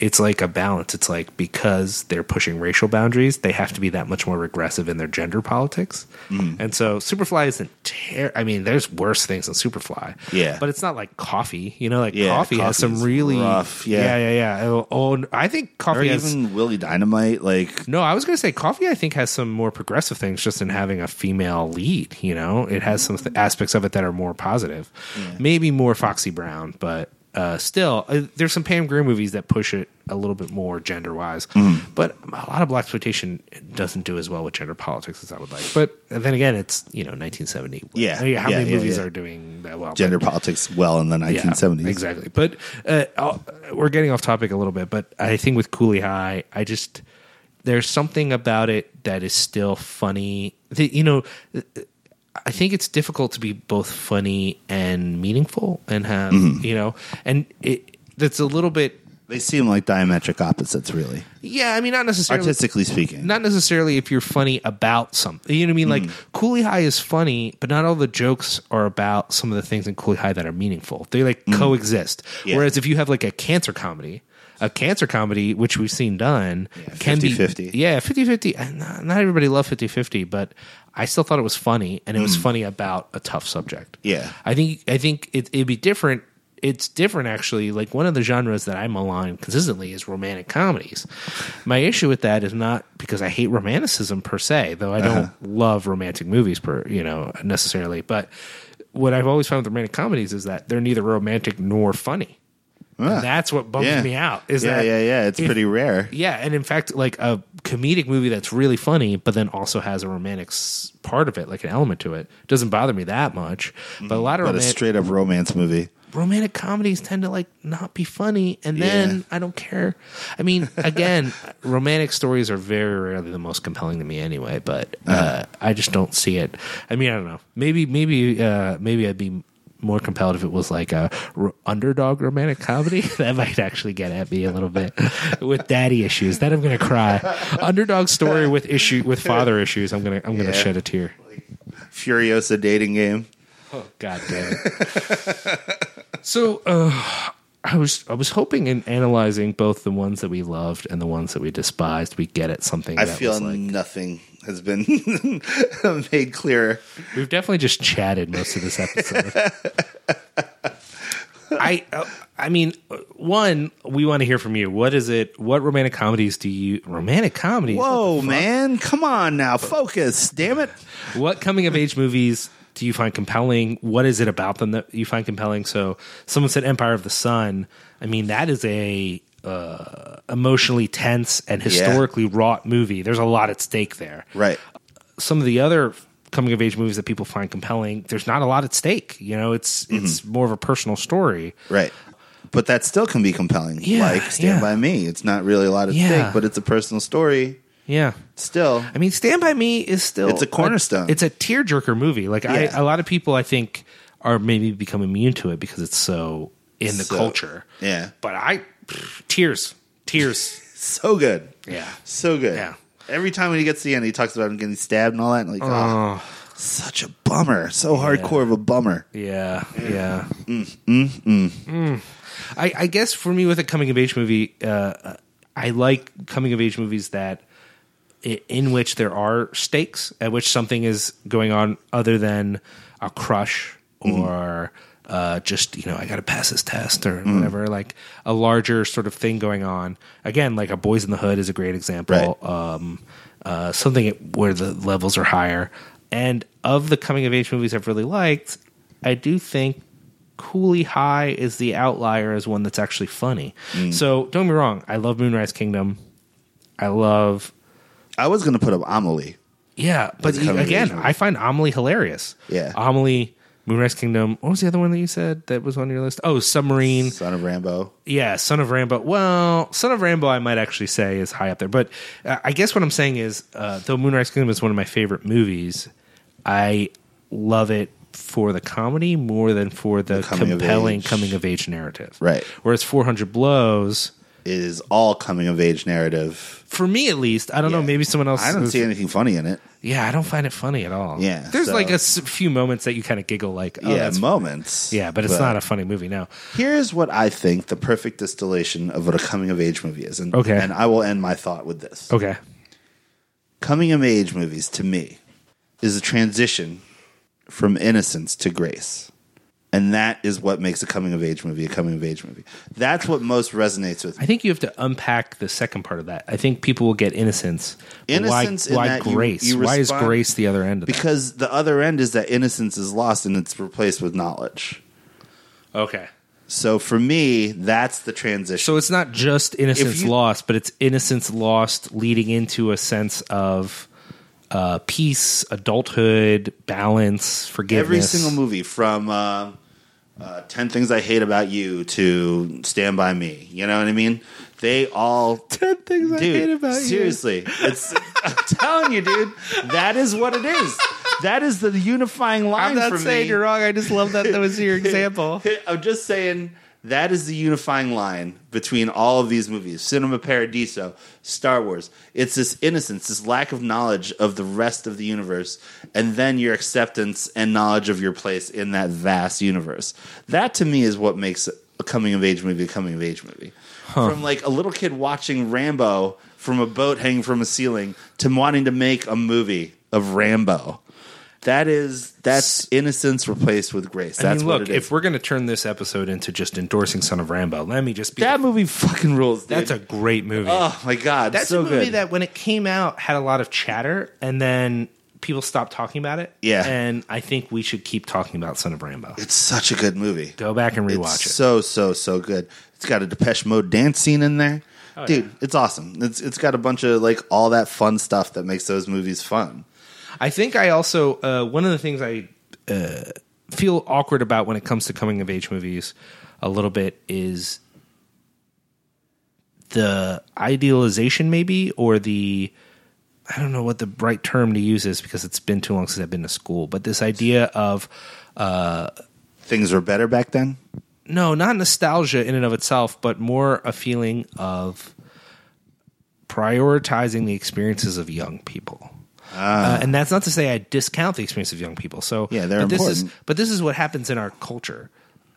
[SPEAKER 2] it's like a balance. It's like because they're pushing racial boundaries, they have to be that much more regressive in their gender politics.
[SPEAKER 1] Mm-hmm.
[SPEAKER 2] And so Superfly isn't ter- I mean, there's worse things than Superfly.
[SPEAKER 1] Yeah.
[SPEAKER 2] But it's not like coffee. You know, like
[SPEAKER 1] Yeah,
[SPEAKER 2] coffee, has
[SPEAKER 1] Coffee
[SPEAKER 2] some
[SPEAKER 1] is
[SPEAKER 2] really
[SPEAKER 1] rough, yeah.
[SPEAKER 2] yeah, yeah. yeah. It'll- Oh, I think
[SPEAKER 1] Or
[SPEAKER 2] coffee has
[SPEAKER 1] even Willie Dynamite. Like,
[SPEAKER 2] no, I was going to say coffee. I think has some more progressive things, just in having a female lead. You know, it has some
[SPEAKER 1] Mm-hmm.
[SPEAKER 2] th- aspects of it that are more positive, maybe more Foxy Brown, but uh, still, uh, there's some Pam Grier movies that push it a little bit more gender wise.
[SPEAKER 1] Mm-hmm.
[SPEAKER 2] But a lot of black exploitation doesn't do as well with gender politics as I would like. But then again, it's you know 1970.
[SPEAKER 1] Yeah.
[SPEAKER 2] I mean, how
[SPEAKER 1] Yeah,
[SPEAKER 2] many
[SPEAKER 1] yeah,
[SPEAKER 2] movies
[SPEAKER 1] yeah.
[SPEAKER 2] are doing that? yeah, well,
[SPEAKER 1] gender politics well in the 1970s.
[SPEAKER 2] Yeah, exactly. But uh, I'll- we're getting off topic a little bit. But I think with Cooley High, I just there's something about it that is still funny. The- you know, uh, I think it's difficult to be both funny and meaningful, and have you know, and it that's a little bit.
[SPEAKER 1] They seem like diametric opposites, really,
[SPEAKER 2] Yeah, I mean, not necessarily
[SPEAKER 1] artistically speaking.
[SPEAKER 2] not necessarily if you're funny about something. You know what I
[SPEAKER 1] Mm.
[SPEAKER 2] mean? Like Cooley High is funny, but not all the jokes are about some of the things in Cooley High that are meaningful. They like coexist.
[SPEAKER 1] Mm. Yeah.
[SPEAKER 2] Whereas if you have like a cancer comedy, a cancer comedy, which we've seen done, can be
[SPEAKER 1] 50-50.
[SPEAKER 2] Yeah, 50 50. Not not everybody loved 50 50, but I still thought it was funny and it was funny about a tough subject.
[SPEAKER 1] Mm. Yeah.
[SPEAKER 2] I think I think it, it'd be different. It's different, actually. Like one of the genres that I malign consistently is romantic comedies. My issue with that is not because I hate romanticism per se, though I don't
[SPEAKER 1] Uh-huh.
[SPEAKER 2] love romantic movies per you know necessarily. But what I've always found with romantic comedies is that they're neither romantic nor funny. And
[SPEAKER 1] Ah.
[SPEAKER 2] that's what bums
[SPEAKER 1] Yeah.
[SPEAKER 2] me out. Is
[SPEAKER 1] yeah,
[SPEAKER 2] that
[SPEAKER 1] yeah, yeah. It's
[SPEAKER 2] if-
[SPEAKER 1] pretty rare.
[SPEAKER 2] yeah, and in fact, like a comedic movie that's really funny, but then also has a romantic s- part of it, like an element to it, doesn't bother me that much. But a lot of
[SPEAKER 1] But a
[SPEAKER 2] romantic,
[SPEAKER 1] straight up romance movie.
[SPEAKER 2] romantic comedies tend to like not be funny, and then I don't care. I mean, again, romantic stories are very rarely the most compelling to me, anyway. But uh, I just don't see it. I mean, I don't know. Maybe, maybe, uh, maybe I'd be more compelled if it was like a r- underdog romantic comedy that might actually get at me a little bit with daddy issues then i'm gonna cry underdog story with issue with father issues i'm gonna i'm gonna
[SPEAKER 1] Yeah.
[SPEAKER 2] shed a tear
[SPEAKER 1] Furiosa dating game.
[SPEAKER 2] God damn it. so uh, I was I was hoping in analyzing both the ones that we loved and the ones that we despised, we get at something.
[SPEAKER 1] I
[SPEAKER 2] that
[SPEAKER 1] feel
[SPEAKER 2] was like,
[SPEAKER 1] nothing has been made clearer.
[SPEAKER 2] we've definitely just chatted most of this episode. I uh, I mean, uh, one we want to hear from you. What is it? What romantic comedies do you romantic comedies?
[SPEAKER 1] Whoa, man! Come on now, focus. Damn it!
[SPEAKER 2] What coming of age movies do you find compelling? What is it about them that you find compelling? So someone said Empire of the Sun. I mean, that is a uh, emotionally tense and historically wrought movie. There's a lot at stake there.
[SPEAKER 1] Right.
[SPEAKER 2] Some of the other coming of age movies that people find compelling, there's not a lot at stake. You know, it's
[SPEAKER 1] Mm-hmm.
[SPEAKER 2] it's more of a personal story.
[SPEAKER 1] Right. But that still can be compelling.
[SPEAKER 2] Yeah,
[SPEAKER 1] like Stand
[SPEAKER 2] yeah.
[SPEAKER 1] by Me. It's not really a lot at
[SPEAKER 2] Yeah.
[SPEAKER 1] stake, but it's a personal story.
[SPEAKER 2] Yeah.
[SPEAKER 1] Still,
[SPEAKER 2] I mean, Stand by Me is still
[SPEAKER 1] It's a cornerstone.
[SPEAKER 2] it's a tearjerker movie. Like
[SPEAKER 1] Yeah.
[SPEAKER 2] I, a lot of people, I think, are maybe become immune to it because it's so in the
[SPEAKER 1] So-
[SPEAKER 2] culture.
[SPEAKER 1] yeah,
[SPEAKER 2] But I pff, tears, tears.
[SPEAKER 1] so good.
[SPEAKER 2] Yeah.
[SPEAKER 1] so good.
[SPEAKER 2] Yeah.
[SPEAKER 1] Every time when he gets to the end, he talks about him getting stabbed and all that. And like,
[SPEAKER 2] Uh-huh.
[SPEAKER 1] oh, such a bummer. So hardcore of a bummer.
[SPEAKER 2] Yeah, yeah. Mm. I, I guess for me, with a coming of age movie, uh, I like coming of age movies that i- in which there are stakes, at which something is going on other than a crush or uh, just you know I got to pass this test or whatever. Like a larger sort of thing going on. Again, like a Boys in the Hood is a great example. Um, uh, something where the levels are higher. And of the coming of age movies I've really liked, I do think Cooley High is the outlier as one that's actually funny.
[SPEAKER 1] Mm.
[SPEAKER 2] So don't be wrong, I love Moonrise Kingdom. I love
[SPEAKER 1] I was going to put up Amelie.
[SPEAKER 2] yeah, but
[SPEAKER 1] It's kind of
[SPEAKER 2] again,
[SPEAKER 1] amazing.
[SPEAKER 2] I find Amelie hilarious.
[SPEAKER 1] Yeah.
[SPEAKER 2] Amelie, Moonrise Kingdom. What was the other one that you said that was on your list? Oh, Submarine.
[SPEAKER 1] Son of Rambo.
[SPEAKER 2] Yeah, Son of Rambo. Well, Son of Rambo, I might actually say is high up there. But uh, I guess what I'm saying is, uh, though Moonrise Kingdom is one of my favorite movies, I love it for the comedy more than for the,
[SPEAKER 1] coming of
[SPEAKER 2] compelling
[SPEAKER 1] age.
[SPEAKER 2] coming of age narrative.
[SPEAKER 1] Right.
[SPEAKER 2] Whereas 400 Blows,
[SPEAKER 1] It is all coming of age narrative.
[SPEAKER 2] for me at least, I don't know.
[SPEAKER 1] Yeah.
[SPEAKER 2] Maybe someone else.
[SPEAKER 1] I don't
[SPEAKER 2] is-
[SPEAKER 1] see anything funny in it.
[SPEAKER 2] Yeah, I don't find it funny at all.
[SPEAKER 1] Yeah,
[SPEAKER 2] there's
[SPEAKER 1] so-
[SPEAKER 2] like a s- few moments that you kind of giggle, like, oh,
[SPEAKER 1] yeah,
[SPEAKER 2] that's
[SPEAKER 1] moments.
[SPEAKER 2] yeah, but it's not a funny movie. No,
[SPEAKER 1] Here's what I think the perfect distillation of what a coming of age movie is. And,
[SPEAKER 2] Okay.
[SPEAKER 1] and I will end my thought with this.
[SPEAKER 2] okay,
[SPEAKER 1] Coming of age movies to me is a transition from innocence to grace. And that is what makes a coming of age movie a coming of age movie. That's what most resonates with me.
[SPEAKER 2] I think you have to unpack the second part of that. I think people will get innocence. but
[SPEAKER 1] Innocence in
[SPEAKER 2] Why, why
[SPEAKER 1] that you-
[SPEAKER 2] grace?
[SPEAKER 1] you
[SPEAKER 2] why is
[SPEAKER 1] respond-
[SPEAKER 2] grace the other end of that?
[SPEAKER 1] Because the other end is that innocence is lost and it's replaced with knowledge.
[SPEAKER 2] Okay,
[SPEAKER 1] So for me, that's the transition.
[SPEAKER 2] so it's not just innocence
[SPEAKER 1] you-
[SPEAKER 2] lost, but it's innocence lost leading into a sense of uh, peace, adulthood, balance, forgiveness.
[SPEAKER 1] Every single movie from um uh, 10 Things I Hate About You to Stand By Me. You know what I mean? They all.
[SPEAKER 3] 10 things I
[SPEAKER 1] Dude,
[SPEAKER 3] hate about you.
[SPEAKER 1] seriously, it's, I'm telling you, dude, that is what it is. That is the unifying line
[SPEAKER 3] I'm not
[SPEAKER 1] for
[SPEAKER 3] saying
[SPEAKER 1] me.
[SPEAKER 3] you're wrong. I just love that that was your example.
[SPEAKER 1] I'm just saying that is the unifying line between all of these movies Cinema Paradiso, Star Wars. It's this innocence, this lack of knowledge of the rest of the universe, and then your acceptance and knowledge of your place in that vast universe. That to me is what makes a coming of age movie a coming of age movie. From like a little kid watching Rambo from a boat hanging from a ceiling to wanting to make a movie of Rambo. That is that's innocence replaced with grace.
[SPEAKER 2] I
[SPEAKER 1] That's
[SPEAKER 2] mean,
[SPEAKER 1] what
[SPEAKER 2] look,
[SPEAKER 1] it is.
[SPEAKER 2] if we're going to turn this episode into just endorsing Son of Rambo, let me just be.
[SPEAKER 1] That movie fucking rules. Dude.
[SPEAKER 2] that's a great movie.
[SPEAKER 1] oh my god,
[SPEAKER 2] That's
[SPEAKER 1] so
[SPEAKER 2] a movie
[SPEAKER 1] good.
[SPEAKER 2] that when it came out had a lot of chatter, and then people stopped talking about it.
[SPEAKER 1] Yeah.
[SPEAKER 2] and I think we should keep talking about Son of Rambo.
[SPEAKER 1] it's such a good movie.
[SPEAKER 2] Go back and
[SPEAKER 1] It's
[SPEAKER 2] rewatch it.
[SPEAKER 1] so so so good. It's got a Depeche Mode dance scene in there.
[SPEAKER 2] Oh,
[SPEAKER 1] Dude, it's awesome. It's it's got a bunch of like all that fun stuff that makes those movies fun.
[SPEAKER 2] I think I also uh, one of the things I uh, feel awkward about when it comes to coming of age movies a little bit is the idealization, maybe, or the I don't know what the right term to use is because it's been too long since I've been to school. But this idea of
[SPEAKER 1] Things were better back then.
[SPEAKER 2] no, not nostalgia in and of itself, but more a feeling of prioritizing the experiences of young people. Uh, and that's not to say I discount the experience of young people. So
[SPEAKER 1] Ah. Yeah, they're
[SPEAKER 2] but this is-
[SPEAKER 1] important.
[SPEAKER 2] but this is what happens in our culture.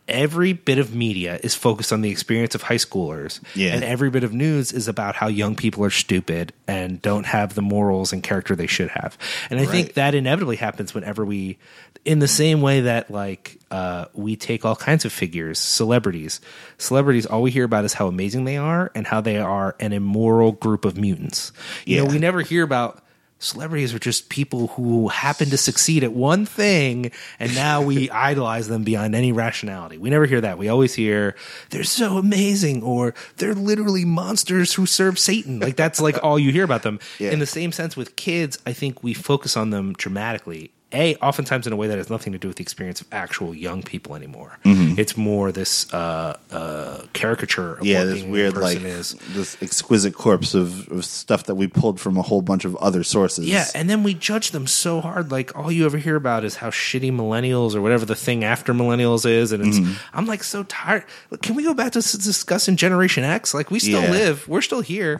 [SPEAKER 2] Every bit of media is focused on the experience of high schoolers,
[SPEAKER 1] Yeah.
[SPEAKER 2] and every bit of news is about how young people are stupid and don't have the morals and character they should have. And I think
[SPEAKER 1] Right.
[SPEAKER 2] that inevitably happens whenever we, in the same way that like uh, we take all kinds of figures, celebrities. Celebrities, all we hear about is how amazing they are and how they are an immoral group of mutants. You know,
[SPEAKER 1] Yeah.
[SPEAKER 2] we never hear about celebrities are just people who happen to succeed at one thing and now we idolize them beyond any rationality. We never hear that. We always hear they're so amazing or they're literally monsters who serve Satan. Like that's like all you hear about them.
[SPEAKER 1] Yeah.
[SPEAKER 2] In the same sense with kids, I think we focus on them dramatically. A, oftentimes in a way that has nothing to do with the experience of actual young people anymore.
[SPEAKER 1] Mm-hmm.
[SPEAKER 2] It's more this uh, uh, caricature of
[SPEAKER 1] Yeah,
[SPEAKER 2] what
[SPEAKER 1] this
[SPEAKER 2] being a
[SPEAKER 1] weird like
[SPEAKER 2] person is.
[SPEAKER 1] this exquisite corpse of, of stuff that we pulled from a whole bunch of other sources.
[SPEAKER 2] Yeah, and then we judge them so hard. Like all you ever hear about is how shitty millennials or whatever the thing after millennials is, and it's, I'm like so tired. Like, Can we go back to s- discussing Generation X? Like we still
[SPEAKER 1] Yeah.
[SPEAKER 2] live, we're still here.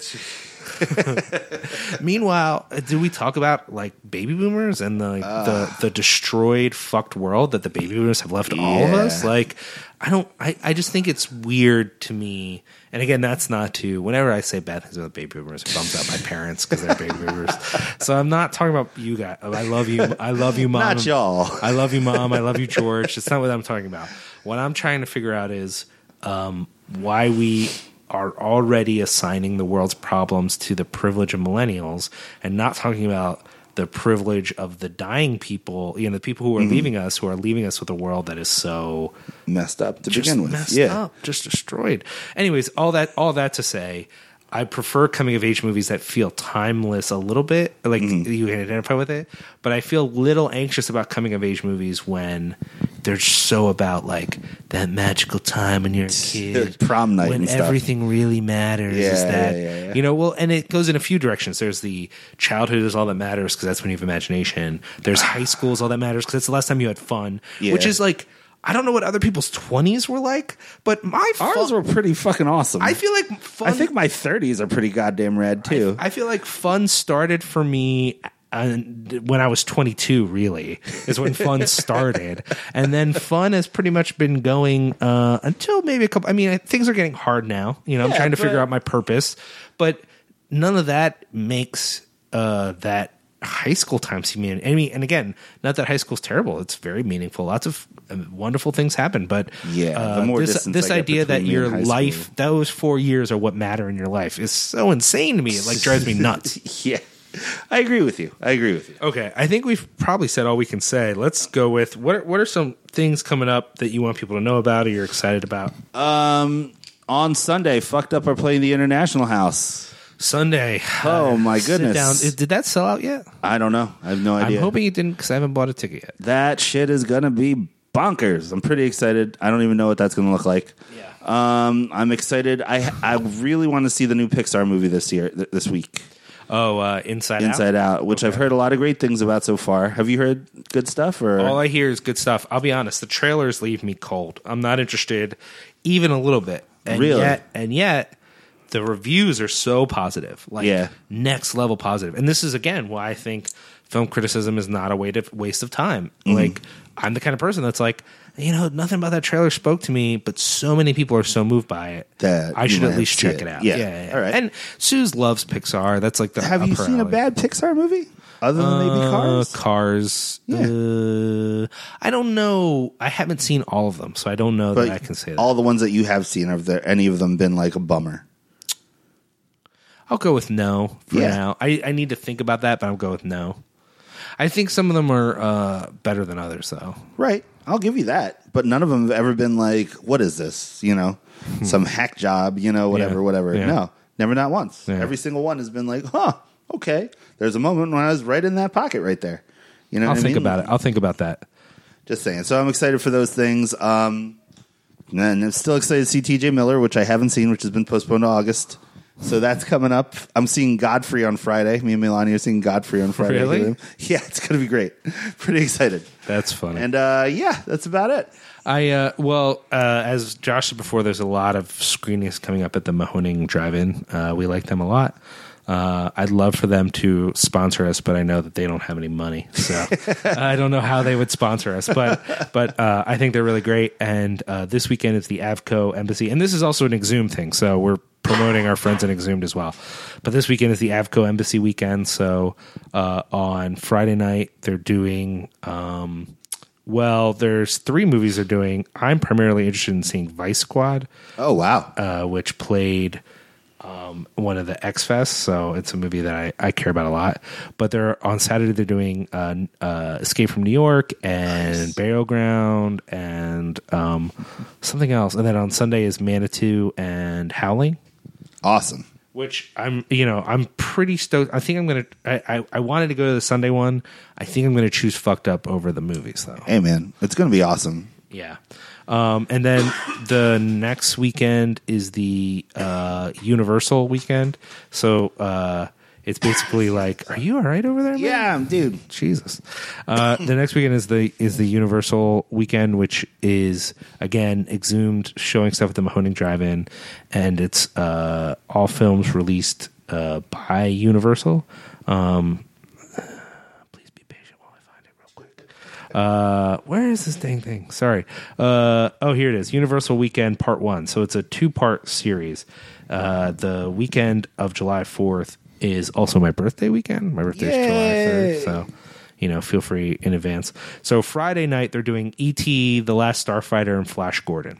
[SPEAKER 2] Meanwhile, uh, do we talk about like baby boomers and the the, the destroyed, fucked world that the baby boomers have left all of
[SPEAKER 1] Yeah.
[SPEAKER 2] us? Like, I don't. I, I just think it's weird to me. And again, that's not to. Whenever I say bad things about baby boomers, it bums out my parents because they're baby boomers. So I'm not talking about you guys. I love you. I love you, mom.
[SPEAKER 1] Not y'all.
[SPEAKER 2] I love you, mom. I love you, George. It's not what I'm talking about. What I'm trying to figure out is um, why we are already assigning the world's problems to the privilege of millennials and not talking about the privilege of the dying people, you know, the people
[SPEAKER 1] Mm-hmm.
[SPEAKER 2] who are leaving us, who are leaving us with a world that is so
[SPEAKER 1] messed up to
[SPEAKER 2] just
[SPEAKER 1] begin with.
[SPEAKER 2] messed
[SPEAKER 1] Yeah,
[SPEAKER 2] up, just destroyed. Anyways, all that all that to say, I prefer coming of age movies that feel timeless a little bit, like
[SPEAKER 1] Mm-hmm.
[SPEAKER 2] you can identify with it. But I feel a little anxious about coming of age movies when they're so about like that magical time when you're a kid,
[SPEAKER 1] Prom night
[SPEAKER 2] when
[SPEAKER 1] and stuff.
[SPEAKER 2] everything really matters. is
[SPEAKER 1] Yeah,
[SPEAKER 2] that
[SPEAKER 1] yeah, yeah, yeah.
[SPEAKER 2] you know? Well, and it goes in a few directions. There's the childhood is all that matters because that's when you have imagination. There's high school is all that matters because that's the last time you had fun, which
[SPEAKER 1] Yeah.
[SPEAKER 2] is like I don't know what other people's twenties were like, but my
[SPEAKER 1] ours
[SPEAKER 2] fun-
[SPEAKER 1] were pretty fucking awesome.
[SPEAKER 2] I feel like fun.
[SPEAKER 1] I think my 30s are pretty goddamn rad too.
[SPEAKER 2] I feel like fun started for me. uh, when I was 22, really, is when fun started. And then fun has pretty much been going uh, until maybe a couple. I mean, I- things are getting hard now. You know, I'm
[SPEAKER 1] Yeah,
[SPEAKER 2] trying to figure
[SPEAKER 1] but-
[SPEAKER 2] out my purpose, but none of that makes uh, that high school time seem mean. I mean, and again, not that high school's terrible. It's very meaningful. Lots of uh, wonderful things happen, but
[SPEAKER 1] Yeah,
[SPEAKER 2] uh,
[SPEAKER 1] the more
[SPEAKER 2] this,
[SPEAKER 1] distance
[SPEAKER 2] this
[SPEAKER 1] I get
[SPEAKER 2] idea that
[SPEAKER 1] between me and
[SPEAKER 2] your
[SPEAKER 1] high school.
[SPEAKER 2] life those four years are what matter in your life is so insane to me. It like drives me nuts.
[SPEAKER 1] yeah, I agree with you. I agree with you.
[SPEAKER 2] okay, I think we've probably said all we can say. Let's go with what are, what are some things coming up that you want people to know about or you're excited about?
[SPEAKER 1] Um, on Sunday, fucked up are playing the International House.
[SPEAKER 2] Sunday. Uh,
[SPEAKER 1] Oh my
[SPEAKER 2] Sit
[SPEAKER 1] goodness!
[SPEAKER 2] down. Is- Did that sell out yet?
[SPEAKER 1] I don't know. I have no
[SPEAKER 2] I'm
[SPEAKER 1] idea.
[SPEAKER 2] hoping it didn't because I haven't bought a ticket yet.
[SPEAKER 1] that shit is gonna be bonkers. I'm pretty excited. I don't even know what that's going to look like. Yeah. Um, I'm excited. I I really want to see the new Pixar movie this year, th- this week,
[SPEAKER 2] Oh, uh, Inside,
[SPEAKER 1] Inside
[SPEAKER 2] Out.
[SPEAKER 1] Out, which I've heard a lot of great things about so far. Have you heard good stuff? Or
[SPEAKER 2] All I hear is good stuff. I'll be honest, the trailers leave me cold. I'm not interested even a little bit. And
[SPEAKER 1] Really?
[SPEAKER 2] yet and yet the reviews are so positive. Like
[SPEAKER 1] Yeah.
[SPEAKER 2] next level positive. And this is again why I think film criticism is not a way to waste of time.
[SPEAKER 1] Mm-hmm.
[SPEAKER 2] Like I'm the kind of person that's like, you know, nothing about that trailer spoke to me, but so many people are so moved by it
[SPEAKER 1] That
[SPEAKER 2] I
[SPEAKER 1] you
[SPEAKER 2] should
[SPEAKER 1] might
[SPEAKER 2] at
[SPEAKER 1] have to
[SPEAKER 2] least
[SPEAKER 1] see
[SPEAKER 2] check
[SPEAKER 1] it.
[SPEAKER 2] it, out.
[SPEAKER 1] Yeah. All right.
[SPEAKER 2] And Suze loves Pixar. That's like the
[SPEAKER 1] have
[SPEAKER 2] up
[SPEAKER 1] you
[SPEAKER 2] her
[SPEAKER 1] seen a
[SPEAKER 2] alley.
[SPEAKER 1] bad Pixar movie other than maybe Cars?
[SPEAKER 2] Uh, cars.
[SPEAKER 1] Yeah.
[SPEAKER 2] Uh, I don't know. I haven't seen all of them, so I don't know that I can say that.
[SPEAKER 1] all the ones that you have seen, have there any of them been like a bummer?
[SPEAKER 2] I'll go with no for
[SPEAKER 1] Yeah.
[SPEAKER 2] now. I, I need to think about that, but I'll go with no. I think some of them are uh, better than others, though.
[SPEAKER 1] Right. I'll give you that. But none of them have ever been like, what is this? You know, some hack job, you know, whatever,
[SPEAKER 2] Hmm. Yeah.
[SPEAKER 1] whatever.
[SPEAKER 2] Yeah.
[SPEAKER 1] No, never not once.
[SPEAKER 2] Yeah.
[SPEAKER 1] Every single one has been like, huh, okay. There's a moment when I was right in that pocket right there. You know
[SPEAKER 2] I'll
[SPEAKER 1] what I
[SPEAKER 2] think
[SPEAKER 1] mean?
[SPEAKER 2] about it. I'll think about that.
[SPEAKER 1] Just saying. So I'm excited for those things. Um, and then I'm still excited to see TJ Miller, which I haven't seen, which has been postponed to August. So that's coming up. I'm seeing Godfrey on Friday. Me and Milani are seeing Godfrey on Friday.
[SPEAKER 2] Really?
[SPEAKER 1] Yeah, it's going to be great. Pretty excited.
[SPEAKER 2] That's funny.
[SPEAKER 1] And uh, yeah, that's about it.
[SPEAKER 2] I uh, well, uh, as Josh said before, there's a lot of screenings coming up at the Mahoning Drive-In. Uh, we like them a lot. Uh, I'd love for them to sponsor us, but I know that they don't have any money, so I don't know how they would sponsor us. But but uh, I think they're really great. And uh, this weekend it's the Avco Embassy, and this is also an Exhumed thing, so we're promoting our friends in Exhumed as well. But this weekend is the Avco Embassy weekend, so uh, on Friday night they're doing. Um, well, there's three movies they're doing. I'm primarily interested in seeing Vice Squad,
[SPEAKER 1] Oh, wow.
[SPEAKER 2] uh, which played um, one of the X Fest, so it's a movie that I, I care about a lot. But they're on Saturday they're doing uh, uh, Escape from New York and Burial Ground and um, something else, and then on Sunday is Manitou and Howling
[SPEAKER 1] Awesome.
[SPEAKER 2] which I'm, you know, I'm pretty stoked. I think I'm gonna. I, I, I wanted to go to the Sunday one. I think I'm gonna choose fucked up over the movies though.
[SPEAKER 1] Hey, man, it's going to be awesome.
[SPEAKER 2] Yeah. Um, and then the next weekend is the uh, Universal weekend. So uh, it's basically like, are you all right over there? Man?
[SPEAKER 1] Yeah, dude.
[SPEAKER 2] Jesus. Uh, the next weekend is the is the Universal weekend, which is again exhumed, showing stuff at the Mahoning Drive-In, and it's uh, all films released uh, by Universal. Um, please be patient while I find it real quick. Uh, where is this dang thing? Sorry. Uh, oh, here it is. Universal Weekend Part One. So it's a two-part series. Uh, the weekend of July fourth is also my birthday weekend. My birthday is July third. So you know, feel free in advance. So Friday night they're doing ET, The Last Starfighter, and Flash Gordon.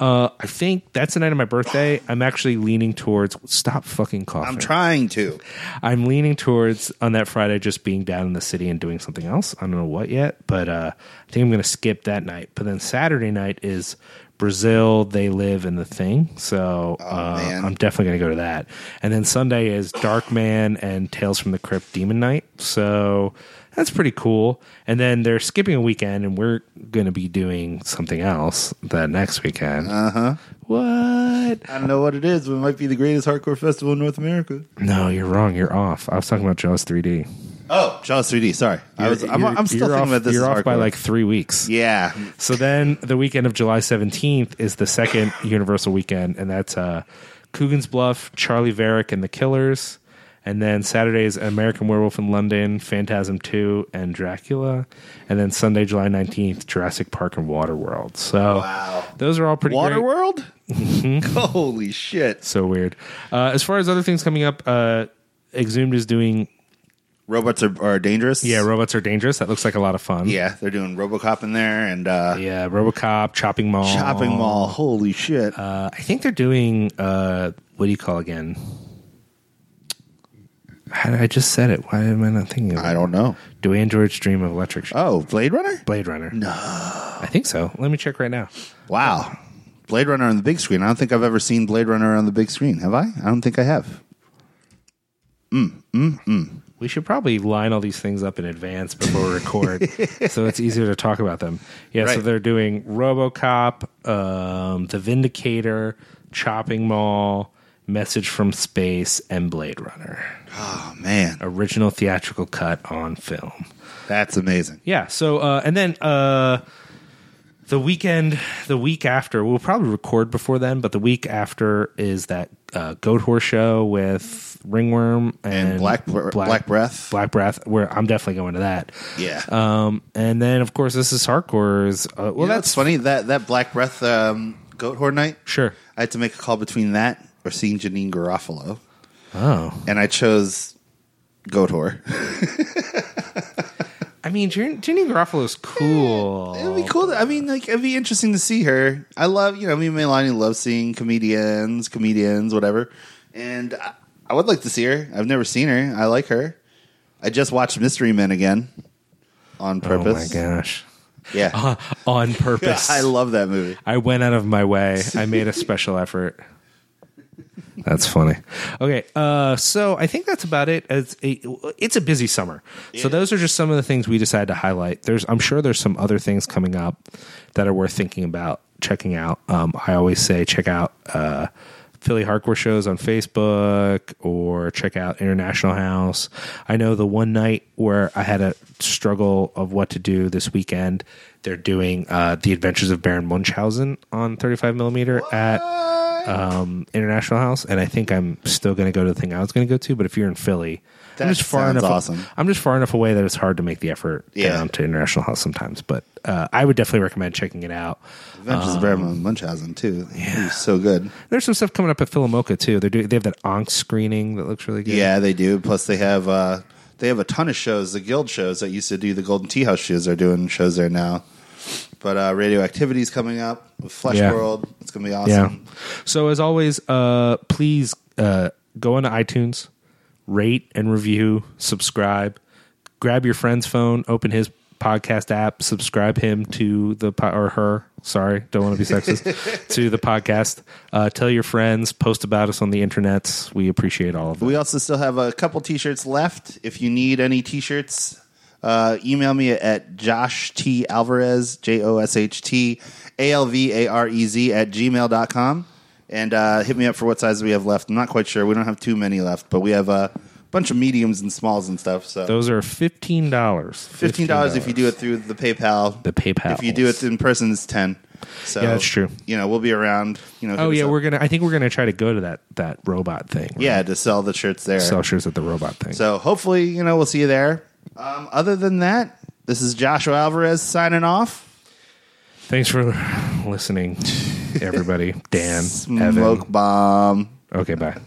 [SPEAKER 2] Uh, I think that's the night of my birthday. I'm actually leaning towards stop fucking coughing.
[SPEAKER 1] I'm trying to.
[SPEAKER 2] I'm leaning towards on that Friday just being down in the city and doing something else. I don't know what yet, but uh, I think I'm going to skip that night. But then Saturday night is Brazil, They Live, and The Thing. So uh,
[SPEAKER 1] man.
[SPEAKER 2] I'm definitely going to go to that. And then Sunday is Dark Man and Tales from the Crypt Demon Night. So that's pretty cool. And then they're skipping a weekend, and we're going to be doing something else that next weekend. Uh huh. What?
[SPEAKER 1] I don't know what it is, but it might be the greatest hardcore festival in North America.
[SPEAKER 2] No, you're wrong. You're off. I was talking about Jaws 3D.
[SPEAKER 1] Oh, Jaws 3D. Sorry. I was, I'm,
[SPEAKER 2] You're-
[SPEAKER 1] I'm still
[SPEAKER 2] you're
[SPEAKER 1] thinking
[SPEAKER 2] off,
[SPEAKER 1] about this.
[SPEAKER 2] You're
[SPEAKER 1] as
[SPEAKER 2] off by
[SPEAKER 1] hardcore.
[SPEAKER 2] like three weeks.
[SPEAKER 1] Yeah.
[SPEAKER 2] So then the weekend of July 17th is the second Universal weekend, and that's uh, Coogan's Bluff, Charlie Varick, and the Killers. And then Saturday is American Werewolf in London, Phantasm 2, and Dracula. And then Sunday, July 19th, Jurassic Park and Waterworld. So
[SPEAKER 1] Wow.
[SPEAKER 2] those are all pretty great. Mm-hmm.
[SPEAKER 1] Waterworld? Holy shit.
[SPEAKER 2] So weird. Uh, as far as other things coming up, uh, Exhumed is doing,
[SPEAKER 1] Robots are, are dangerous.
[SPEAKER 2] yeah, Robots Are Dangerous. That looks like a lot of fun.
[SPEAKER 1] yeah, they're doing Robocop in there and uh,
[SPEAKER 2] Yeah, RoboCop, Chopping Mall,
[SPEAKER 1] Shopping Mall. Holy shit.
[SPEAKER 2] Uh, I think they're doing uh, what do you call again? How did I just said it? Why am I not thinking of it?
[SPEAKER 1] I don't know.
[SPEAKER 2] Do androids dream of electric sh-
[SPEAKER 1] Oh, Blade Runner?
[SPEAKER 2] Blade Runner? No, I think so. Let me check right now.
[SPEAKER 1] Wow. Blade Runner on the big screen. I don't think I've ever seen Blade Runner on the big screen. Have I? I don't think I have. Mm, mm, mm.
[SPEAKER 2] we should probably line all these things up in advance before we record so it's easier to talk about them. Yeah, so
[SPEAKER 1] Right.
[SPEAKER 2] they're doing Robocop, um, The Vindicator, Chopping Mall, Message from Space, and Blade Runner.
[SPEAKER 1] Oh man,
[SPEAKER 2] Original theatrical cut on film.
[SPEAKER 1] that's amazing.
[SPEAKER 2] Yeah, so, uh, and then. Uh, the weekend, the week after, we'll probably record before then, but the week after is that uh, Goat Horse show with Ringworm and,
[SPEAKER 1] And, Black, Br- Black Breath.
[SPEAKER 2] Black Breath, where I'm definitely going to that.
[SPEAKER 1] Yeah.
[SPEAKER 2] Um, and then, of course, this is Hardcore's. Uh, well,
[SPEAKER 1] You know,
[SPEAKER 2] that's
[SPEAKER 1] it's funny that that Black Breath um, Goat Horn Night.
[SPEAKER 2] Sure.
[SPEAKER 1] I had to make a call between that or seeing Janine Garofalo,
[SPEAKER 2] Oh,
[SPEAKER 1] and I chose Goat Horn.
[SPEAKER 2] I mean, Jan- Janine Garofalo's cool.
[SPEAKER 1] It would be cool. To, I mean, like it'd be interesting to see her. I love, you know, me and Melanie love seeing comedians, comedians, whatever. And I, I would like to see her. I've never seen her. I like her. I just watched Mystery Men again on
[SPEAKER 2] Oh my
[SPEAKER 1] purpose.
[SPEAKER 2] gosh!
[SPEAKER 1] Yeah,
[SPEAKER 2] On purpose,
[SPEAKER 1] I love that movie.
[SPEAKER 2] I went out of my way. I made a special effort. That's funny. Okay, uh, so I think that's about it. It's a, it's a busy summer, so those are just some of the things we decided to highlight. There's, I'm sure there's some other things coming up that are worth thinking about, checking out. Um, I always say check out uh, Philly Hardcore shows on Facebook or check out International House. I know the one night where I had a struggle of what to do this weekend. They're doing uh, the Adventures of Baron Munchausen on 35 millimeter at
[SPEAKER 1] Uh,
[SPEAKER 2] um, International House, and I think I'm still going to go to the thing I was going to go to. But if you're in Philly,
[SPEAKER 1] That
[SPEAKER 2] I'm just far
[SPEAKER 1] sounds
[SPEAKER 2] enough.
[SPEAKER 1] awesome.
[SPEAKER 2] I'm just far enough away that it's hard to make the effort
[SPEAKER 1] Yeah.
[SPEAKER 2] down to International House sometimes. But uh, I would definitely recommend checking it out.
[SPEAKER 1] Adventures of Baron Munchausen too. Yeah, so good.
[SPEAKER 2] There's some stuff coming up at Philomoka too. They're doing they have that Onk screening that looks really good.
[SPEAKER 1] Yeah, they do. Plus, they have uh, they have a ton of shows. The guild shows that used to do the Golden Tea House shows are doing shows there now. But uh, radioactivity's coming up with Flesh
[SPEAKER 2] Yeah.
[SPEAKER 1] World. It's gonna be
[SPEAKER 2] yeah.
[SPEAKER 1] awesome.
[SPEAKER 2] So as always, uh, please uh, go onto iTunes, rate and review, subscribe, grab your friend's phone, open his podcast app, subscribe him to the po- or her. Sorry, don't want to be sexist to the podcast. Uh, tell your friends, post about us on the internets. We appreciate all of it.
[SPEAKER 1] We also still have a couple T-shirts left. If you need any T-shirts, uh, email me at Josh T Alvarez J O S H T A L V A R E Z at gmail.com. and uh, hit me up for what sizes we have left. I'm not quite sure. We don't have too many left, but we have a bunch of mediums and smalls and stuff. So
[SPEAKER 2] Those are fifteen dollars.
[SPEAKER 1] fifteen dollars if you do it through the PayPal.
[SPEAKER 2] The PayPal.
[SPEAKER 1] If you do it in person, it's ten. So
[SPEAKER 2] Yeah, that's true.
[SPEAKER 1] You know, we'll be around. You know.
[SPEAKER 2] Oh
[SPEAKER 1] hit us
[SPEAKER 2] yeah,
[SPEAKER 1] up.
[SPEAKER 2] we're gonna. I think we're gonna try to go to that that robot thing. right?
[SPEAKER 1] yeah to sell the shirts there.
[SPEAKER 2] sell shirts at the robot thing.
[SPEAKER 1] So hopefully, you know, we'll see you there. Um, other than that, this is Joshua Alvarez signing off.
[SPEAKER 2] Thanks for listening, everybody. Dan,
[SPEAKER 1] Smoke
[SPEAKER 2] Evan.
[SPEAKER 1] bomb.
[SPEAKER 2] Okay, bye.